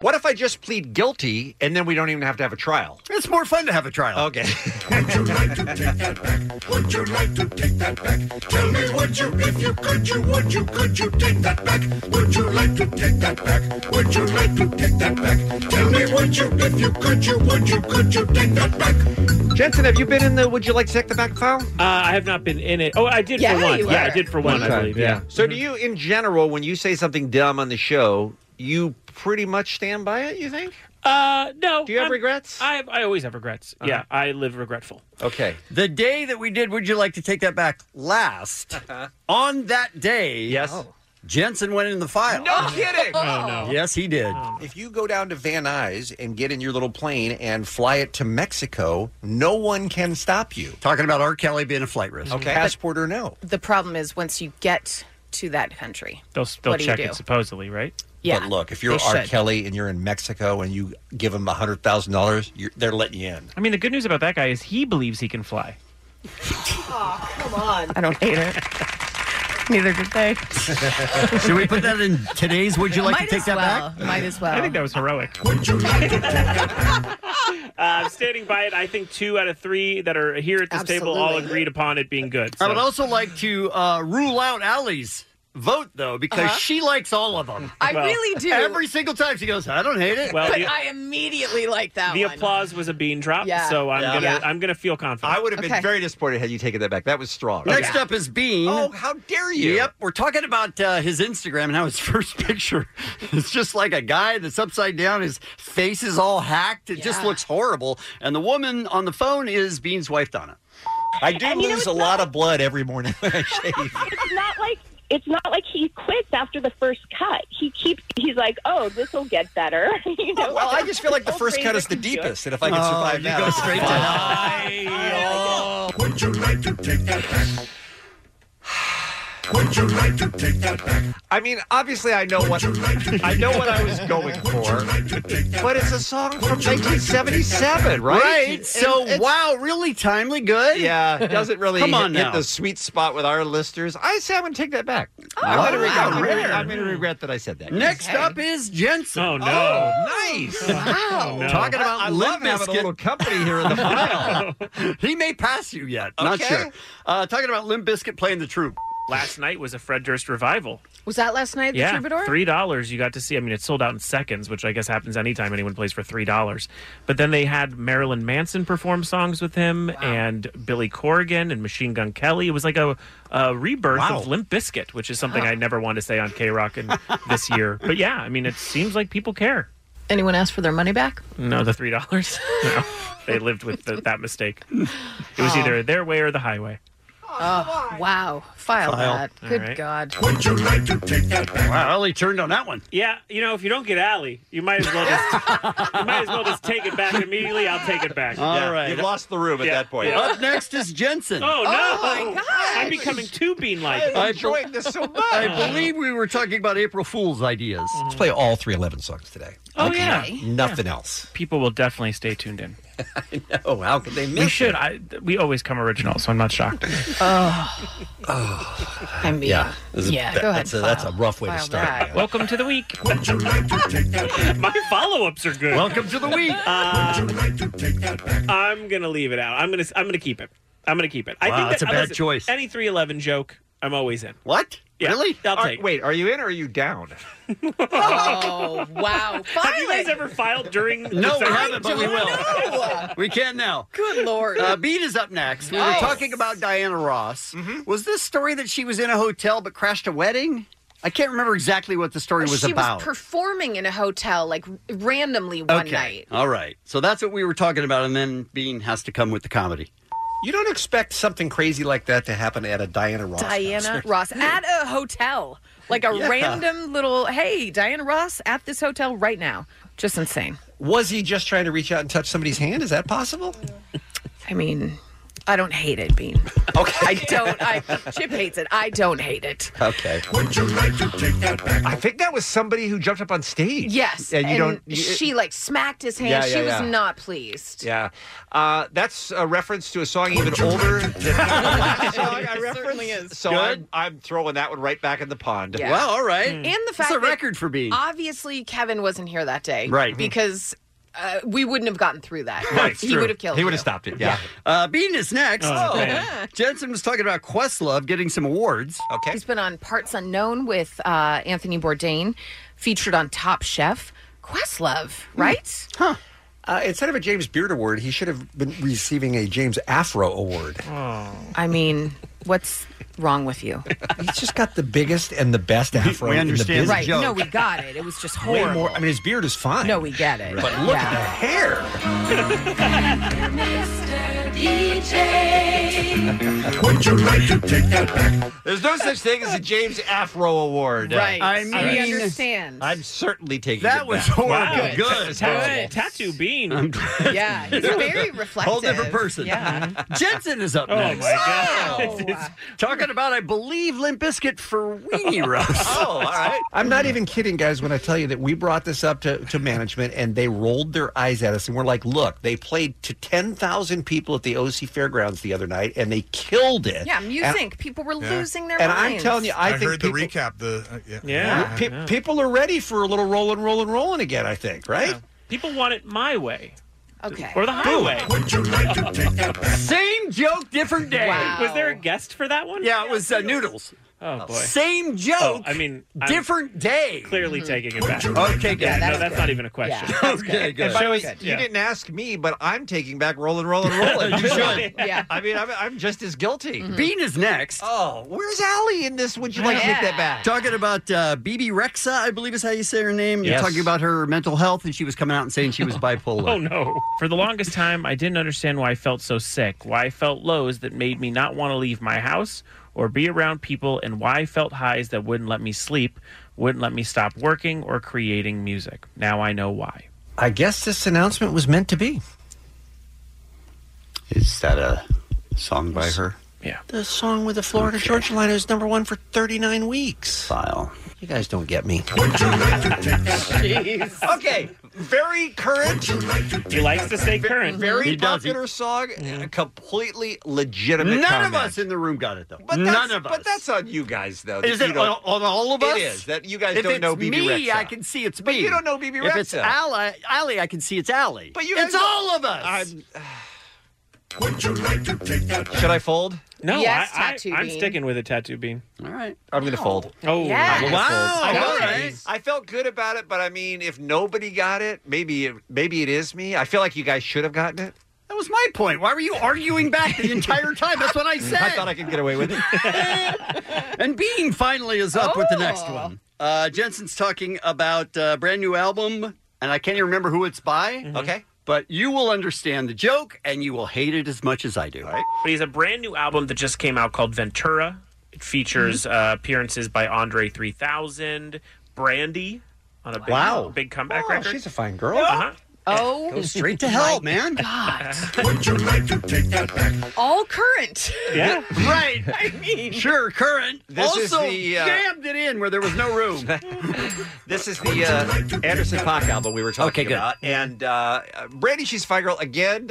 Speaker 12: What if I just plead guilty and then we don't even have to have a trial?
Speaker 11: It's more fun to have a trial.
Speaker 12: Okay.
Speaker 17: Would you like to take that back? Would you like to take that back? Tell me, would you, if you could, you would you, could you take that back? Would you like to take that back? Would you like to take that back? Tell me, would you, if you could, you would you, could you take that back?
Speaker 12: Jensen, have you been in the Would You Like to Take the Back file?
Speaker 13: Uh, I have not been in it. Oh, I did for one. Yeah, I did for one. I believe. Yeah.
Speaker 12: So do you, in general, when you say something dumb on the show, you pretty much stand by it, you think?
Speaker 13: Uh, no.
Speaker 12: Do you have regrets? Uh-huh.
Speaker 13: I I always have regrets. Yeah, I live regretful.
Speaker 12: Okay.
Speaker 11: The day that we did Would You Like to Take That Back last,
Speaker 14: Uh-huh.
Speaker 11: on that day, yes, Jensen went in the file.
Speaker 12: No kidding! Oh, no.
Speaker 11: Yes, he did.
Speaker 12: If you go down to Van Nuys and get in your little plane and fly it to Mexico, no one can stop you.
Speaker 11: Talking about R. Kelly being a flight risk.
Speaker 12: Okay. Passport or no.
Speaker 14: The problem is once you get to that country,
Speaker 13: They'll
Speaker 14: what do you do?
Speaker 13: supposedly, right?
Speaker 14: Yeah,
Speaker 12: But look, if you're
Speaker 14: they
Speaker 12: R.
Speaker 14: should.
Speaker 12: Kelly and you're in Mexico and you give them $100,000, you're- they're letting you in.
Speaker 22: I mean, the good news about that guy is he believes he can fly.
Speaker 14: Oh, come on.
Speaker 22: I don't hate it.
Speaker 14: Neither did they.
Speaker 11: Should we put that in today's Would You Like
Speaker 14: Might
Speaker 11: to Take
Speaker 14: as
Speaker 11: That
Speaker 14: well.
Speaker 11: Back?
Speaker 14: Might as well.
Speaker 13: I think
Speaker 22: that was heroic.
Speaker 13: Uh, I'm standing by it. I think two out of three that are here at this table all
Speaker 11: Absolutely.
Speaker 13: agreed upon it being good.
Speaker 11: I
Speaker 13: so-
Speaker 11: would also like to uh, rule out Allie's vote, though, because
Speaker 14: Uh-huh.
Speaker 11: she likes all of them.
Speaker 14: I Well- really do.
Speaker 11: Every single time she goes, I don't hate it.
Speaker 13: Well,
Speaker 14: but
Speaker 13: the-
Speaker 14: I immediately like that
Speaker 13: the
Speaker 14: one.
Speaker 13: applause was a bean drop,
Speaker 14: Yeah.
Speaker 13: so I'm
Speaker 14: Yeah.
Speaker 13: gonna
Speaker 14: Yeah.
Speaker 13: I'm gonna feel confident.
Speaker 12: I would have been very disappointed had you taken that back. That was strong.
Speaker 11: Next up is Bean.
Speaker 12: Oh,
Speaker 11: Oh,
Speaker 12: how dare
Speaker 13: you.
Speaker 11: Yep, we're talking about uh, his Instagram and how his first picture is just like a guy that's upside down. His face is all hacked. It just looks horrible. And the woman on the phone is Bean's wife, Donna.
Speaker 12: I do lose a lot of blood every morning when I shave.
Speaker 24: It's not like it's not like he quits after the first cut. He keeps he's like, oh, this will get better. you know? Oh,
Speaker 12: Well, I just feel like the
Speaker 24: Old
Speaker 12: first cut is the
Speaker 24: phrases.
Speaker 12: deepest, and if I can survive
Speaker 11: Oh, you
Speaker 12: that,
Speaker 11: go
Speaker 12: I'm fine.
Speaker 11: straight to
Speaker 17: Would you like to take that back? Would you like to take that back?
Speaker 12: I mean, obviously, I know what I know what I was going for, but it's a song from 1977, right?
Speaker 11: Right. So, wow, really timely. Good.
Speaker 12: Yeah, it doesn't really
Speaker 11: Come on
Speaker 12: hit, hit
Speaker 11: now.
Speaker 12: the sweet spot with our listeners.
Speaker 11: Oh,
Speaker 12: I say I'm going to take that back. I'm going to regret. I'm gonna- I'm going to regret that I said that.
Speaker 11: Next up is Jensen.
Speaker 13: Oh,
Speaker 12: no. nice.
Speaker 11: Wow.
Speaker 12: No.
Speaker 11: Talking about
Speaker 12: I- I
Speaker 11: Limp
Speaker 12: love having a
Speaker 11: Bizkit.
Speaker 12: little company here in the
Speaker 11: file. he may pass you yet. Not
Speaker 12: Okay.
Speaker 11: sure. Uh, talking about Limp Biscuit playing the troop.
Speaker 13: Last night was a Fred Durst revival.
Speaker 14: Was that last night,
Speaker 13: yeah,
Speaker 14: the Troubadour?
Speaker 13: three dollars. You got to see. I mean, it sold out in seconds, which I guess happens anytime anyone plays for three dollars. But then they had Marilyn Manson perform songs with him, and Billy Corgan and Machine Gun Kelly. It was like a, a rebirth
Speaker 4: Wow.
Speaker 13: of Limp Bizkit, which is something
Speaker 14: Huh.
Speaker 13: I never want to say on K Rock in this year. But yeah, I mean, it seems like people care.
Speaker 14: Anyone ask for their money back?
Speaker 13: No, the three dollars. No, they lived with the, that mistake. It was
Speaker 14: Oh.
Speaker 13: either their way or the highway.
Speaker 14: Oh, wow. File,
Speaker 13: File.
Speaker 14: that.
Speaker 13: All
Speaker 14: Good
Speaker 13: right.
Speaker 14: God.
Speaker 13: Would you like to take that back?
Speaker 11: Wow, Ellie turned on that one.
Speaker 13: Yeah, you know, if you don't get Allie, you might as well just you might as well just take it back immediately. I'll take it back.
Speaker 11: All right.
Speaker 13: Yeah.
Speaker 11: the room
Speaker 13: at that point.
Speaker 11: Up next is Jensen.
Speaker 13: Oh no!
Speaker 11: Oh,
Speaker 13: I'm becoming too bean like.
Speaker 11: this so much. I believe we were talking about April Fool's ideas. Let's play all three eleven songs today.
Speaker 13: Oh yeah,
Speaker 11: Nothing else.
Speaker 13: People will definitely stay tuned in.
Speaker 11: Oh, how could they miss
Speaker 13: We should. I, we always come original, so I'm not shocked.
Speaker 14: Oh. I mean,
Speaker 11: Yeah. This is-
Speaker 14: yeah,
Speaker 11: that-
Speaker 14: go ahead.
Speaker 11: that's a- that's
Speaker 14: file.
Speaker 11: a rough way to
Speaker 14: File
Speaker 11: start.
Speaker 14: that.
Speaker 13: Welcome to the week. Would you like to take that back? My follow ups are good.
Speaker 11: Welcome to the week.
Speaker 13: Uh, I'm gonna leave it out. I'm gonna I'm gonna keep it. I'm gonna keep it. I
Speaker 11: Wow,
Speaker 13: think
Speaker 11: that's a bad
Speaker 13: listen,
Speaker 11: choice.
Speaker 13: Any 311 joke, I'm always in.
Speaker 11: What?
Speaker 13: Yeah,
Speaker 11: Really?
Speaker 13: I'll
Speaker 12: Are-
Speaker 13: take. it.
Speaker 12: wait, are you in or are you down?
Speaker 14: Oh, wow.
Speaker 13: Have you guys ever filed during?
Speaker 11: No, we
Speaker 13: the
Speaker 11: haven't, but we will. we can now.
Speaker 14: Good lord.
Speaker 11: Uh, Beat is up next. We
Speaker 12: Oh.
Speaker 14: Nice.
Speaker 11: were talking about Diana Ross.
Speaker 14: Mm-hmm.
Speaker 11: Was this story that she was in a hotel but crashed a wedding? I can't remember exactly what the story was
Speaker 14: she
Speaker 11: about.
Speaker 14: was performing in a hotel like randomly one
Speaker 11: okay.
Speaker 14: night.
Speaker 11: All right. So that's what we were talking about, and then Bean has to come with the comedy.
Speaker 4: You don't expect something crazy like that to happen at a Diana Ross.
Speaker 14: Diana Ross at a hotel. Like a
Speaker 4: Yeah.
Speaker 14: random little, hey, Diana Ross at this hotel right now. Just insane.
Speaker 4: Was he just trying to reach out and touch somebody's hand? Is that possible?
Speaker 14: I mean, I don't hate it, Bean. Okay. I don't. I Chip hates it. I don't hate it.
Speaker 4: Okay.
Speaker 12: Would you like to take that back? I think that was somebody who jumped up on stage.
Speaker 14: Yes.
Speaker 12: and you don't. you-
Speaker 14: she like smacked his hand.
Speaker 12: Yeah,
Speaker 14: she
Speaker 12: yeah,
Speaker 14: was
Speaker 12: yeah.
Speaker 14: not pleased.
Speaker 12: yeah, uh, that's a reference to a song even older. than
Speaker 14: I Oh, certainly is.
Speaker 12: So I'm, I'm throwing that one right back in the pond.
Speaker 14: Yeah. And the fact that Obviously, Kevin wasn't here that day.
Speaker 12: Right.
Speaker 14: Because uh, we wouldn't have gotten through that.
Speaker 11: Right,
Speaker 14: he
Speaker 11: true.
Speaker 14: would have killed
Speaker 11: He would
Speaker 14: you.
Speaker 11: have stopped it. Yeah. Uh, Bean is next.
Speaker 14: Oh, man.
Speaker 11: Jensen was talking about Questlove getting some awards. Okay.
Speaker 14: He's been on Parts Unknown with uh, Anthony Bourdain, featured on Top Chef. Questlove, right?
Speaker 11: Huh.
Speaker 4: Uh, instead of a James Beard Award, he should have been receiving a James Afro Award.
Speaker 14: I mean, what's wrong with you?
Speaker 4: He's just got the biggest and the best Afro. in the business.
Speaker 14: right? No, we got it. It was just
Speaker 4: Way
Speaker 14: horrible.
Speaker 4: more. I mean, his beard is fine.
Speaker 14: no, we get it.
Speaker 4: But look at
Speaker 14: Yeah.
Speaker 4: the hair.
Speaker 3: Would you like to take that back?
Speaker 12: There's no such thing as a James Afro Award.
Speaker 14: Right.
Speaker 12: I
Speaker 14: We
Speaker 12: mean,
Speaker 14: understand.
Speaker 12: I'm certainly taking
Speaker 11: That
Speaker 12: it
Speaker 11: was
Speaker 12: back.
Speaker 11: horrible. Good. Good.
Speaker 13: Tattoo, tattoo bean.
Speaker 14: Yeah, he's very reflective.
Speaker 11: Whole different person.
Speaker 14: Yeah.
Speaker 11: Jensen is up
Speaker 13: Oh,
Speaker 11: next.
Speaker 13: my God.
Speaker 11: Talking about, I believe, Limp Bizkit for Weenie Rose.
Speaker 4: Oh, I'm not even kidding, guys, when I tell you that we brought this up to, to management and they rolled their eyes at us and we're like, look, they played to 10,000 people at the OC Fairgrounds the other night and they killed it.
Speaker 14: Yeah,
Speaker 4: And-
Speaker 14: music. People were losing their
Speaker 4: and
Speaker 14: minds.
Speaker 4: I'm telling you, I, think
Speaker 6: heard
Speaker 4: people-
Speaker 6: the recap. The uh, yeah,
Speaker 4: Yeah. Pe- People are ready for a little rolling, rolling, rolling again, I think, right?
Speaker 13: People want it my way.
Speaker 14: Okay.
Speaker 13: Or the highway.
Speaker 3: Would you like to take that back?
Speaker 11: Same joke, different day.
Speaker 13: Wow. Was there a guest for that one?
Speaker 11: Yeah, it was uh, Noodles.
Speaker 13: Oh boy.
Speaker 11: Same joke.
Speaker 13: Oh, I mean, I'm
Speaker 11: different day.
Speaker 13: Clearly taking it
Speaker 11: Oh,
Speaker 13: back.
Speaker 11: Okay, good.
Speaker 13: Yeah,
Speaker 11: That
Speaker 13: no,
Speaker 11: was
Speaker 13: that's
Speaker 11: good.
Speaker 13: not even a question.
Speaker 11: Yeah, that's Okay, good. good.
Speaker 12: And by the way,
Speaker 11: Good.
Speaker 12: you
Speaker 11: Yeah.
Speaker 12: didn't ask me, but I'm taking back rolling, rolling, rolling.
Speaker 11: You should.
Speaker 14: Yeah.
Speaker 12: I mean, I'm, I'm just as guilty.
Speaker 14: Mm-hmm.
Speaker 11: Bean is next.
Speaker 12: Oh, where's Allie in this? Would you like to take that back?
Speaker 11: Talking about uh, BB Rexa, I believe is how you say her name. You're
Speaker 13: Yes.
Speaker 11: talking about her mental health, and she was coming out and saying she was bipolar.
Speaker 13: Oh no. For the longest time, I didn't understand why I felt so sick, why I felt lows that made me not want to leave my house or be around people, and why I felt highs that wouldn't let me sleep, wouldn't let me stop working or creating music. Now I know why.
Speaker 4: I guess this announcement was meant to be.
Speaker 11: Is that a song by her?
Speaker 13: Yeah.
Speaker 4: The song with the Florida Georgia line is number one for 39 weeks.
Speaker 11: File.
Speaker 4: You guys don't get me. Oh,
Speaker 12: Jeez. Okay, very current.
Speaker 13: He likes to stay current.
Speaker 12: Very
Speaker 11: He does. He-
Speaker 12: popular song. Completely legitimate.
Speaker 11: None
Speaker 12: comment.
Speaker 11: of us in the room got it though.
Speaker 12: But
Speaker 11: None
Speaker 12: that's-
Speaker 11: of us.
Speaker 12: But that's on you guys, though. that
Speaker 11: Is
Speaker 12: you
Speaker 11: it
Speaker 12: don't-
Speaker 11: on, on all of us?
Speaker 12: It is that you guys
Speaker 11: If
Speaker 12: don't
Speaker 11: it's
Speaker 12: know BB
Speaker 11: me,
Speaker 12: Rexa.
Speaker 11: I can see it's me.
Speaker 12: But you don't know BB
Speaker 11: If it's
Speaker 12: Rexa.
Speaker 11: Ally, Ally, I can see it's Ally.
Speaker 12: But you guys
Speaker 11: it's
Speaker 12: don't-
Speaker 11: all of us.
Speaker 7: Would you like to take that back?
Speaker 12: Should I fold?
Speaker 13: No,
Speaker 12: Yes,
Speaker 13: I, I,
Speaker 12: Tattoo
Speaker 13: I'm
Speaker 12: Bean.
Speaker 13: sticking with it, tattoo bean.
Speaker 11: All right.
Speaker 4: I'm going to fold.
Speaker 13: Oh,
Speaker 12: Yes.
Speaker 13: I'm gonna
Speaker 12: Wow,
Speaker 13: fold.
Speaker 12: all right. I felt good about it, but I mean, if nobody got it, maybe it, maybe it is me. I feel like you guys should have gotten it.
Speaker 11: That was my point. Why were you arguing back the entire time? That's what I said.
Speaker 12: I thought I could get away with it.
Speaker 11: and Bean finally is up with the next one. Uh, Jensen's talking about a brand new album, and I can't even remember who it's by.
Speaker 12: Okay.
Speaker 11: But you will understand the joke, and you will hate it as much as I do.
Speaker 13: But he has a brand new album that just came out called Ventura. It features uh, appearances by Andre 3000, Brandy on a big,
Speaker 11: Wow.
Speaker 13: big comeback record.
Speaker 4: she's a fine girl.
Speaker 13: Uh-huh.
Speaker 14: Oh,
Speaker 13: Go straight to hell,
Speaker 14: my
Speaker 13: man.
Speaker 14: God.
Speaker 7: Would you like to take that back?
Speaker 14: All current.
Speaker 13: Yeah.
Speaker 11: right.
Speaker 14: I mean,
Speaker 11: Sure, current.
Speaker 12: This is
Speaker 11: also
Speaker 12: the, uh,
Speaker 11: jammed it in where there was no room.
Speaker 12: This is the uh, Anderson Paak album we were talking
Speaker 11: Okay, good.
Speaker 12: about. And uh, Brandy, she's fine girl again.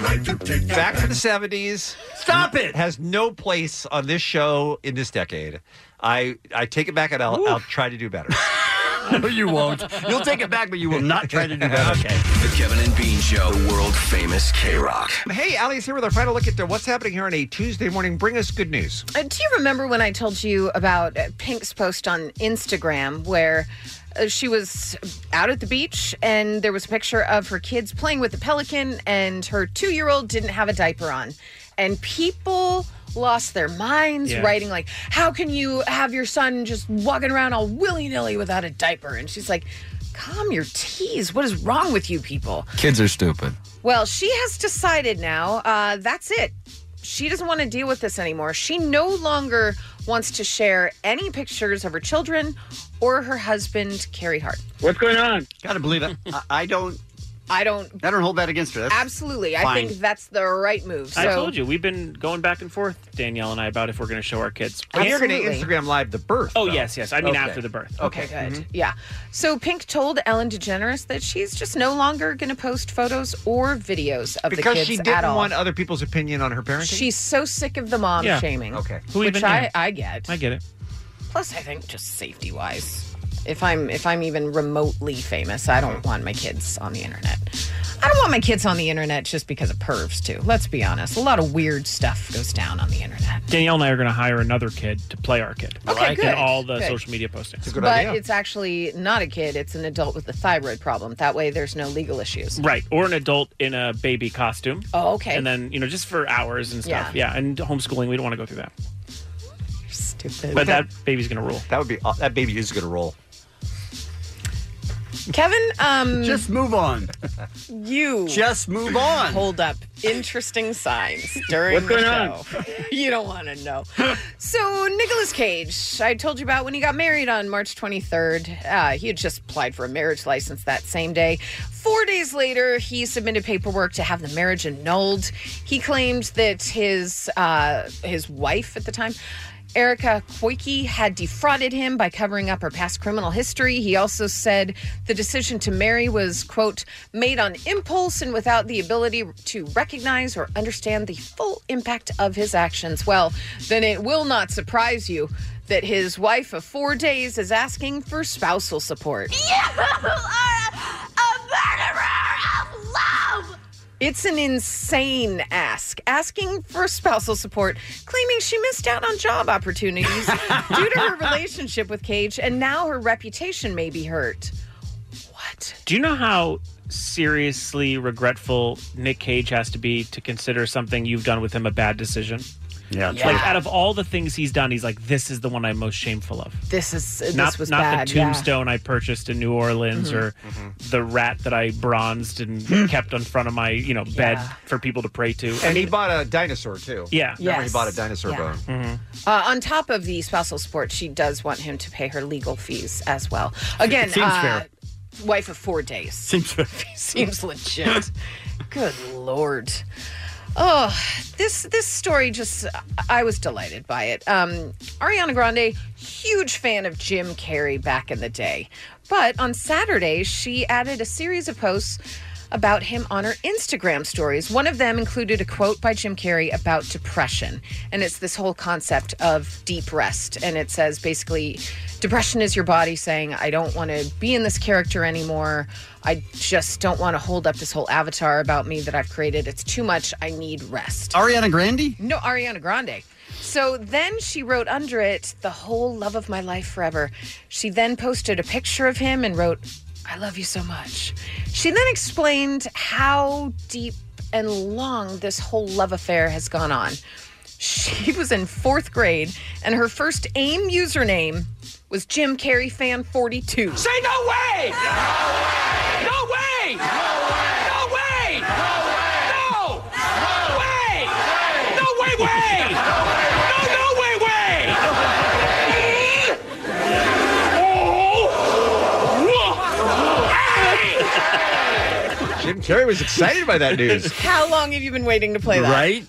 Speaker 12: Back to the seventies.
Speaker 11: Stop it.
Speaker 12: Has no place on this show in this decade. I I take it back and I'll, I'll try to do better.
Speaker 11: no, you won't. You'll take it back, but you will not try to do better. Okay.
Speaker 1: The Kevin and Bean Show, the world famous K Rock.
Speaker 12: Hey, Ali is here with our final look at uh, what's happening here on a Tuesday morning. Bring us good news.
Speaker 14: Uh, do you remember when I told you about uh, Pink's post on Instagram where uh, she was out at the beach and there was a picture of her kids playing with the pelican and her two year old didn't have a diaper on? And people lost their minds
Speaker 6: Yeah.
Speaker 14: writing, like, how can you have your son just walking around all willy nilly without a diaper? And she's like, calm your teas. What is wrong with you people?
Speaker 19: Kids are stupid.
Speaker 14: Well, she has decided now. Uh, that's it. She doesn't want to deal with this anymore. She no longer wants to share any pictures of her children or her husband, Carrie Hart.
Speaker 11: What's going on? Gotta believe it. I, I don't.
Speaker 14: I don't.
Speaker 11: I don't hold that against her. That's
Speaker 14: Absolutely. I
Speaker 13: fine.
Speaker 14: think that's the right move. So,
Speaker 13: I told you we've been going back and forth, Danielle and I, about if we're going to show our kids.
Speaker 14: And you're gonna Absolutely.
Speaker 12: Instagram live the birth.
Speaker 13: Oh
Speaker 12: though.
Speaker 13: yes, yes. I mean
Speaker 12: Okay.
Speaker 13: after the birth.
Speaker 14: Okay, good.
Speaker 12: mm-hmm.
Speaker 14: Yeah. So Pink told Ellen DeGeneres that she's just no longer going to post photos or videos of
Speaker 12: because
Speaker 14: the kids
Speaker 12: she
Speaker 14: at
Speaker 12: didn't
Speaker 14: all.
Speaker 12: want other people's opinion on her parenting.
Speaker 14: She's so sick of the mom
Speaker 12: Yeah.
Speaker 14: shaming.
Speaker 12: Okay.
Speaker 14: Who
Speaker 12: Who
Speaker 14: which
Speaker 12: even- yeah.
Speaker 14: I, I get.
Speaker 13: I get it.
Speaker 14: Plus, I think just safety wise, if I'm if I'm even remotely famous, I don't want my kids on the internet. I don't want my kids on the internet just because of pervs too. Let's be honest. A lot of weird stuff goes down on the internet.
Speaker 13: Danielle and I are going to hire another kid to play our kid.
Speaker 14: Okay, Like good,
Speaker 13: In all the
Speaker 14: good.
Speaker 13: social media postings. It's
Speaker 14: but it's actually not a kid, it's an adult with a thyroid problem. That way there's no legal issues.
Speaker 13: Right, or an adult in a baby costume.
Speaker 14: Oh, okay.
Speaker 13: And then you know, just for hours and stuff.
Speaker 14: Yeah.
Speaker 13: Yeah, and homeschooling. We don't want to go through that.
Speaker 14: Stupid.
Speaker 13: But that baby's gonna roll.
Speaker 12: That would be that baby is gonna roll.
Speaker 14: Kevin, um
Speaker 11: Just move on.
Speaker 14: you
Speaker 11: Just move on.
Speaker 14: Hold up. Interesting signs during
Speaker 11: What's going
Speaker 14: the
Speaker 11: on?
Speaker 14: show. you don't want to know. so Nicolas Cage, I told you about when he got married on March 23rd. Uh, he had just applied for a marriage license that same day. Four days later, he submitted paperwork to have the marriage annulled. He claimed that his uh, his wife at the time. Erica Koike had defrauded him by covering up her past criminal history. He also said the decision to marry was, quote, made on impulse and without the ability to recognize or understand the full impact of his actions. Well, then it will not surprise you that his wife of four days is asking for spousal support. It's an insane ask, asking for spousal support, claiming she missed out on job opportunities due to her relationship with Cage, and now her reputation may be hurt.
Speaker 13: Do you know how seriously regretful Nick Cage has to be to consider something you've done with him a bad decision?
Speaker 11: Yeah.
Speaker 13: Like out of all the things he's done, he's like, this is the one I'm most shameful of.
Speaker 14: This is this
Speaker 13: not
Speaker 14: was
Speaker 13: not
Speaker 14: bad.
Speaker 13: the
Speaker 14: yeah.
Speaker 13: tombstone I purchased in New Orleans
Speaker 14: Mhm.
Speaker 13: or
Speaker 12: Mm-hmm.
Speaker 13: the rat that I bronzed and kept in front of my you know bed
Speaker 14: Yeah.
Speaker 13: for people to pray to.
Speaker 12: And he bought a dinosaur too.
Speaker 13: Yeah,
Speaker 14: Remember he Yes. bought a
Speaker 12: dinosaur
Speaker 14: Yeah.
Speaker 12: bone.
Speaker 13: Mm-hmm.
Speaker 14: Uh, on top of the spousal support, she does want him to pay her legal fees as well. Again,
Speaker 11: Seems
Speaker 14: uh,
Speaker 11: fair.
Speaker 14: wife of four days.
Speaker 11: Seems fair.
Speaker 14: seems legit. Good lord. Oh, this this story just I was delighted by it. Um Ariana Grande, huge fan of Jim Carrey back in the day. But on Saturday, she added a series of posts about him on her Instagram stories. One of them included a quote by Jim Carrey about depression. And it's this whole concept of deep rest. And it says basically, depression is your body saying, I don't want to be in this character anymore. I just don't want to hold up this whole avatar about me that I've created. It's too much. I need rest.
Speaker 11: Ariana Grande?
Speaker 14: No, Ariana Grande. So then she wrote under it, the whole love of my life forever. She then posted a picture of him and wrote, I love you so much. She then explained how deep and long this whole love affair has gone on. She was in fourth grade, and her first AIM username was Jim Carrey Fan 42. Say no
Speaker 17: No way!
Speaker 14: way!
Speaker 17: No way! No! No way! No way way! No no way way!
Speaker 12: Jim Carrey was excited by that news.
Speaker 14: How long have you been waiting to play that?
Speaker 12: Right?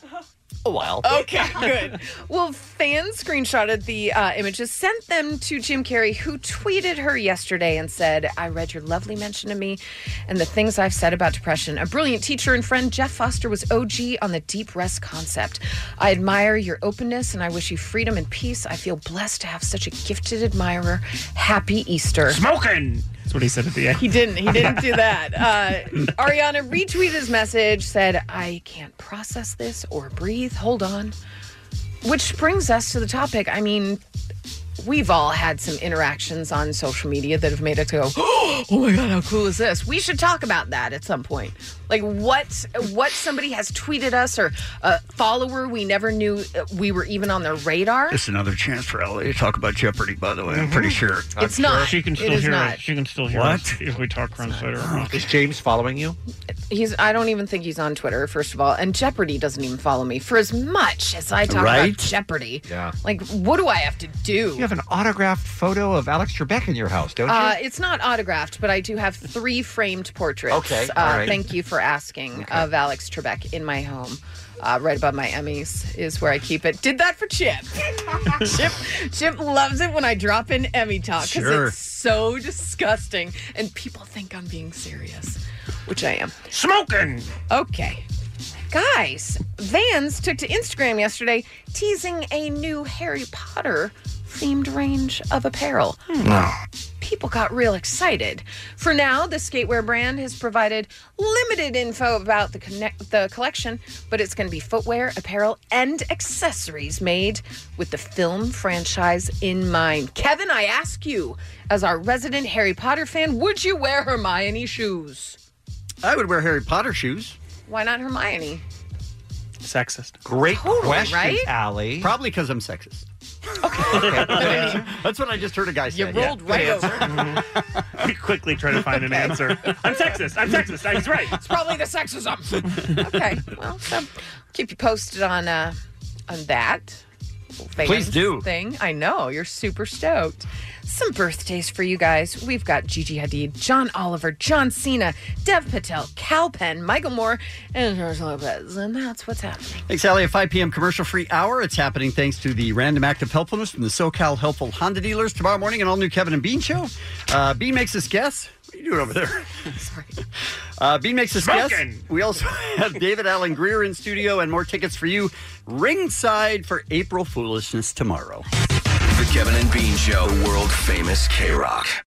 Speaker 12: A while.
Speaker 14: Okay, good. Well, fans screenshotted the uh, images, sent them to Jim Carrey, who tweeted her yesterday and said, I read your lovely mention of me and the things I've said about depression. A brilliant teacher and friend, Jeff Foster, was OG on the deep rest concept. I admire your openness and I wish you freedom and peace. I feel blessed to have such a gifted admirer. Happy Easter.
Speaker 23: Smoking! That's what he said at the end.
Speaker 14: He didn't. He didn't do that. Uh, Ariana retweeted his message, said, I can't process this or breathe. Hold on. Which brings us to the topic. I mean, we've all had some interactions on social media that have made us go, oh my God, how cool is this? We should talk about that at some point. Like what what somebody has tweeted us or a follower we never knew uh, we were even on their radar.
Speaker 11: It's another chance for LA to talk about Jeopardy, by the way. I'm pretty sure. Uh,
Speaker 14: I'm Mm-hmm. It's not. sure.
Speaker 23: She can
Speaker 14: It
Speaker 23: still
Speaker 14: is
Speaker 23: hear
Speaker 14: not.
Speaker 23: us. She can still hear
Speaker 11: What?
Speaker 23: us if we talk around Twitter.
Speaker 12: Is James following you?
Speaker 14: He's I don't even think he's on Twitter, first of all. And Jeopardy doesn't even follow me for as much as I talk
Speaker 12: Right?
Speaker 14: about Jeopardy.
Speaker 12: Yeah.
Speaker 14: Like, what do I have to do?
Speaker 12: You have an autographed photo of Alex Trebek in your house, don't you?
Speaker 14: Uh, it's not autographed, but I do have three framed portraits.
Speaker 12: Okay,
Speaker 14: Uh,
Speaker 12: all right.
Speaker 14: Thank you for asking of Alex Trebek in my home. Uh, right above my Emmys is where I keep it. Did that for Chip. Chip Chip loves it when I drop in Emmy talk because
Speaker 17: Sure.
Speaker 14: it's so disgusting and people think I'm being serious, which I am.
Speaker 23: Smoking!
Speaker 14: Okay. Guys, Vans took to Instagram yesterday teasing a new Harry Potter themed range of apparel. People got real excited. For now, the skatewear brand has provided limited info about the connect- the collection, but it's going to be footwear, apparel, and accessories made with the film franchise in mind. Kevin, I ask you, as our resident Harry Potter fan, would you wear Hermione shoes?
Speaker 11: I would wear Harry Potter shoes.
Speaker 14: Why not Hermione?
Speaker 23: Sexist.
Speaker 11: Great
Speaker 14: Totally, question, right?
Speaker 12: Allie.
Speaker 11: Probably because I'm sexist. Okay. That's what I just heard a guy say.
Speaker 23: You rolled
Speaker 11: Good
Speaker 23: right
Speaker 11: answer.
Speaker 23: We quickly try to find an answer. I'm sexist. I'm sexist. I was right.
Speaker 14: It's probably the sexism. okay. Well, so keep you posted on uh, on that. Fans
Speaker 11: Please do.
Speaker 14: thing. I know you're super stoked. Some birthdays for you guys. We've got Gigi Hadid, John Oliver, John Cena, Dev Patel, Cal Penn, Michael Moore, and George Lopez, and that's what's happening.
Speaker 11: Thanks, Allie. At 5 p.m. commercial free hour. It's happening thanks to the random act of helpfulness from the SoCal Helpful Honda dealers. Tomorrow morning, an all new Kevin and Bean show. Uh, Bean makes us guess. What are you doing over there? Uh, Bean makes us
Speaker 23: Smoking.
Speaker 11: guess. We also have David Allen Greer in studio and more tickets for you ringside for April Foolishness tomorrow.
Speaker 1: The Kevin and Bean Show, world famous K Rock.